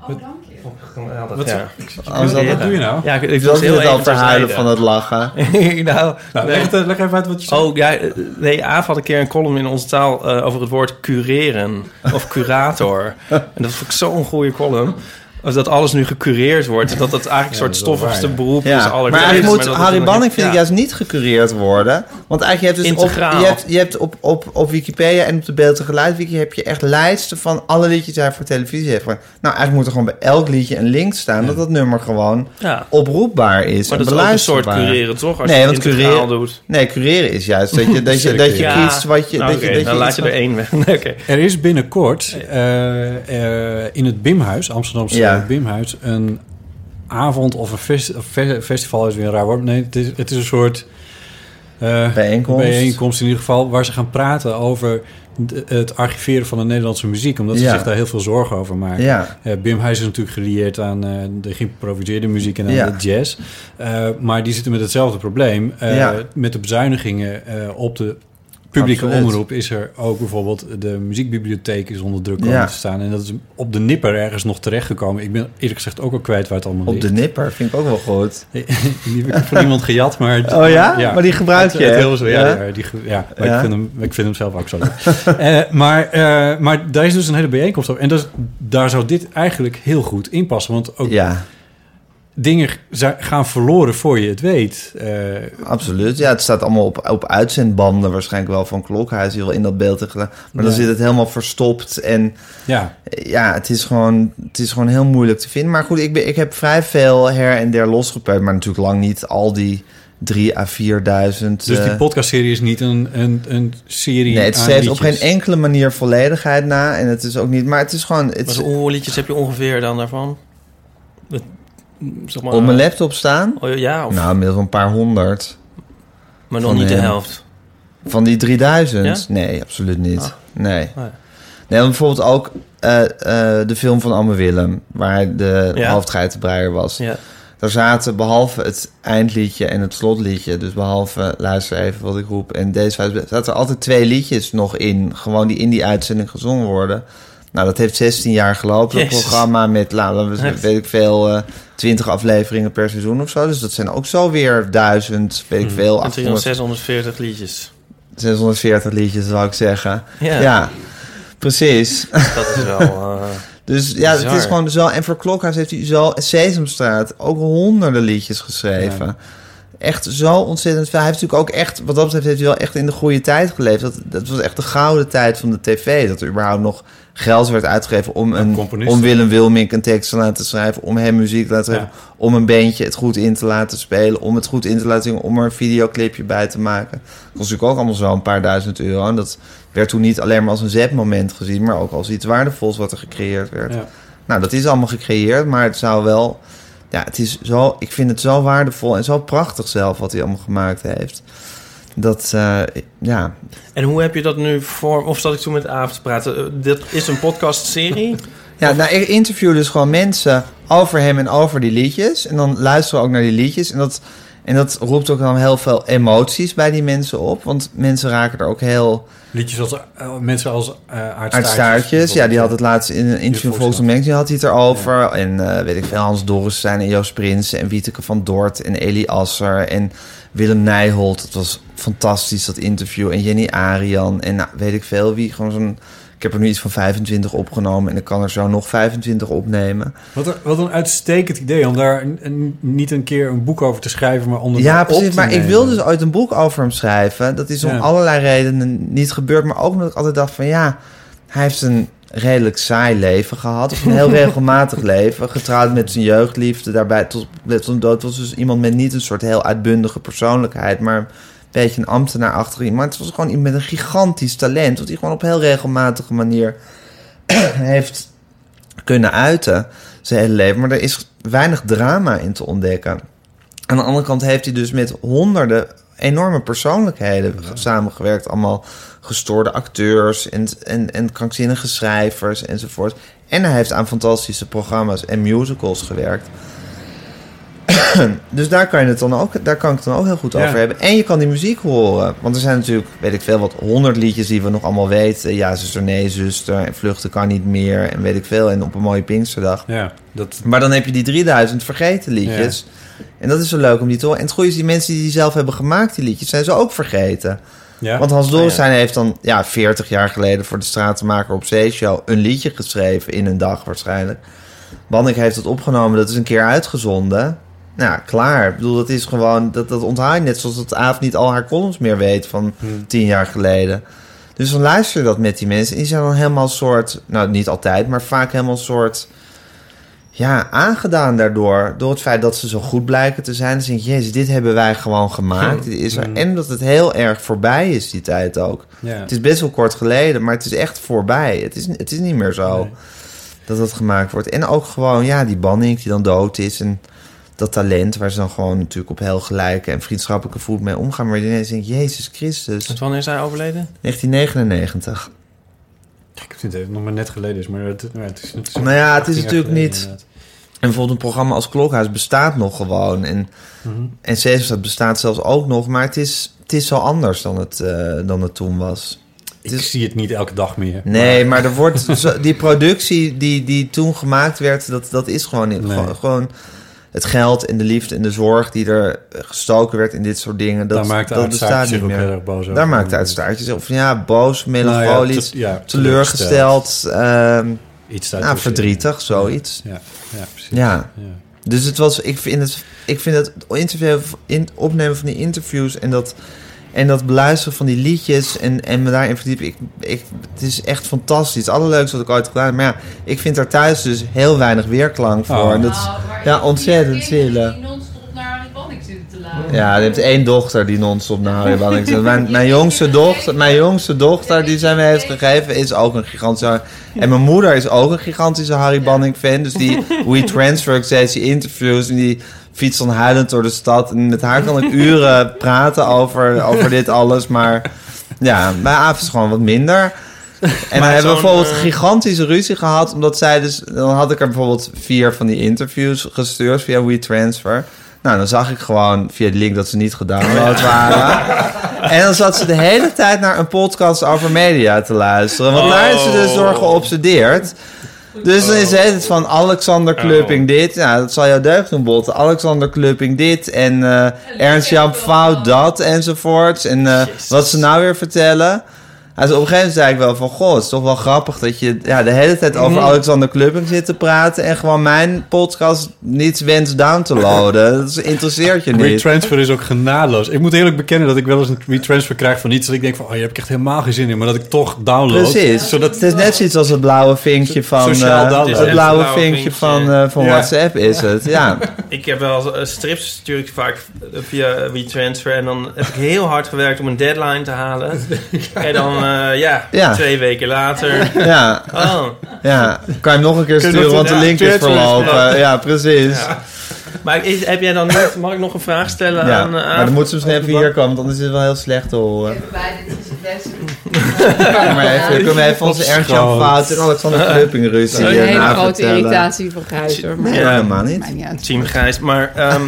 Speaker 6: Oh, dank je.
Speaker 3: Geweldig,
Speaker 4: Wat-
Speaker 3: ja.
Speaker 5: Anders dan,
Speaker 4: wat doe je nou?
Speaker 3: Ja, ik, ik
Speaker 5: ik wilde
Speaker 3: was heel
Speaker 5: het al
Speaker 3: even
Speaker 5: verhuilen
Speaker 3: verhuilen
Speaker 5: van het lachen.
Speaker 3: nou, nee.
Speaker 4: Nou, leg, het, eh, leg even uit wat je zegt.
Speaker 3: Oh, ja, eh, nee, Aaf had een keer een column in onze taal eh, over het woord cureren of curator. en dat vond ik zo'n goede column. Als Dat alles nu gecureerd wordt. en Dat dat eigenlijk een soort
Speaker 4: dat is wel
Speaker 3: stoffigste
Speaker 4: waar, ja.
Speaker 3: beroep is.
Speaker 5: Ja. Maar
Speaker 3: aller
Speaker 5: eigenlijk
Speaker 3: tijden,
Speaker 5: moet
Speaker 3: dat het
Speaker 5: Harry
Speaker 3: dan-
Speaker 5: Banning vind ik
Speaker 3: ja.
Speaker 5: juist niet gecureerd worden. Want eigenlijk je hebt dus op,
Speaker 3: Integraal.
Speaker 5: je hebt, je hebt op, op, op Wikipedia en op de beeld en geluidwiki heb je echt lijsten van alle liedjes die hij voor televisie heeft. gemaakt. Nou, eigenlijk moet er gewoon bij elk liedje een link staan dat dat nummer gewoon
Speaker 3: Ja.
Speaker 5: oproepbaar is.
Speaker 3: Maar
Speaker 5: en
Speaker 3: dat is ook een soort
Speaker 5: beluisterbaar.
Speaker 3: cureren, toch? Als
Speaker 5: Nee,
Speaker 3: je het
Speaker 5: want
Speaker 3: integraal
Speaker 5: cureren-
Speaker 3: doet.
Speaker 5: Nee, cureren is juist dat je, dat je, dat je
Speaker 3: Ja.
Speaker 5: kiest wat je...
Speaker 3: Nou,
Speaker 5: dat je,
Speaker 3: oké,
Speaker 5: dat
Speaker 3: dan laat
Speaker 5: iets
Speaker 3: je
Speaker 5: wat-
Speaker 3: er één weg. Nee, oké.
Speaker 4: Er is binnenkort eh, eh, in het Bimhuis, Amsterdamse
Speaker 5: Ja.
Speaker 4: Bimhuis, een avond of een fest- of fe- festival is weer een raar woord. Nee, het is, het is een soort eh,
Speaker 5: Bijeenkomst.
Speaker 4: bijeenkomst in ieder geval, waar ze gaan praten over de- het archiveren van de Nederlandse muziek, omdat
Speaker 5: Ja.
Speaker 4: ze zich daar heel veel zorgen over maken.
Speaker 5: Ja.
Speaker 4: Eh, Bimhuis is natuurlijk gelieerd aan eh, de geïmproviseerde muziek en aan
Speaker 5: Ja.
Speaker 4: de jazz. Eh, maar die zitten met hetzelfde probleem. Eh,
Speaker 5: Ja.
Speaker 4: Met de bezuinigingen eh, op de publieke
Speaker 5: Absoluut.
Speaker 4: omroep is er ook bijvoorbeeld de muziekbibliotheek is onder druk komen
Speaker 5: Ja.
Speaker 4: te staan. En dat is op de nipper ergens nog terechtgekomen. Ik ben eerlijk gezegd ook al kwijt waar het allemaal
Speaker 5: Op de
Speaker 4: ligt.
Speaker 5: nipper vind ik ook wel goed.
Speaker 4: die heb ik van iemand gejat, maar... het-
Speaker 5: Oh ja? Maar die gebruik
Speaker 4: Het-
Speaker 5: je,
Speaker 4: het
Speaker 5: hè?
Speaker 4: heel zo, ja,
Speaker 5: Ja?
Speaker 4: ja, die, ge- ja, maar
Speaker 5: Ja.
Speaker 4: Ik, vind hem, ik vind hem zelf ook zo leuk. Eh, maar, eh, maar daar is dus een hele bijeenkomst over. En dat, is- daar zou dit eigenlijk heel goed in passen. Want ook
Speaker 5: Ja,
Speaker 4: dingen za- gaan verloren voor je het weet. Eh,
Speaker 5: absoluut. Ja, het staat allemaal op, op uitzendbanden waarschijnlijk wel van Klokhuis. Die wel in dat beeld hebben gedaan. Maar dan
Speaker 4: Ja.
Speaker 5: zit het helemaal verstopt en... eh,
Speaker 4: ja,
Speaker 5: Ja, het is, gewoon, het is gewoon heel moeilijk te vinden. Maar goed, ik, ben, ik heb vrij veel her en der losgepeut. Maar natuurlijk lang niet al die drie à 4.000... Dus
Speaker 4: dus die podcastserie is niet een, een, een serie
Speaker 5: Nee, het
Speaker 4: aan
Speaker 5: streeft op geen
Speaker 4: liedjes.
Speaker 5: enkele manier volledigheid na. En het is ook niet... Maar het is gewoon... Het,
Speaker 3: Maar
Speaker 5: is-
Speaker 3: hoeveel liedjes heb je ongeveer dan daarvan? Dat- Zeg maar, eh,
Speaker 5: op
Speaker 4: eh,
Speaker 5: mijn laptop staan?
Speaker 3: Oh, ja, of,
Speaker 5: Nou, inmiddels een paar honderd.
Speaker 3: maar nog
Speaker 5: van,
Speaker 3: niet de
Speaker 5: eh,
Speaker 3: helft.
Speaker 5: Van die 3000? Nee, absoluut niet.
Speaker 3: Ah.
Speaker 5: Nee.
Speaker 3: Nee.
Speaker 5: Nee, want bijvoorbeeld ook eh, eh, de film van Anne Willem, waar de
Speaker 3: Ja.
Speaker 5: hoofdgeitenbreier was.
Speaker 3: Ja.
Speaker 5: Daar zaten behalve het eindliedje en het slotliedje, dus behalve luister even wat ik roep en deze vijf, zaten er altijd twee liedjes nog in, gewoon die in die uitzending gezongen worden. Nou, dat heeft 16 jaar gelopen, dat
Speaker 3: Jezus.
Speaker 5: programma met, nou,
Speaker 3: Echt?
Speaker 5: weet ik veel, eh 20 afleveringen per seizoen of zo. Dus dat zijn ook zo weer duizend, weet ik veel,
Speaker 3: Mhm. En toen nog
Speaker 5: 800
Speaker 3: 640 liedjes.
Speaker 5: 640 liedjes, zou ik zeggen.
Speaker 3: Ja,
Speaker 5: Ja, precies.
Speaker 3: dat is wel... eh,
Speaker 5: Dus ja,
Speaker 3: Bizar.
Speaker 5: het is gewoon zo. En voor Klokhuis heeft hij zo Sesamstraat ook honderden liedjes geschreven. Echt zo ontzettend veel. Hij heeft natuurlijk ook echt, wat dat betreft, heeft hij wel echt in de goede tijd geleefd. Dat, dat was echt de gouden tijd van de tv. Dat er überhaupt nog geld werd uitgegeven om, een,
Speaker 4: componisten.
Speaker 5: om Willem Wilmink een tekst te laten schrijven. Om hem muziek te laten
Speaker 4: Ja.
Speaker 5: schrijven. Om een bandje het goed in te laten spelen. Om het goed in te laten zingen. Om er een videoclipje bij te maken. Dat kost natuurlijk ook allemaal zo een paar duizend euro. En dat werd toen niet alleen maar als een zetmoment gezien. Maar ook als iets waardevols wat er gecreëerd werd.
Speaker 4: Ja.
Speaker 5: Nou, dat is allemaal gecreëerd, maar het zou wel... Ja, het is zo, ik vind het zo waardevol en zo prachtig zelf wat hij allemaal gemaakt heeft. Dat, eh, ja,
Speaker 3: En hoe heb je dat nu voor... Of zat ik toen met Aaf te praten? Eh, dit is een podcastserie.
Speaker 5: Ja, nou, ik interview dus gewoon mensen over hem en over die liedjes. En dan luisteren we ook naar die liedjes. En dat, en dat roept ook dan heel veel emoties bij die mensen op. Want mensen raken er ook heel
Speaker 4: Liedjes als eh, mensen als eh
Speaker 5: uit
Speaker 4: aardstaartjes.
Speaker 5: staartjes. Ja, die had het laatst in een interview
Speaker 4: Volkskrant.
Speaker 5: volgens Magazine had hij het erover. En eh, weet ik veel, Hans Doris zijn en Joost Prins en Wieteke van Dort en Eli Asser en Willem Nijholt. Dat was fantastisch, dat interview. En Jenny Arian en nou, weet ik veel wie. Gewoon zo'n... Ik heb er nu iets van 25 opgenomen en ik kan er zo nog 25 opnemen.
Speaker 4: Wat, een- wat een uitstekend idee om daar een- een- niet een keer een boek over te schrijven, maar om er
Speaker 5: Ja,
Speaker 4: op
Speaker 5: precies.
Speaker 4: te
Speaker 5: Maar ik
Speaker 4: nemen.
Speaker 5: wilde dus ooit een boek over hem schrijven. Dat is om
Speaker 4: Ja.
Speaker 5: allerlei redenen niet gebeurd. Maar ook omdat ik altijd dacht van ja, hij heeft een redelijk saai leven gehad. Of een heel regelmatig leven. Getrouwd met zijn jeugdliefde. Daarbij tot, tot zijn dood was dus iemand met niet een soort heel uitbundige persoonlijkheid. Maar beetje een ambtenaar achter iemand. Maar het was gewoon iemand met een gigantisch talent. Wat hij gewoon op heel regelmatige manier heeft kunnen uiten. Zijn hele leven. Maar er is weinig drama in te ontdekken. Aan de andere kant heeft hij dus met honderden enorme persoonlijkheden samengewerkt. Allemaal gestoorde acteurs en, en, en krankzinnige schrijvers enzovoort. En hij heeft aan fantastische programma's en musicals gewerkt. dus daar kan, je het dan ook, daar kan ik het dan ook heel goed
Speaker 4: Ja.
Speaker 5: over hebben. En je kan die muziek horen. Want er zijn natuurlijk, weet ik veel, wat honderd liedjes die we nog allemaal weten. Ja, zuster, nee, zuster. En vluchten kan niet meer. En weet ik veel. En op een mooie Pinksterdag.
Speaker 4: Ja, dat,
Speaker 5: Maar dan heb je die 3000 vergeten liedjes. En dat is zo leuk om die te horen. En het goede is, die mensen die die zelf hebben gemaakt, die liedjes, zijn ze ook vergeten.
Speaker 4: ja.
Speaker 5: Want Hans Dorrestein heeft dan ja, 40 jaar geleden voor de Stratenmaker op Zeeshow een liedje geschreven in een dag waarschijnlijk. Bannik heeft dat opgenomen, dat is een keer uitgezonden. Nou, klaar. Ik bedoel, dat is gewoon, dat, dat onthaal je net zoals dat Aaf niet al haar columns meer weet van
Speaker 4: Hm.
Speaker 5: 10 jaar geleden. Dus dan luister je dat met die mensen. En die zijn dan helemaal soort, nou niet altijd, maar vaak helemaal soort, ja, aangedaan daardoor. Door het feit dat ze zo goed blijken te zijn. Dan denk je, jezus, dit hebben wij gewoon gemaakt. Dit is er. En dat het heel erg voorbij is, die tijd ook.
Speaker 4: Mm. ja.
Speaker 5: Het is best wel kort geleden, maar het is echt voorbij. Het is, het is niet meer zo
Speaker 4: Nee.
Speaker 5: dat dat gemaakt wordt. En ook gewoon, ja, die banning die dan dood is. En dat talent waar ze dan gewoon natuurlijk op heel gelijke en vriendschappelijke voet mee omgaan. Maar je ineens denkt, Jezus Christus,
Speaker 3: Want wanneer is hij overleden?
Speaker 5: 1999.
Speaker 4: Ik vind het nog maar net geleden is, maar het, maar het is natuurlijk...
Speaker 5: Nou ja, het
Speaker 4: 18
Speaker 5: is
Speaker 4: jaar
Speaker 5: natuurlijk
Speaker 4: geleden,
Speaker 5: niet-
Speaker 4: inderdaad.
Speaker 5: En bijvoorbeeld een programma als Klokhuis bestaat nog gewoon. En,
Speaker 4: Mhm.
Speaker 5: en Sesamstraat bestaat zelfs ook nog. Maar het is, het is zo anders dan het, eh, dan het toen was.
Speaker 4: Ik
Speaker 5: is-
Speaker 4: zie het niet elke dag meer.
Speaker 5: Nee, maar er wordt zo- die productie die, die toen gemaakt werd, dat, dat is gewoon, niet-
Speaker 4: Nee.
Speaker 5: gewoon, gewoon het geld en de liefde en de zorg die er eh, gestoken werd in dit soort dingen. Dat,
Speaker 4: Daar maakt
Speaker 5: dat
Speaker 4: Aardstaartje
Speaker 5: bestaat
Speaker 4: zich
Speaker 5: niet
Speaker 4: ook heel
Speaker 5: meer.
Speaker 4: erg boos over.
Speaker 5: Daar maakt uitstaartjes of ja, boos,
Speaker 4: Nou ja,
Speaker 5: melancholisch,
Speaker 4: te- ja,
Speaker 5: teleurgesteld, ehm,
Speaker 4: Iets
Speaker 5: nou, verdrietig, zoiets.
Speaker 4: Ja, ja precies.
Speaker 5: Ja.
Speaker 4: Ja.
Speaker 5: Dus het was, ik vind het, ik vind het interview, in, opnemen van die interviews en dat, en dat beluisteren van die liedjes en, en me daarin verdiepen. Ik, ik, het is echt fantastisch. Het allerleukste wat ik ooit heb gedaan. Maar ja, ik vind daar thuis dus heel weinig weerklank voor.
Speaker 4: Oh.
Speaker 5: En dat
Speaker 6: Nou,
Speaker 5: is, ja, ontzettend
Speaker 6: zielig.
Speaker 5: zielig.
Speaker 6: Die non-stop naar Harry Banning zitten te laten.
Speaker 5: ja, je hebt één dochter die non-stop naar Harry Banning zit. Mijn, mijn, jongste dochter, mijn jongste dochter die zij me heeft gegeven is ook een gigantische... En mijn moeder is ook een gigantische Harry Banning fan. Dus die We Transfer, ik steeds die interviews en die fietst dan huilend door de stad. En met haar kan ik uren praten over, over dit alles. Maar ja, bij Aaf is gewoon wat minder. En dan hebben we
Speaker 3: zo'n,
Speaker 5: bijvoorbeeld
Speaker 3: eh,
Speaker 5: gigantische ruzie gehad. Omdat zij dus... Dan had ik er bijvoorbeeld vier van die interviews gestuurd via WeTransfer. Nou, dan zag ik gewoon via de link dat ze niet gedownload waren. En dan zat ze de hele tijd naar een podcast over media te luisteren. Want daar is ze dus door geobsedeerd. Dus dan is het van Alexander Klupping dit. Nou, dat zal jou deugd doen, Botte. Alexander Klupping dit. En eh, Ernst-Jan Fout dat, enzovoorts. En eh, wat ze nou weer vertellen. Ja, dus op een gegeven moment zei ik wel van... Goh, het is toch wel grappig dat je ja, de hele tijd over Alexander Klupping zit te praten... en gewoon mijn podcast niet wenst down te loaden. Dat is- interesseert je niet.
Speaker 4: Retransfer is ook genadeloos. Ik moet eerlijk bekennen dat ik wel eens een retransfer krijg van iets... dat ik denk van, oh, hier heb ik echt helemaal geen zin in. Maar dat ik toch download.
Speaker 5: Precies. het is net zoiets als het blauwe vinkje van...
Speaker 4: sociaal
Speaker 5: eh,
Speaker 4: downloaden.
Speaker 5: het blauwe
Speaker 3: Het blauwe
Speaker 5: vinkje
Speaker 3: vinkje.
Speaker 5: van, eh, van
Speaker 4: Ja.
Speaker 5: WhatsApp is het, ja.
Speaker 3: Ik heb wel eens, eh, strips stuur ik vaak eh, via WeTransfer. En dan heb ik heel hard gewerkt om een deadline te halen. En dan, eh, ja,
Speaker 5: Ja.
Speaker 3: twee weken later.
Speaker 5: Ja,
Speaker 3: Oh.
Speaker 5: ja. Kan je hem nog een keer
Speaker 4: Kun je
Speaker 5: sturen,
Speaker 4: nog-
Speaker 5: want de
Speaker 3: ja,
Speaker 5: link is
Speaker 4: Twitter is
Speaker 5: verlopen.
Speaker 3: verlopen.
Speaker 5: Ja, precies.
Speaker 3: Ja. Maar is, heb jij dan niet... Mag ik nog een vraag stellen
Speaker 5: Ja,
Speaker 3: aan... eh,
Speaker 5: maar
Speaker 3: aan-
Speaker 5: dan moeten ze misschien even hier komen, want anders is het wel heel slecht te horen.
Speaker 6: Even bij, dit is het beste.
Speaker 5: Ja, maar even, kunnen we even onze Ernst-Jan
Speaker 4: Schoot.
Speaker 5: Fout en Alexander Klupping ruzie
Speaker 8: Een hele
Speaker 5: na
Speaker 8: grote
Speaker 5: vertellen.
Speaker 8: irritatie van Gijs, hoor. Maar
Speaker 5: Nee,
Speaker 3: Ja.
Speaker 5: helemaal niet.
Speaker 8: maakt niet uit.
Speaker 3: Team Grijs, maar ehm,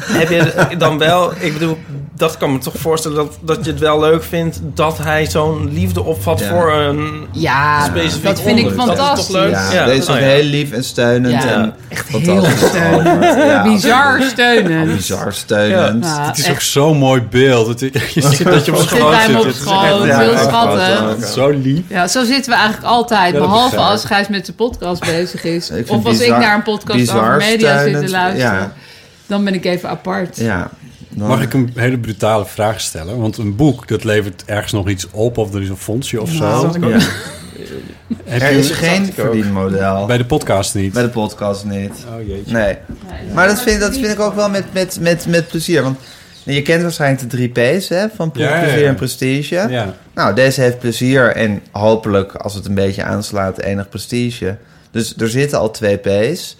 Speaker 3: heb je dan wel... Ik bedoel, dat kan me toch voorstellen dat, dat je het wel leuk vindt... dat hij zo'n liefde opvat
Speaker 5: Ja.
Speaker 3: voor een...
Speaker 8: Ja,
Speaker 3: Specifiek
Speaker 8: dat vind ik
Speaker 3: onderwerp. Dat is
Speaker 8: fantastisch.
Speaker 3: toch leuk?
Speaker 5: Ja,
Speaker 3: Ja.
Speaker 5: deze is
Speaker 3: Oh, ja.
Speaker 5: heel lief en steunend.
Speaker 8: Ja.
Speaker 5: En
Speaker 8: Echt heel
Speaker 5: fantastisch.
Speaker 8: steunend.
Speaker 5: Ja,
Speaker 8: Bizar steunen.
Speaker 5: bizar steunend.
Speaker 8: Ja,
Speaker 4: Het is ook
Speaker 8: echt.
Speaker 4: zo'n mooi beeld. Het is- je ziet dat je op
Speaker 8: Zitten
Speaker 4: schoot
Speaker 8: wij hem
Speaker 4: zit.
Speaker 8: op
Speaker 4: Het is
Speaker 8: schoot,
Speaker 4: echt-
Speaker 8: heel
Speaker 5: echt
Speaker 8: schattig.
Speaker 4: Het
Speaker 5: groot, hoor.
Speaker 4: is Zo lief.
Speaker 8: Ja, zo zitten we eigenlijk altijd.
Speaker 4: Ja, dat
Speaker 8: behalve
Speaker 4: begrijp ik.
Speaker 8: als Gijs met zijn podcast bezig is.
Speaker 5: Ik vind
Speaker 8: Of als
Speaker 5: bizar-
Speaker 8: ik naar een podcast
Speaker 5: bizar
Speaker 8: over media zit
Speaker 5: steunend.
Speaker 8: te luisteren.
Speaker 5: Ja.
Speaker 8: Dan ben ik even apart.
Speaker 5: Ja, dan-
Speaker 4: Mag ik een hele brutale vraag stellen? Want een boek, dat levert ergens nog iets op... of er is een fondsje of zo.
Speaker 8: Nou,
Speaker 5: Ja.
Speaker 4: Heb
Speaker 5: Er
Speaker 4: je-
Speaker 5: is geen verdienmodel.
Speaker 4: Bij de podcast niet.
Speaker 5: Bij de podcast niet.
Speaker 4: Oh jeetje.
Speaker 5: Nee. Maar dat vind, dat vind ik ook wel met, met, met, met plezier. Want Je kent waarschijnlijk de drie P's hè, van proef,
Speaker 4: Ja, ja,
Speaker 5: plezier
Speaker 4: ja.
Speaker 5: en prestige.
Speaker 4: Ja.
Speaker 5: Nou, deze heeft plezier en hopelijk, als het een beetje aanslaat, enig prestige. Dus er zitten al twee P's.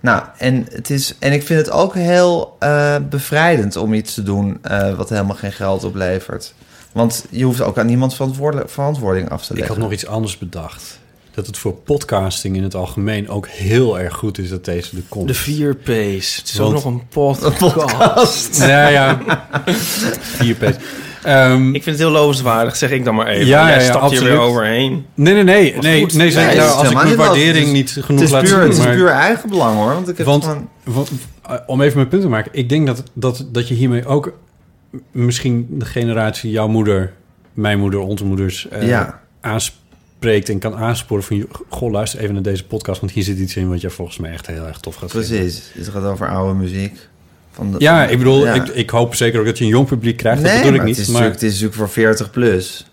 Speaker 5: Nou, en, het is, en ik vind het ook heel eh, bevrijdend om iets te doen eh, wat helemaal geen geld oplevert. Want je hoeft ook aan niemand verantwoordelijk- verantwoording af te
Speaker 4: Ik
Speaker 5: leggen.
Speaker 4: had nog iets anders bedacht. Dat het voor podcasting in het algemeen ook heel erg goed is dat deze er komt.
Speaker 3: De 4 P's. Het is
Speaker 4: Want-
Speaker 3: ook nog een podcast.
Speaker 4: Ja, ja. Vier pet. Ehm,
Speaker 3: Ik vind het heel lovenswaardig, zeg ik dan maar even.
Speaker 4: Ja,
Speaker 3: Jij
Speaker 4: ja, ja,
Speaker 3: stapt hier weer
Speaker 4: absoluut.
Speaker 3: overheen.
Speaker 4: nee, nee, nee. nee,
Speaker 3: goed.
Speaker 4: nee, zeker. Nou,
Speaker 5: Nee, het is
Speaker 4: als ik
Speaker 5: helemaal
Speaker 4: mijn
Speaker 5: niet wat.
Speaker 4: waardering
Speaker 5: Het is-
Speaker 4: niet
Speaker 5: het
Speaker 4: genoeg
Speaker 5: is
Speaker 4: laat
Speaker 5: puur,
Speaker 4: zien.
Speaker 5: het is
Speaker 4: maar-
Speaker 5: puur eigen belang hoor. Want ik heb
Speaker 4: Want-
Speaker 5: gewoon...
Speaker 4: Wa- eh, Om even mijn punt te maken. Ik denk dat, dat, dat je hiermee ook misschien de generatie jouw moeder, mijn moeder, onze moeders eh,
Speaker 5: Ja.
Speaker 4: aanspreekt en kan aansporen van... joh, goh, luister even naar deze podcast, want hier zit iets in wat jij volgens mij echt heel erg tof gaat vinden.
Speaker 5: Precies. Het gaat over oude muziek. Van de,
Speaker 4: Ja, ik bedoel,
Speaker 5: Ja.
Speaker 4: Ik, ik hoop zeker ook dat je een jong publiek krijgt.
Speaker 5: nee,
Speaker 4: dat bedoel
Speaker 5: maar
Speaker 4: ik niet.
Speaker 5: het is,
Speaker 4: maar,
Speaker 5: natuurlijk, het is natuurlijk voor 40 plus.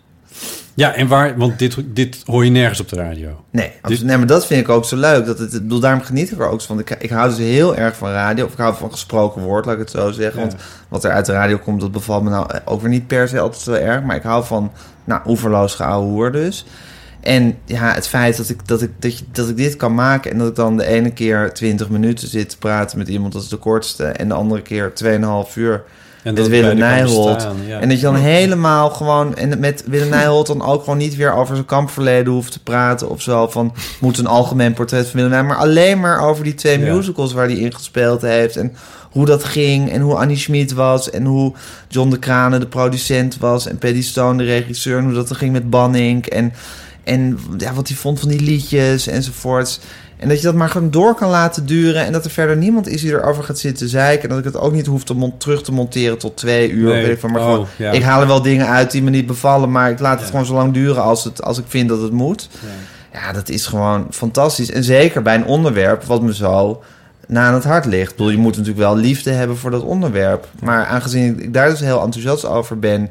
Speaker 4: Ja, en waar, want dit, dit hoor je nergens op de radio.
Speaker 5: Nee, absoluut. nee, maar dat vind ik ook zo leuk. Dat het, ik bedoel, daarom geniet ik er ook van. Ik, ik hou dus heel erg van radio. Of ik hou van gesproken woord, laat ik het zo zeggen.
Speaker 4: Ja.
Speaker 5: Want wat er uit de radio komt, dat bevalt me nou eh, ook weer niet per se altijd zo erg. Maar ik hou van, nou, oeverloos geouwe hoer dus. En ja, het feit dat ik, dat, ik, dat, je, dat ik dit kan maken... en dat ik dan de ene keer 20 minuten zit te praten met iemand... dat is de kortste. En de andere keer 2,5 uur...
Speaker 4: En
Speaker 5: met
Speaker 4: het
Speaker 5: Willem
Speaker 4: bij elkaar
Speaker 5: Nijholt.
Speaker 4: staan, ja.
Speaker 5: En dat je dan helemaal gewoon... En met Willem Nijholt dan ook gewoon niet weer over zijn kampverleden hoeft te praten of zo. Van, moet een algemeen portret van Willem Nijholt. Maar alleen maar over die twee
Speaker 4: Ja.
Speaker 5: musicals waar hij in gespeeld heeft. En hoe dat ging. En hoe Annie Schmid was. En hoe John de Kranen de producent was. En Paddy Stone de regisseur. En hoe dat er ging met Banning. En, en ja, wat hij vond van die liedjes enzovoorts. En dat je dat maar gewoon door kan laten duren. En dat er verder niemand is die erover gaat zitten zeiken. En dat ik het ook niet hoef te mon- terug te monteren tot twee uur.
Speaker 4: Nee.
Speaker 5: Weet ik, van, maar
Speaker 4: Oh,
Speaker 5: gewoon,
Speaker 4: ja.
Speaker 5: ik haal er wel dingen uit die me niet bevallen. Maar ik laat het
Speaker 4: Ja.
Speaker 5: gewoon zo lang duren als, het, als ik vind dat het moet. Ja. dat is gewoon fantastisch. En zeker bij een onderwerp wat me zo na aan het hart ligt. Ik bedoel, je moet natuurlijk wel liefde hebben voor dat onderwerp. Maar aangezien ik daar dus heel enthousiast over ben...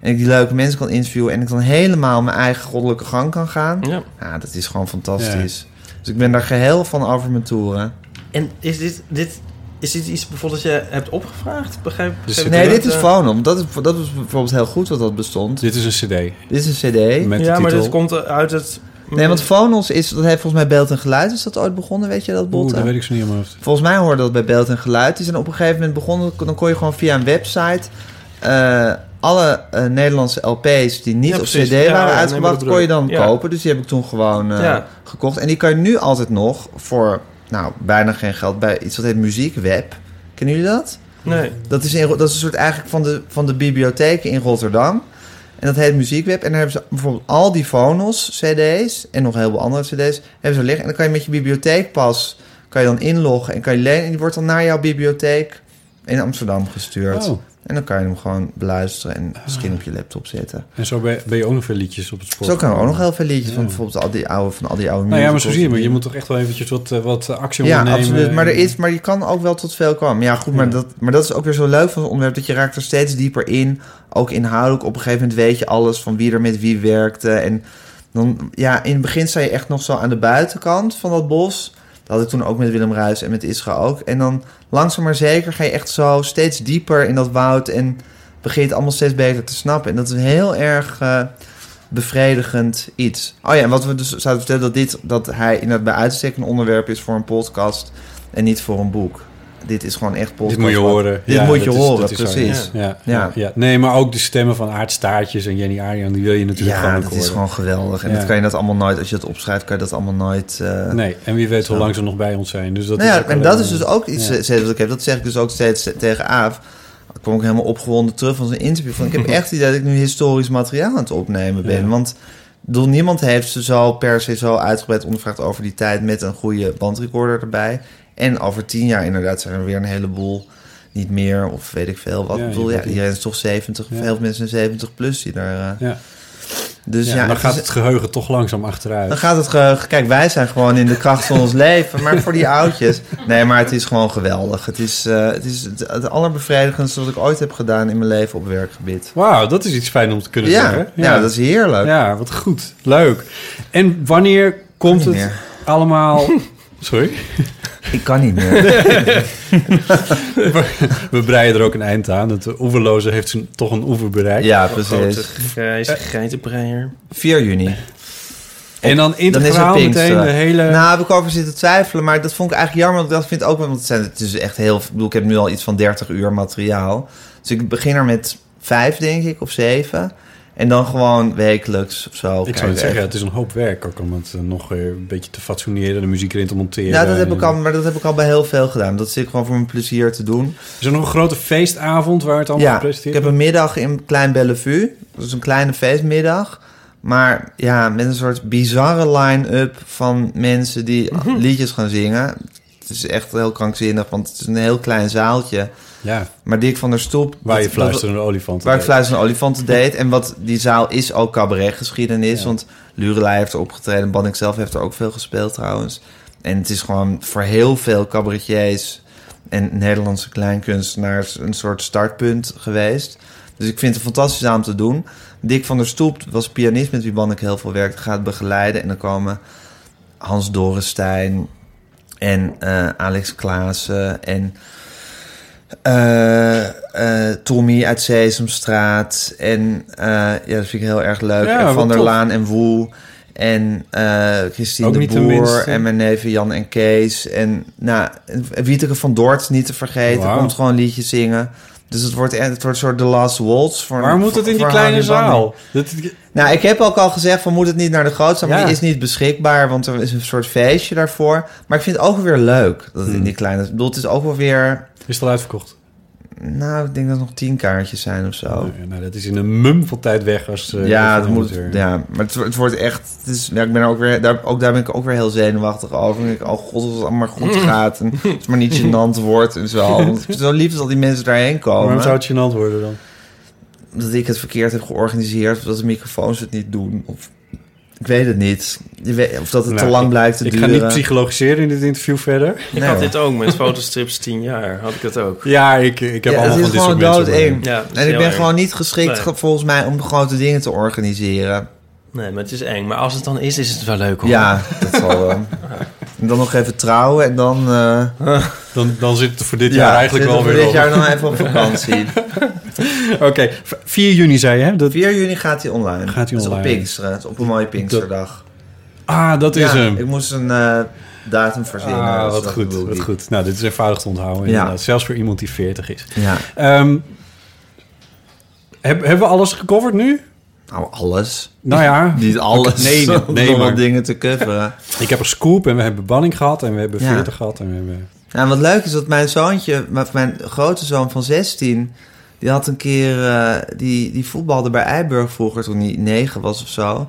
Speaker 5: en ik die leuke mensen kan interviewen... en ik dan helemaal mijn eigen goddelijke gang kan gaan...
Speaker 3: Ja.
Speaker 5: Ja, dat is gewoon fantastisch. Dus ik ben daar geheel van over mijn toeren.
Speaker 3: En is dit, dit, is dit iets bijvoorbeeld dat je hebt opgevraagd? Begrijp,
Speaker 4: Dus
Speaker 3: begrijp
Speaker 4: Zit
Speaker 5: Nee,
Speaker 3: ik
Speaker 5: dit is
Speaker 3: eh,
Speaker 5: Phonom. Dat, is- dat was bijvoorbeeld heel goed dat dat bestond.
Speaker 4: Dit is een cd
Speaker 5: Dit is een cd.
Speaker 4: met
Speaker 3: Ja,
Speaker 4: de
Speaker 3: maar
Speaker 4: titel...
Speaker 3: dit komt eh, uit het...
Speaker 5: Nee, want Phonos is, dat heeft volgens mij Beeld en Geluid. Is dat ooit begonnen, weet je dat,
Speaker 4: Oeh,
Speaker 5: Botte?
Speaker 4: dat weet ik zo niet helemaal.
Speaker 5: Volgens mij hoorde dat bij Beeld en Geluid. Die zijn op een gegeven moment begonnen. Dan kon je gewoon via een website eh, alle eh, Nederlandse LP's die niet
Speaker 3: Ja,
Speaker 5: op
Speaker 3: precies.
Speaker 5: CD
Speaker 3: Ja, ja,
Speaker 5: waren
Speaker 3: nee, maar
Speaker 5: uitgebracht,
Speaker 3: dat
Speaker 5: kon je dan
Speaker 3: bedoel ik. Ja.
Speaker 5: kopen. Dus die heb ik toen gewoon eh,
Speaker 3: Ja.
Speaker 5: gekocht. En die kan je nu altijd nog voor, nou, bijna geen geld bij iets wat heet Muziekweb. Kennen jullie dat?
Speaker 3: Nee.
Speaker 5: Dat is, in, Ro- dat is een soort eigenlijk van de, van de bibliotheken in Rotterdam. En dat heet Muziekweb. En daar hebben ze bijvoorbeeld al die Phonos cd's en nog heel veel andere cd's hebben ze liggen. En dan kan je met je bibliotheekpas kan je dan inloggen en kan je lenen. En die wordt dan naar jouw bibliotheek in Amsterdam gestuurd.
Speaker 4: Oh. Ah.
Speaker 5: En dan kan je hem gewoon beluisteren en misschien op je laptop zetten.
Speaker 4: En zo ben, ben je ook nog veel liedjes op het spoor.
Speaker 5: Zo kan er ook nog heel veel liedjes van
Speaker 4: Ja.
Speaker 5: bijvoorbeeld al die oude, van al die oude
Speaker 4: Nou ja, maar zo
Speaker 5: musicals
Speaker 4: zie je, maar
Speaker 5: die-
Speaker 4: je moet toch echt wel eventjes wat, eh, wat actie
Speaker 5: Ja,
Speaker 4: ondernemen.
Speaker 5: absoluut. Maar, er is, maar je kan ook wel tot veel komen. Ja, goed, maar,
Speaker 4: Ja.
Speaker 5: Dat, maar dat is ook weer zo leuk van het onderwerp... dat je raakt er steeds dieper in. Ook inhoudelijk. Op een gegeven moment weet je alles van wie er met wie werkte. En dan, ja, in het begin sta je echt nog zo aan de buitenkant van dat bos. Dat had ik toen ook met Willem Ruijs en met Isra ook. En dan langzaam maar zeker ga je echt zo steeds dieper in dat woud... en begin je het allemaal steeds beter te snappen. En dat is een heel erg... eh, bevredigend iets. Oh ja, en wat we dus zouden vertellen, dat, dit, dat hij inderdaad bij uitstek een onderwerp is voor een podcast en niet voor een boek. Dit is gewoon echt podcast.
Speaker 4: Dit moet je horen.
Speaker 5: Dit
Speaker 4: Ja,
Speaker 5: moet je
Speaker 4: dat is-
Speaker 5: horen,
Speaker 4: dat is zo,
Speaker 5: precies.
Speaker 4: Ja. Ja,
Speaker 5: Ja.
Speaker 4: ja. Nee, maar ook de stemmen van Aart Staartjes en Jenny Arian, die wil je natuurlijk
Speaker 5: Ja,
Speaker 4: gewoon ook
Speaker 5: dat is
Speaker 4: horen.
Speaker 5: gewoon geweldig. En
Speaker 4: Ja.
Speaker 5: dat kan je dat allemaal nooit, als je dat opschrijft, kan je dat allemaal nooit... eh,
Speaker 4: Nee, en wie weet
Speaker 5: Zo.
Speaker 4: hoe lang ze nog bij ons zijn. Dus dat
Speaker 5: nou
Speaker 4: is
Speaker 5: ja,
Speaker 4: ook
Speaker 5: en
Speaker 4: wel
Speaker 5: dat
Speaker 4: een-
Speaker 5: is dus ook iets
Speaker 4: ja.
Speaker 5: eh, steeds wat ik heb. Dat zeg ik dus ook steeds tegen Aaf. Ik kwam ook helemaal opgewonden terug van zijn interview. Van, ik heb echt het idee dat ik nu historisch materiaal aan het opnemen ben.
Speaker 4: Ja.
Speaker 5: Want ik bedoel, niemand heeft ze zo per se zo uitgebreid ondervraagd over die tijd... met een goede bandrecorder erbij. En over tien jaar inderdaad zijn er weer een heleboel niet meer of weet ik veel wat.
Speaker 4: Ja,
Speaker 5: ik bedoel, ja,
Speaker 4: je-
Speaker 5: iedereen is toch 70, of
Speaker 4: Ja.
Speaker 5: heel veel mensen zijn 70 plus die daar... eh,
Speaker 4: Ja.
Speaker 5: dus
Speaker 4: Ja,
Speaker 5: ja,
Speaker 4: en dan
Speaker 5: het
Speaker 4: gaat
Speaker 5: is-
Speaker 4: het geheugen toch langzaam achteruit.
Speaker 5: dan gaat het geheugen. Kijk, wij zijn gewoon in de kracht van ons leven. Maar voor die oudjes. Nee, maar het is gewoon geweldig. Het is, eh, het, is het, het allerbevredigendste wat ik ooit heb gedaan in mijn leven op werkgebied.
Speaker 4: Wauw, dat is iets fijn om te kunnen
Speaker 5: Ja, ja.
Speaker 4: zeggen.
Speaker 5: dat is heerlijk.
Speaker 4: Ja, wat goed. Leuk. En wanneer komt
Speaker 5: Niet
Speaker 4: het
Speaker 5: meer.
Speaker 4: allemaal... Sorry?
Speaker 5: Ik kan niet meer.
Speaker 4: We breien er ook een eind aan. Het eh, oeverloze heeft zijn, toch een oever bereikt.
Speaker 5: ja,
Speaker 3: Grote
Speaker 5: precies.
Speaker 3: grijze geitenbreier.
Speaker 5: 4 juni.
Speaker 4: En dan
Speaker 5: Dan is
Speaker 4: integraal
Speaker 5: het Pinksteren.
Speaker 4: meteen de hele...
Speaker 5: Nou, heb ik over zitten twijfelen, maar dat vond ik eigenlijk jammer. Want ik vind ook, want het, zijn, het is echt heel... Ik bedoel, ik heb nu al iets van 30 uur materiaal. Dus ik begin er met vijf, denk ik, of zeven. En dan gewoon wekelijks of zo.
Speaker 4: ik zou het
Speaker 5: kijken.
Speaker 4: zeggen, het is een hoop werk ook om het eh, nog eh, een beetje te fatsoeneren, de muziek erin te monteren.
Speaker 5: Ja, Nou, dat heb ik al,
Speaker 4: kan.
Speaker 5: maar dat heb ik al bij heel veel gedaan. Dat zit ik gewoon voor mijn plezier te doen.
Speaker 4: Is er nog een grote feestavond waar het allemaal
Speaker 5: Ja, ik
Speaker 4: gepresenteerd
Speaker 5: heb een middag in Klein Bellevue. Dat is een kleine feestmiddag. Maar ja, met een soort bizarre line-up van mensen die
Speaker 4: Mhm.
Speaker 5: liedjes gaan zingen. Het is echt heel krankzinnig, want het is een heel klein zaaltje.
Speaker 4: Ja,
Speaker 5: Maar Dirk van der Stoep...
Speaker 4: waar je
Speaker 5: dat-
Speaker 4: fluisterende olifant.
Speaker 5: dat- Waar ik fluisterende olifanten deed. En wat die zaal is ook cabaretgeschiedenis. Want Lurelei heeft er opgetreden. Banning zelf heeft er ook veel gespeeld trouwens. En het is gewoon voor heel veel cabaretiers en Nederlandse kleinkunstenaars een soort startpunt geweest. Dus ik vind het fantastisch om te doen. Dick van der Stoep was pianist met wie Bannek heel veel werkte, gaat begeleiden. En dan komen Hans Dorenstein en eh, Alex Klaassen en eh, eh, Tommy uit Sesamstraat. En eh, ja, dat vind ik heel erg leuk.
Speaker 4: Ja,
Speaker 5: en
Speaker 4: wat
Speaker 5: Van der
Speaker 4: tof.
Speaker 5: Laan en Woe. En eh Christine
Speaker 4: Ook
Speaker 5: de
Speaker 4: niet de
Speaker 5: Boer
Speaker 4: minste.
Speaker 5: en mijn neven Jan en Kees. En nou, Wieteke van Doort niet te vergeten.
Speaker 4: Wauw.
Speaker 5: Komt gewoon liedjes zingen. Dus het wordt, echt- het wordt een soort The Last Waltz. Voor,
Speaker 4: Waar moet het in die
Speaker 5: voor
Speaker 4: kleine
Speaker 5: Harry Banning.
Speaker 4: zaal? Dat,
Speaker 5: Nou, ik heb ook al gezegd van moet het niet naar de grootste, maar
Speaker 4: Ja.
Speaker 5: die is niet beschikbaar, want er is een soort feestje daarvoor. Maar ik vind het ook weer leuk dat het
Speaker 4: Hmm.
Speaker 5: in die kleine. Ik bedoel, het is ook wel weer.
Speaker 4: is het al uitverkocht?
Speaker 5: Nou, ik denk dat het nog tien kaartjes zijn of zo.
Speaker 4: Nou, nou, dat is in een mum van tijd weg als... eh,
Speaker 5: Oh. ja, dat
Speaker 4: van
Speaker 5: moet,
Speaker 4: amateur.
Speaker 5: ja, maar het, het wordt echt. Het is, ja, ik ben er ook weer, daar, ook daar ben ik ook weer heel zenuwachtig over. Ik denk, oh god, als het allemaal maar goed
Speaker 4: Hmm.
Speaker 5: gaat en als het maar niet gênant wordt en zo. Want ik vind het zo lief dat al die mensen daarheen
Speaker 4: Waarom
Speaker 5: komen.
Speaker 4: zou het gênant worden dan?
Speaker 5: dat ik het verkeerd heb georganiseerd of dat de microfoons het niet doen of ik weet het niet. Je weet- of dat het
Speaker 4: Nou,
Speaker 5: te lang blijft te
Speaker 4: Ik ga
Speaker 5: duren.
Speaker 4: niet psychologiseren in dit interview verder.
Speaker 3: Ik
Speaker 5: Nee.
Speaker 3: had dit ook met fotostrips 10 jaar. Had ik dat ook.
Speaker 4: Ja, ik, ik heb
Speaker 5: Ja,
Speaker 4: allemaal
Speaker 5: het
Speaker 4: van
Speaker 5: is
Speaker 4: dit soort
Speaker 5: gewoon
Speaker 4: mensen. om me heen.
Speaker 5: doodeng.
Speaker 3: Ja, dat is
Speaker 5: En ik
Speaker 3: heel
Speaker 5: ben
Speaker 3: erg.
Speaker 5: gewoon niet geschikt
Speaker 3: Nee.
Speaker 5: volgens mij om grote dingen te organiseren.
Speaker 3: Nee, maar het is eng. Maar als het dan is, is het wel leuk hoor.
Speaker 5: Ja, dat zal wel. En dan nog even trouwen en dan... eh
Speaker 4: Dan, dan zit het er voor dit jaar eigenlijk
Speaker 5: zitten
Speaker 4: wel
Speaker 5: we
Speaker 4: weer
Speaker 5: dit
Speaker 4: op.
Speaker 5: jaar dan even op vakantie.
Speaker 4: Oké, v- 4 juni zei je, hè? Dat,
Speaker 5: 4 juni gaat hij online.
Speaker 4: Gaat hij
Speaker 5: Dat is op
Speaker 4: online.
Speaker 5: Pinksteren. Dat is op een mooie Pinksterdag.
Speaker 4: ah, dat is
Speaker 5: Ja,
Speaker 4: hem.
Speaker 5: Ik moest een eh, datum verzinnen.
Speaker 4: Ah,
Speaker 5: dus
Speaker 4: wat
Speaker 5: dat
Speaker 4: goed,
Speaker 5: bedoel ik
Speaker 4: wat
Speaker 5: niet.
Speaker 4: goed. Nou, dit is eenvoudig te onthouden.
Speaker 5: Ja.
Speaker 4: inderdaad. Zelfs voor iemand die 40 is.
Speaker 5: Ja,
Speaker 4: Ehm, heb, hebben we alles gecoverd nu?
Speaker 5: nou alles.
Speaker 4: Nou ja,
Speaker 5: Niet alles.
Speaker 4: Nee, nee,
Speaker 5: om
Speaker 4: nee,
Speaker 5: nog wat
Speaker 4: maar-
Speaker 5: dingen te coveren.
Speaker 4: ik heb een scoop en we hebben banning gehad en we hebben
Speaker 5: Ja.
Speaker 4: 40 gehad. En we hebben...
Speaker 5: Ja, en wat leuk is dat mijn zoontje, of mijn grote zoon van 16, die had een keer, eh, die, die voetbalde bij Eiburg vroeger toen hij 9 was of zo.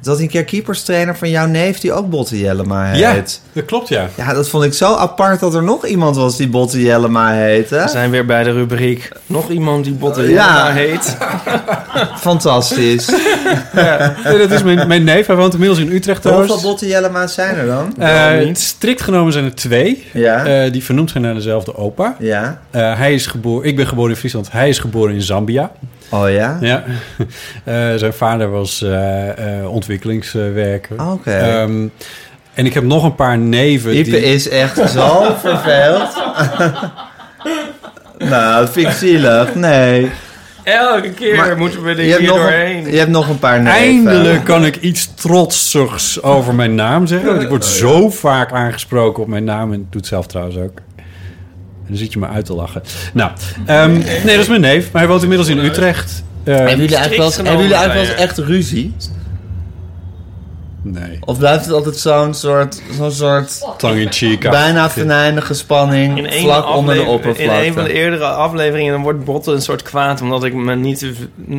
Speaker 5: Toen had hij een keer keeperstrainer van jouw neef die ook Botte Jellema heet.
Speaker 4: Ja, dat klopt ja.
Speaker 5: Ja. dat vond ik zo apart dat er nog iemand was die Botte Jellema
Speaker 3: We
Speaker 5: heette.
Speaker 3: zijn weer bij de rubriek. Nog iemand die Botte
Speaker 5: Ja.
Speaker 3: ja. heet.
Speaker 5: Fantastisch.
Speaker 4: Nee, dat is mijn, mijn neef, hij woont inmiddels in Utrecht
Speaker 5: Hoeveel
Speaker 4: trouwens.
Speaker 5: Botte Jellema's zijn er dan?
Speaker 4: Eh,
Speaker 3: Wel niet.
Speaker 4: strikt genomen zijn er twee,
Speaker 5: Ja.
Speaker 4: eh, die vernoemd zijn naar dezelfde opa.
Speaker 5: Ja.
Speaker 4: Eh, hij is geboren, ik ben geboren in Friesland, hij is geboren in Zambia.
Speaker 5: Oh ja?
Speaker 4: Ja, Eh, zijn vader was eh, eh, ontwikkelingswerker.
Speaker 5: Oh, Oké.
Speaker 4: Ehm, en ik heb nog een paar neven.
Speaker 5: Ipe
Speaker 4: die...
Speaker 5: is echt zo verveeld. nou, dat vind ik zielig. Nee.
Speaker 3: Elke keer
Speaker 5: Maar
Speaker 3: moeten we er
Speaker 5: Je hebt,
Speaker 3: hier
Speaker 5: nog
Speaker 3: doorheen.
Speaker 5: een, je hebt nog een paar neven.
Speaker 4: Eindelijk kan ik iets trotsigs over mijn naam zeggen. Want ik word zo vaak aangesproken op mijn naam. En ik doe het zelf trouwens ook. En dan zit je me uit te lachen. Nou, ehm, nee, dat is mijn neef. Maar hij woont inmiddels in Utrecht. Eh,
Speaker 5: Hebben jullie
Speaker 3: Strikt
Speaker 5: eigenlijk wel eens, hebben jullie
Speaker 3: genomen
Speaker 5: eigenlijk wel
Speaker 3: zijn
Speaker 5: eens echt ruzie?
Speaker 4: nee,
Speaker 5: Of blijft het altijd zo'n soort, zo'n soort
Speaker 4: tong in cheek.
Speaker 5: bijna venijnige
Speaker 3: In
Speaker 5: spanning
Speaker 3: één
Speaker 5: vlak onder de
Speaker 3: aflevering- In een van de
Speaker 5: oppervlakte?
Speaker 3: eerdere afleveringen dan wordt Botte een soort kwaad... omdat ik me niet,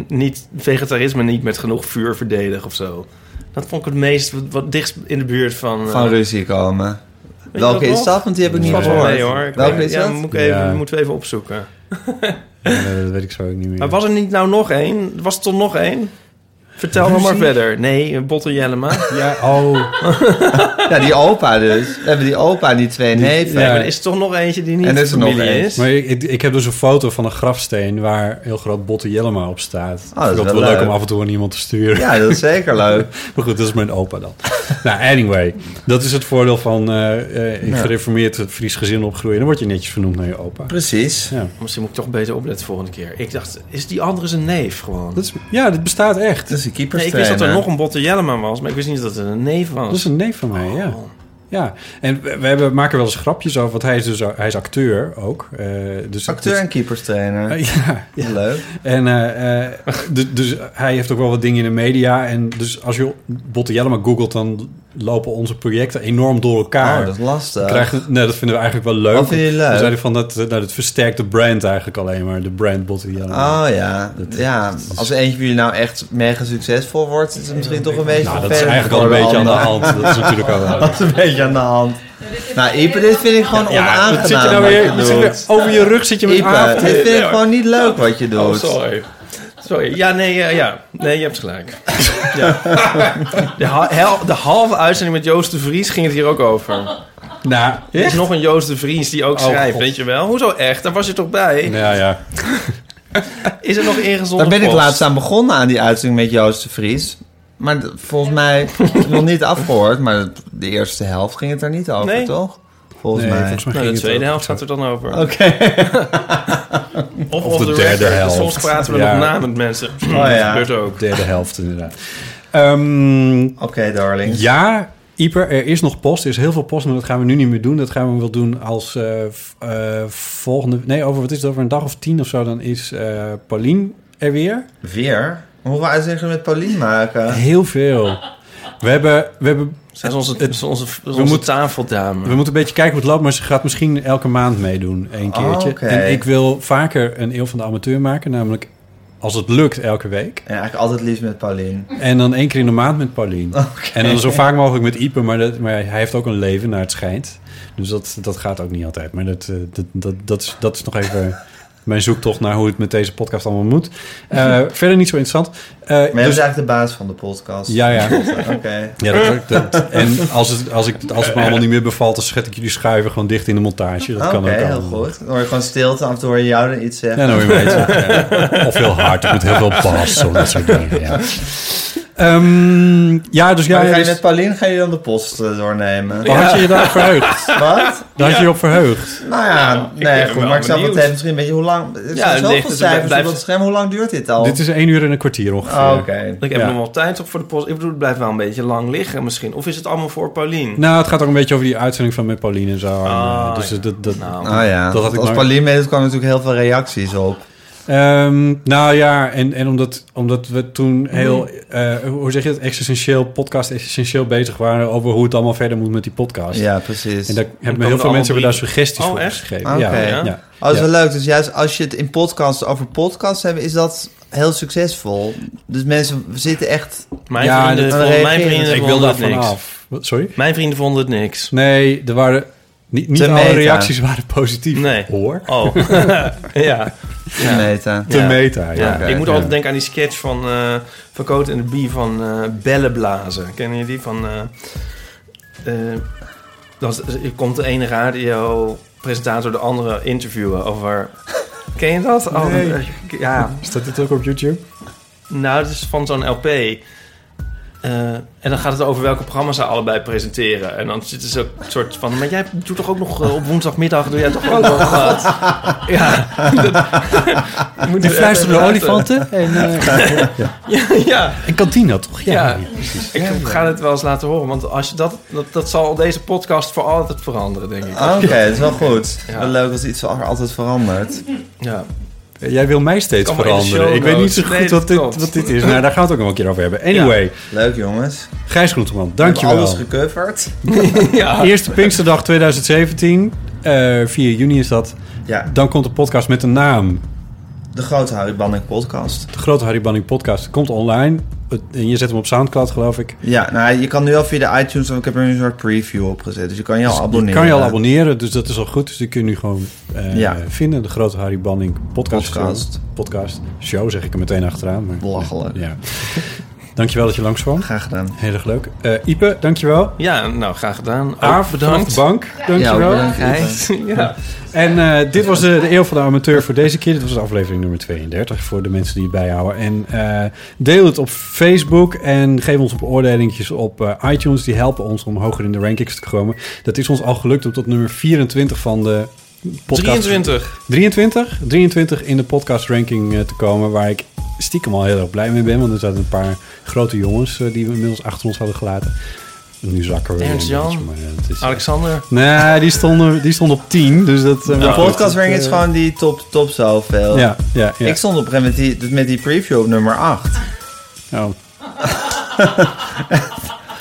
Speaker 3: niet vegetarisme niet met genoeg vuur verdedig of zo. Dat vond ik het meest wat, wat dichtst in de buurt van...
Speaker 5: Van
Speaker 3: eh,
Speaker 5: ruzie komen.
Speaker 3: weet je
Speaker 5: Welke
Speaker 3: nog?
Speaker 5: is dat? Want die heb ik niet
Speaker 4: Nee.
Speaker 3: Valt wel
Speaker 5: gehoord.
Speaker 3: mee hoor. Ik
Speaker 5: Welke
Speaker 3: weet-
Speaker 5: is
Speaker 3: ja,
Speaker 5: dat?
Speaker 3: Moet ik even,
Speaker 4: Ja.
Speaker 3: Moeten we even opzoeken.
Speaker 4: dat weet ik zo ook niet meer.
Speaker 3: Maar was er niet nou nog één? Was er toch nog één? Vertel me maar verder. Nee, Botte Jellema.
Speaker 4: Ja, oh.
Speaker 5: Ja, die opa dus. We hebben die opa en die twee neven.
Speaker 3: Nee,
Speaker 4: Ja.
Speaker 3: maar er is toch nog eentje die niet
Speaker 5: En er is er nog
Speaker 3: familie
Speaker 5: één.
Speaker 3: is.
Speaker 4: Maar ik, ik, ik heb dus een foto van een grafsteen waar heel groot Botte Jellema op staat.
Speaker 5: Oh, dat is
Speaker 4: ik vind
Speaker 5: wel
Speaker 4: het wel leuk
Speaker 5: leuk.
Speaker 4: om af en toe aan iemand te sturen.
Speaker 5: Ja, dat is zeker leuk.
Speaker 4: Maar goed, dat is mijn opa dan. nou, anyway. Dat is het voordeel van eh, eh, in
Speaker 5: Ja.
Speaker 4: gereformeerd Fries gezin opgroeien. Dan word je netjes vernoemd naar je opa.
Speaker 5: Precies.
Speaker 4: Ja,
Speaker 3: Misschien moet ik toch beter opletten volgende keer. Ik dacht, is die andere zijn neef gewoon?
Speaker 4: dat, is, ja, dat bestaat echt.
Speaker 5: Dat is een
Speaker 3: nee, ik
Speaker 5: Dus keeperstrainer.
Speaker 3: wist dat er nog een Botte Jellema was, maar ik wist niet dat het een neef was.
Speaker 4: Dat is een neef van mij, ja.
Speaker 3: Oh.
Speaker 4: Ja, en we we hebben, maken wel eens grapjes over, want hij is dus hij is acteur ook. eh, dus
Speaker 5: Acteur en
Speaker 4: dus-
Speaker 5: keeperstrainer.
Speaker 4: Eh, ja,
Speaker 5: Leuk.
Speaker 4: en eh, eh, du- dus hij heeft ook wel wat dingen in de media. En dus als je Botte Jellema googelt, dan lopen onze projecten enorm door elkaar.
Speaker 5: Oh, dat is lastig.
Speaker 4: Krijgt, nee, dat vinden we eigenlijk wel leuk.
Speaker 5: Wat vind je leuk?
Speaker 4: We zeiden van dat, nou, dat versterkt de brand eigenlijk alleen maar. De brand Botte Jellema.
Speaker 5: Oh ja. ja. Als eentje van jullie nou echt mega succesvol wordt, is het misschien toch een beetje
Speaker 4: nou, dat is
Speaker 5: vervelend
Speaker 4: eigenlijk al een
Speaker 5: voor de
Speaker 4: beetje aan de
Speaker 5: ander.
Speaker 4: hand. Dat is natuurlijk al wel.
Speaker 5: Dat is een beetje aan de hand. Nou, Ipe, dit vind ik gewoon onaangenaam.
Speaker 4: Wat zit je nou
Speaker 5: wat
Speaker 4: weer,
Speaker 5: je
Speaker 4: wat zit je weer-
Speaker 5: doet.
Speaker 4: over je rug zit je met
Speaker 5: Ipe,
Speaker 4: aap.
Speaker 5: dit vind ik gewoon niet leuk wat je
Speaker 3: Oh,
Speaker 5: doet.
Speaker 3: sorry. Sorry. Ja, nee, ja, ja. nee, je hebt gelijk. Ja. De, ha- hel- de halve uitzending met Joost de Vries ging het hier ook over.
Speaker 4: Nou,
Speaker 3: Er is nog een Joost de Vries die ook
Speaker 4: Oh,
Speaker 3: schrijft,
Speaker 4: God.
Speaker 3: weet je wel? Hoezo echt? Daar was je toch bij?
Speaker 4: Ja, nou ja.
Speaker 3: Is er nog ingezonden
Speaker 5: Daar ben ik
Speaker 3: post? Nou,
Speaker 5: laatst aan begonnen aan die uitzending met Joost de Vries. Maar d- volgens mij, nog niet afgehoord, maar de eerste helft ging het er niet over,
Speaker 3: Nee.
Speaker 5: toch? Volgens
Speaker 4: Nee,
Speaker 5: mij.
Speaker 4: volgens mij
Speaker 3: Nou,
Speaker 4: ging
Speaker 3: de
Speaker 4: het
Speaker 3: tweede
Speaker 4: ook.
Speaker 3: helft gaat er dan over.
Speaker 5: Oké.
Speaker 3: Of,
Speaker 4: Of
Speaker 3: of
Speaker 4: de
Speaker 3: de
Speaker 4: derde
Speaker 3: record.
Speaker 4: helft.
Speaker 3: Soms praten we
Speaker 4: Ja.
Speaker 3: nog na met mensen. Oh,
Speaker 5: ja.
Speaker 3: Dat gebeurt ook.
Speaker 4: Derde helft, inderdaad. Ehm,
Speaker 5: Oké, darling.
Speaker 4: ja, Ieper, er is nog post. Er is heel veel post, maar dat gaan we nu niet meer doen. Dat gaan we wel doen als eh, v- eh, volgende... Nee, over, wat is het, over een dag of tien of zo, dan is eh Paulien er weer.
Speaker 5: Weer? Hoeveel uitzendingen we met Paulien maken?
Speaker 4: Heel veel. We, hebben, we, hebben,
Speaker 3: Zij is onze, is onze, is onze
Speaker 4: moeten-
Speaker 3: tafeldame.
Speaker 4: we moeten een beetje kijken hoe het loopt, maar ze gaat misschien elke maand meedoen, één
Speaker 5: Oh,
Speaker 4: keertje.
Speaker 5: oké.
Speaker 4: En ik wil vaker een eeuw van de amateur maken, namelijk als het lukt elke week.
Speaker 5: Ja, eigenlijk altijd liefst met Paulien.
Speaker 4: En dan één keer in de maand met Paulien.
Speaker 5: Oké.
Speaker 4: En dan zo vaak mogelijk met Ipe, maar, dat, maar hij heeft ook een leven naar het schijnt. Dus dat, dat gaat ook niet altijd. Maar dat, eh, dat, dat, dat, is, dat is nog even mijn zoektocht naar hoe het met deze podcast allemaal moet. Eh, verder niet zo interessant. Eh,
Speaker 5: Maar jij
Speaker 4: dus-
Speaker 5: is eigenlijk de baas van de podcast.
Speaker 4: ja, ja.
Speaker 5: Oké.
Speaker 4: Ja, dat, dat- en als het, als, ik, als het me allemaal niet meer bevalt, dan schet ik jullie schuiven gewoon dicht in de montage. Dat
Speaker 5: Oké,
Speaker 4: kan ook
Speaker 5: heel
Speaker 4: allemaal.
Speaker 5: goed. Dan hoor je gewoon stilte, af en toe hoor je jou dan iets zeggen.
Speaker 4: Ja, nou, je weet het. Ja. Of heel hard, of met heel veel bas, of dat soort dingen. Ja, Ehm, ja dus ja,
Speaker 5: Maar ga je
Speaker 4: dus-
Speaker 5: met Paulien ga je dan de post eh, doornemen?
Speaker 4: Waar had je je daar verheugd?
Speaker 5: Wat?
Speaker 4: Daar had je je op verheugd.
Speaker 5: Nou ja, nee,
Speaker 3: ben
Speaker 5: goed,
Speaker 3: wel
Speaker 5: maar ik snap dat
Speaker 3: benieuwd.
Speaker 5: het heeft misschien een beetje hoe lang. Er
Speaker 3: het
Speaker 5: zijn
Speaker 3: ligt-
Speaker 5: zoveel
Speaker 3: het
Speaker 5: cijfers op
Speaker 3: blijft-
Speaker 5: dat scherm. Hoe lang duurt dit
Speaker 3: Oh.
Speaker 5: al?
Speaker 4: Dit is één uur en een kwartier ongeveer.
Speaker 3: Ah,
Speaker 5: Oh, Oké.
Speaker 3: Ik heb
Speaker 4: Ja.
Speaker 3: nog wel tijd op voor de post. Ik bedoel, het blijft wel een beetje lang liggen misschien. Of is het allemaal voor Paulien?
Speaker 4: Nou, het gaat ook een beetje over die uitzending van met Pauline en zo. En,
Speaker 3: Ah,
Speaker 4: eh, dus
Speaker 3: ja.
Speaker 4: dat, dat,
Speaker 3: Nou,
Speaker 5: Ah ja,
Speaker 4: Dat had ik
Speaker 5: als
Speaker 4: maar-
Speaker 5: Paulien meedoet kwamen natuurlijk heel veel reacties op.
Speaker 4: Ehm, nou ja, en, en omdat, omdat we toen heel, eh, hoe zeg je dat, existentieel, podcast essentieel bezig waren over hoe het allemaal verder moet met die podcast.
Speaker 5: Ja, precies.
Speaker 4: En daar hebben heel
Speaker 3: er
Speaker 4: veel
Speaker 3: allemaal
Speaker 4: mensen hebben daar
Speaker 3: brieven.
Speaker 4: suggesties
Speaker 3: Oh,
Speaker 4: voor
Speaker 3: echt?
Speaker 4: geschreven.
Speaker 5: Oké.
Speaker 4: Ja, ja.
Speaker 3: Ja.
Speaker 5: Oh, dat is
Speaker 4: Ja.
Speaker 5: wel leuk. Dus juist als je het in podcasts over podcasts hebt, is dat heel succesvol. Dus mensen zitten echt...
Speaker 3: mijn,
Speaker 4: Ja,
Speaker 3: vrienden,
Speaker 5: dat-
Speaker 3: vonden-
Speaker 5: dan
Speaker 3: mijn
Speaker 5: reageer je.
Speaker 3: vrienden
Speaker 4: Ik wil
Speaker 3: vonden
Speaker 4: daar
Speaker 3: het niks.
Speaker 4: vanaf. Wat, Sorry?
Speaker 3: Mijn vrienden vonden het niks.
Speaker 4: Nee, er waren niet, niet
Speaker 5: Te
Speaker 4: alle
Speaker 5: meta.
Speaker 4: reacties waren positief.
Speaker 3: Nee.
Speaker 4: Hoor.
Speaker 3: Oh, ja.
Speaker 5: Ja. Meta.
Speaker 4: Te
Speaker 3: Ja.
Speaker 4: meta, ja.
Speaker 3: Ja,
Speaker 5: Oké,
Speaker 3: ik moet
Speaker 4: ja.
Speaker 3: altijd denken aan die sketch van, eh van Coat en de Bie van eh Bellen blazen. Kennen jullie die? Van, eh, eh, dan is- er komt de ene radiopresentator de andere interviewen over... Ken je dat? Oh,
Speaker 4: Nee.
Speaker 3: eh, ja,
Speaker 4: Staat dit ook op YouTube?
Speaker 3: nou, het is van zo'n LP. Eh, en dan gaat het over welke programma's ze allebei presenteren. En dan zitten ze een soort van... Maar jij doet toch ook nog eh, op woensdagmiddag... Doe jij toch ook nog... eh, ja. dat- Moet
Speaker 4: En
Speaker 3: je
Speaker 4: fluister de
Speaker 3: even
Speaker 4: olifanten.
Speaker 3: eh,
Speaker 4: En, eh,
Speaker 3: laten. ja.
Speaker 4: en Cantina, toch? Ja.
Speaker 3: Ja. Ik ga het wel eens laten horen, want als je dat, dat, dat zal deze podcast voor altijd veranderen, denk ik.
Speaker 5: Ah, Oké, dat is wel goed.
Speaker 3: Ja.
Speaker 5: Wel leuk als iets wel altijd verandert.
Speaker 3: Ja.
Speaker 4: Jij wil mij steeds
Speaker 3: Allemaal in de
Speaker 4: veranderen.
Speaker 3: show
Speaker 4: Ik weet niet
Speaker 3: notes.
Speaker 4: zo goed
Speaker 3: Nee,
Speaker 4: wat, dit,
Speaker 3: dat klopt.
Speaker 4: wat dit is. Nou, daar gaan we het ook nog een keer over hebben. Anyway,
Speaker 5: Leuk jongens. We
Speaker 4: Gijs Groenteman,
Speaker 5: hebben
Speaker 4: dankjewel.
Speaker 5: alles gecoverd.
Speaker 3: ja.
Speaker 4: Eerste Pinksterdag 2017. eh 4 juni is dat.
Speaker 5: Ja,
Speaker 4: Dan komt de podcast met een naam.
Speaker 5: de grote Harry Banning podcast.
Speaker 4: De grote Harry Banning podcast komt online. Het- En je zet hem op Soundcloud, geloof ik.
Speaker 5: Ja, nou je kan nu al via de iTunes, want ik heb er nu een soort preview op gezet. Dus je kan je al abonneren.
Speaker 4: Je kan je al abonneren, dus dat is al goed. Dus die kun je nu gewoon eh,
Speaker 5: Ja.
Speaker 4: vinden. De grote Harry Banning podcast.
Speaker 5: Podcast.
Speaker 4: Podcast. Show zeg ik er meteen achteraan. Maar,
Speaker 5: Belachelijk.
Speaker 4: Ja. Dankjewel dat je langskwam.
Speaker 5: Graag gedaan.
Speaker 4: Heel erg leuk. Eh Ipe, dankjewel.
Speaker 3: Ja, nou, graag gedaan.
Speaker 4: Aaf, bedankt. de bank, dankjewel.
Speaker 5: Ja, bedankt.
Speaker 3: Gijs. Ja.
Speaker 4: En eh, dit was de, de Eeuw van de Amateur voor deze keer. Dit was aflevering nummer 32 voor de mensen die het bijhouden. En eh, deel het op Facebook en geef ons beoordelingjes op eh, iTunes. Die helpen ons om hoger in de rankings te komen. Dat is ons al gelukt om tot nummer 24 van de podcast...
Speaker 3: 23.
Speaker 4: 23? 23 in de podcast ranking eh, te komen. Waar ik stiekem al heel erg blij mee ben. Want er zaten een paar grote jongens eh, die we inmiddels achter ons hadden gelaten. Nu zakken we weer
Speaker 3: Ernst
Speaker 4: een beetje,
Speaker 3: Jan?
Speaker 4: maar, eh, het is-
Speaker 3: Alexander.
Speaker 4: Nee, die stonden, die stonden op 10. Dus dat, eh,
Speaker 5: De
Speaker 4: maar
Speaker 3: Oh,
Speaker 4: goed,
Speaker 5: podcast
Speaker 4: dat,
Speaker 5: ring is
Speaker 4: eh,
Speaker 5: gewoon die top, top zoveel.
Speaker 4: Ja, ja, ja.
Speaker 5: Oh. Ik stond op een gegeven moment met die, dus met die preview op nummer 8.
Speaker 4: Oh.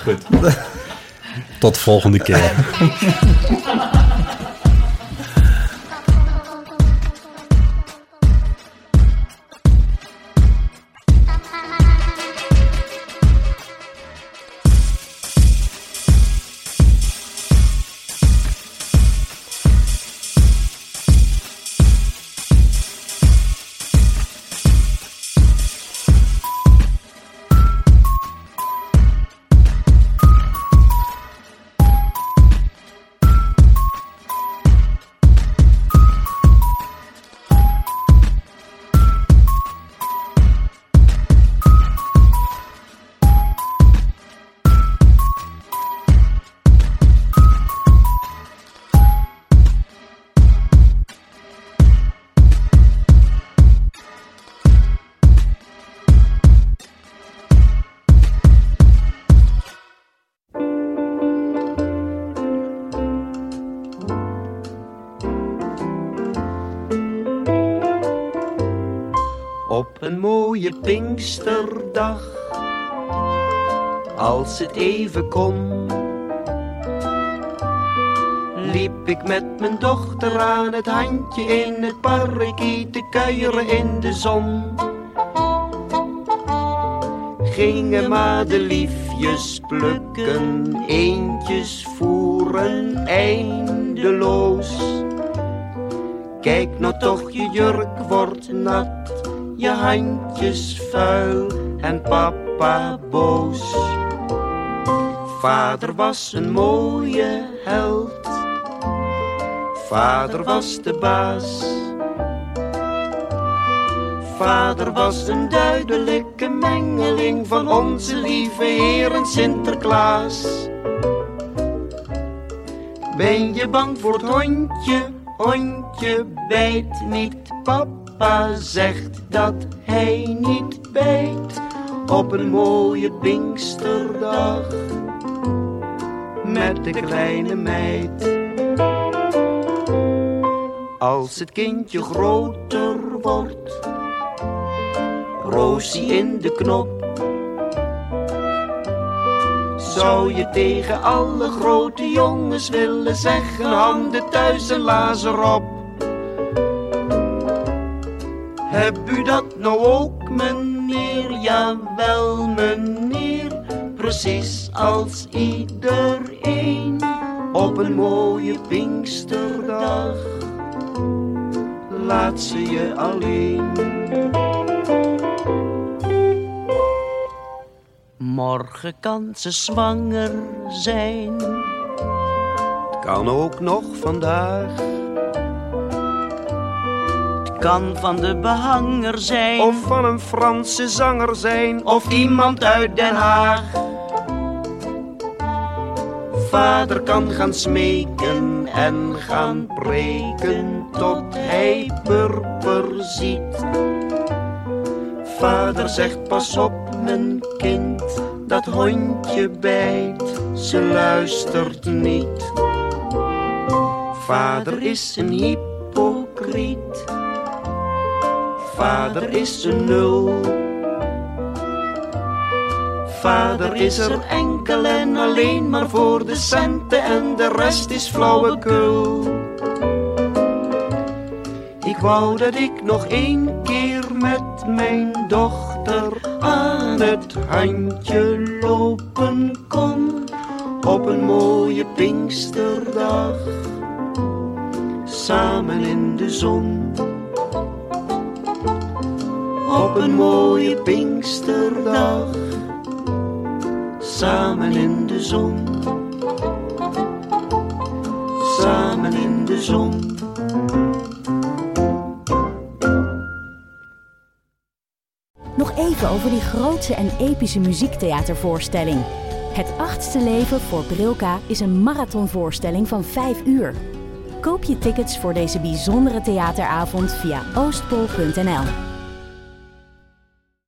Speaker 4: Goed. Tot volgende keer.
Speaker 9: Op een mooie Pinksterdag, als het even kon, liep ik met mijn dochter aan het handje in het parkie te kuieren in de zon. Gingen maar de liefjes plukken, eentjes voeren eindeloos. Kijk nou toch, je jurk wordt nat, je handjes vuil en papa boos. Vader was een mooie held, vader was de baas. Vader was een duidelijke mengeling van onze lieve Heer en Sinterklaas. Ben je bang voor het hondje? Hondje bijt niet. Papa zegt dat hij niet bijt. Op een mooie Pinksterdag met de kleine meid. Als het kindje groter wordt, Rosie in de knop zou je tegen alle grote jongens willen zeggen: handen thuis en lazer op. Heb u dat nou ook, meneer? Jawel, meneer. Precies als iedereen op een mooie Pinksterdag. Laat ze je alleen. Morgen kan ze zwanger zijn. Het kan ook nog vandaag. Het kan van de behanger zijn. Of van een Franse zanger zijn. Of iemand uit Den Haag. Vader kan gaan smeken en gaan preken tot hij purper ziet. Vader zegt pas op mijn kind, dat hondje bijt, ze luistert niet. Vader is een hypocriet, vader is een nul. Vader is er enkel en alleen maar voor de centen en de rest is flauwekul. Ik wou dat ik nog één keer met mijn dochter aan het handje lopen kon. Op een mooie Pinksterdag, samen in de zon. Op een mooie Pinksterdag, samen in de zon. Samen in de zon.
Speaker 2: Nog even over die grootse en epische muziektheatervoorstelling. Het achtste leven voor Brilka is een marathonvoorstelling van 5 uur. Koop je tickets voor deze bijzondere theateravond via oostpol.nl.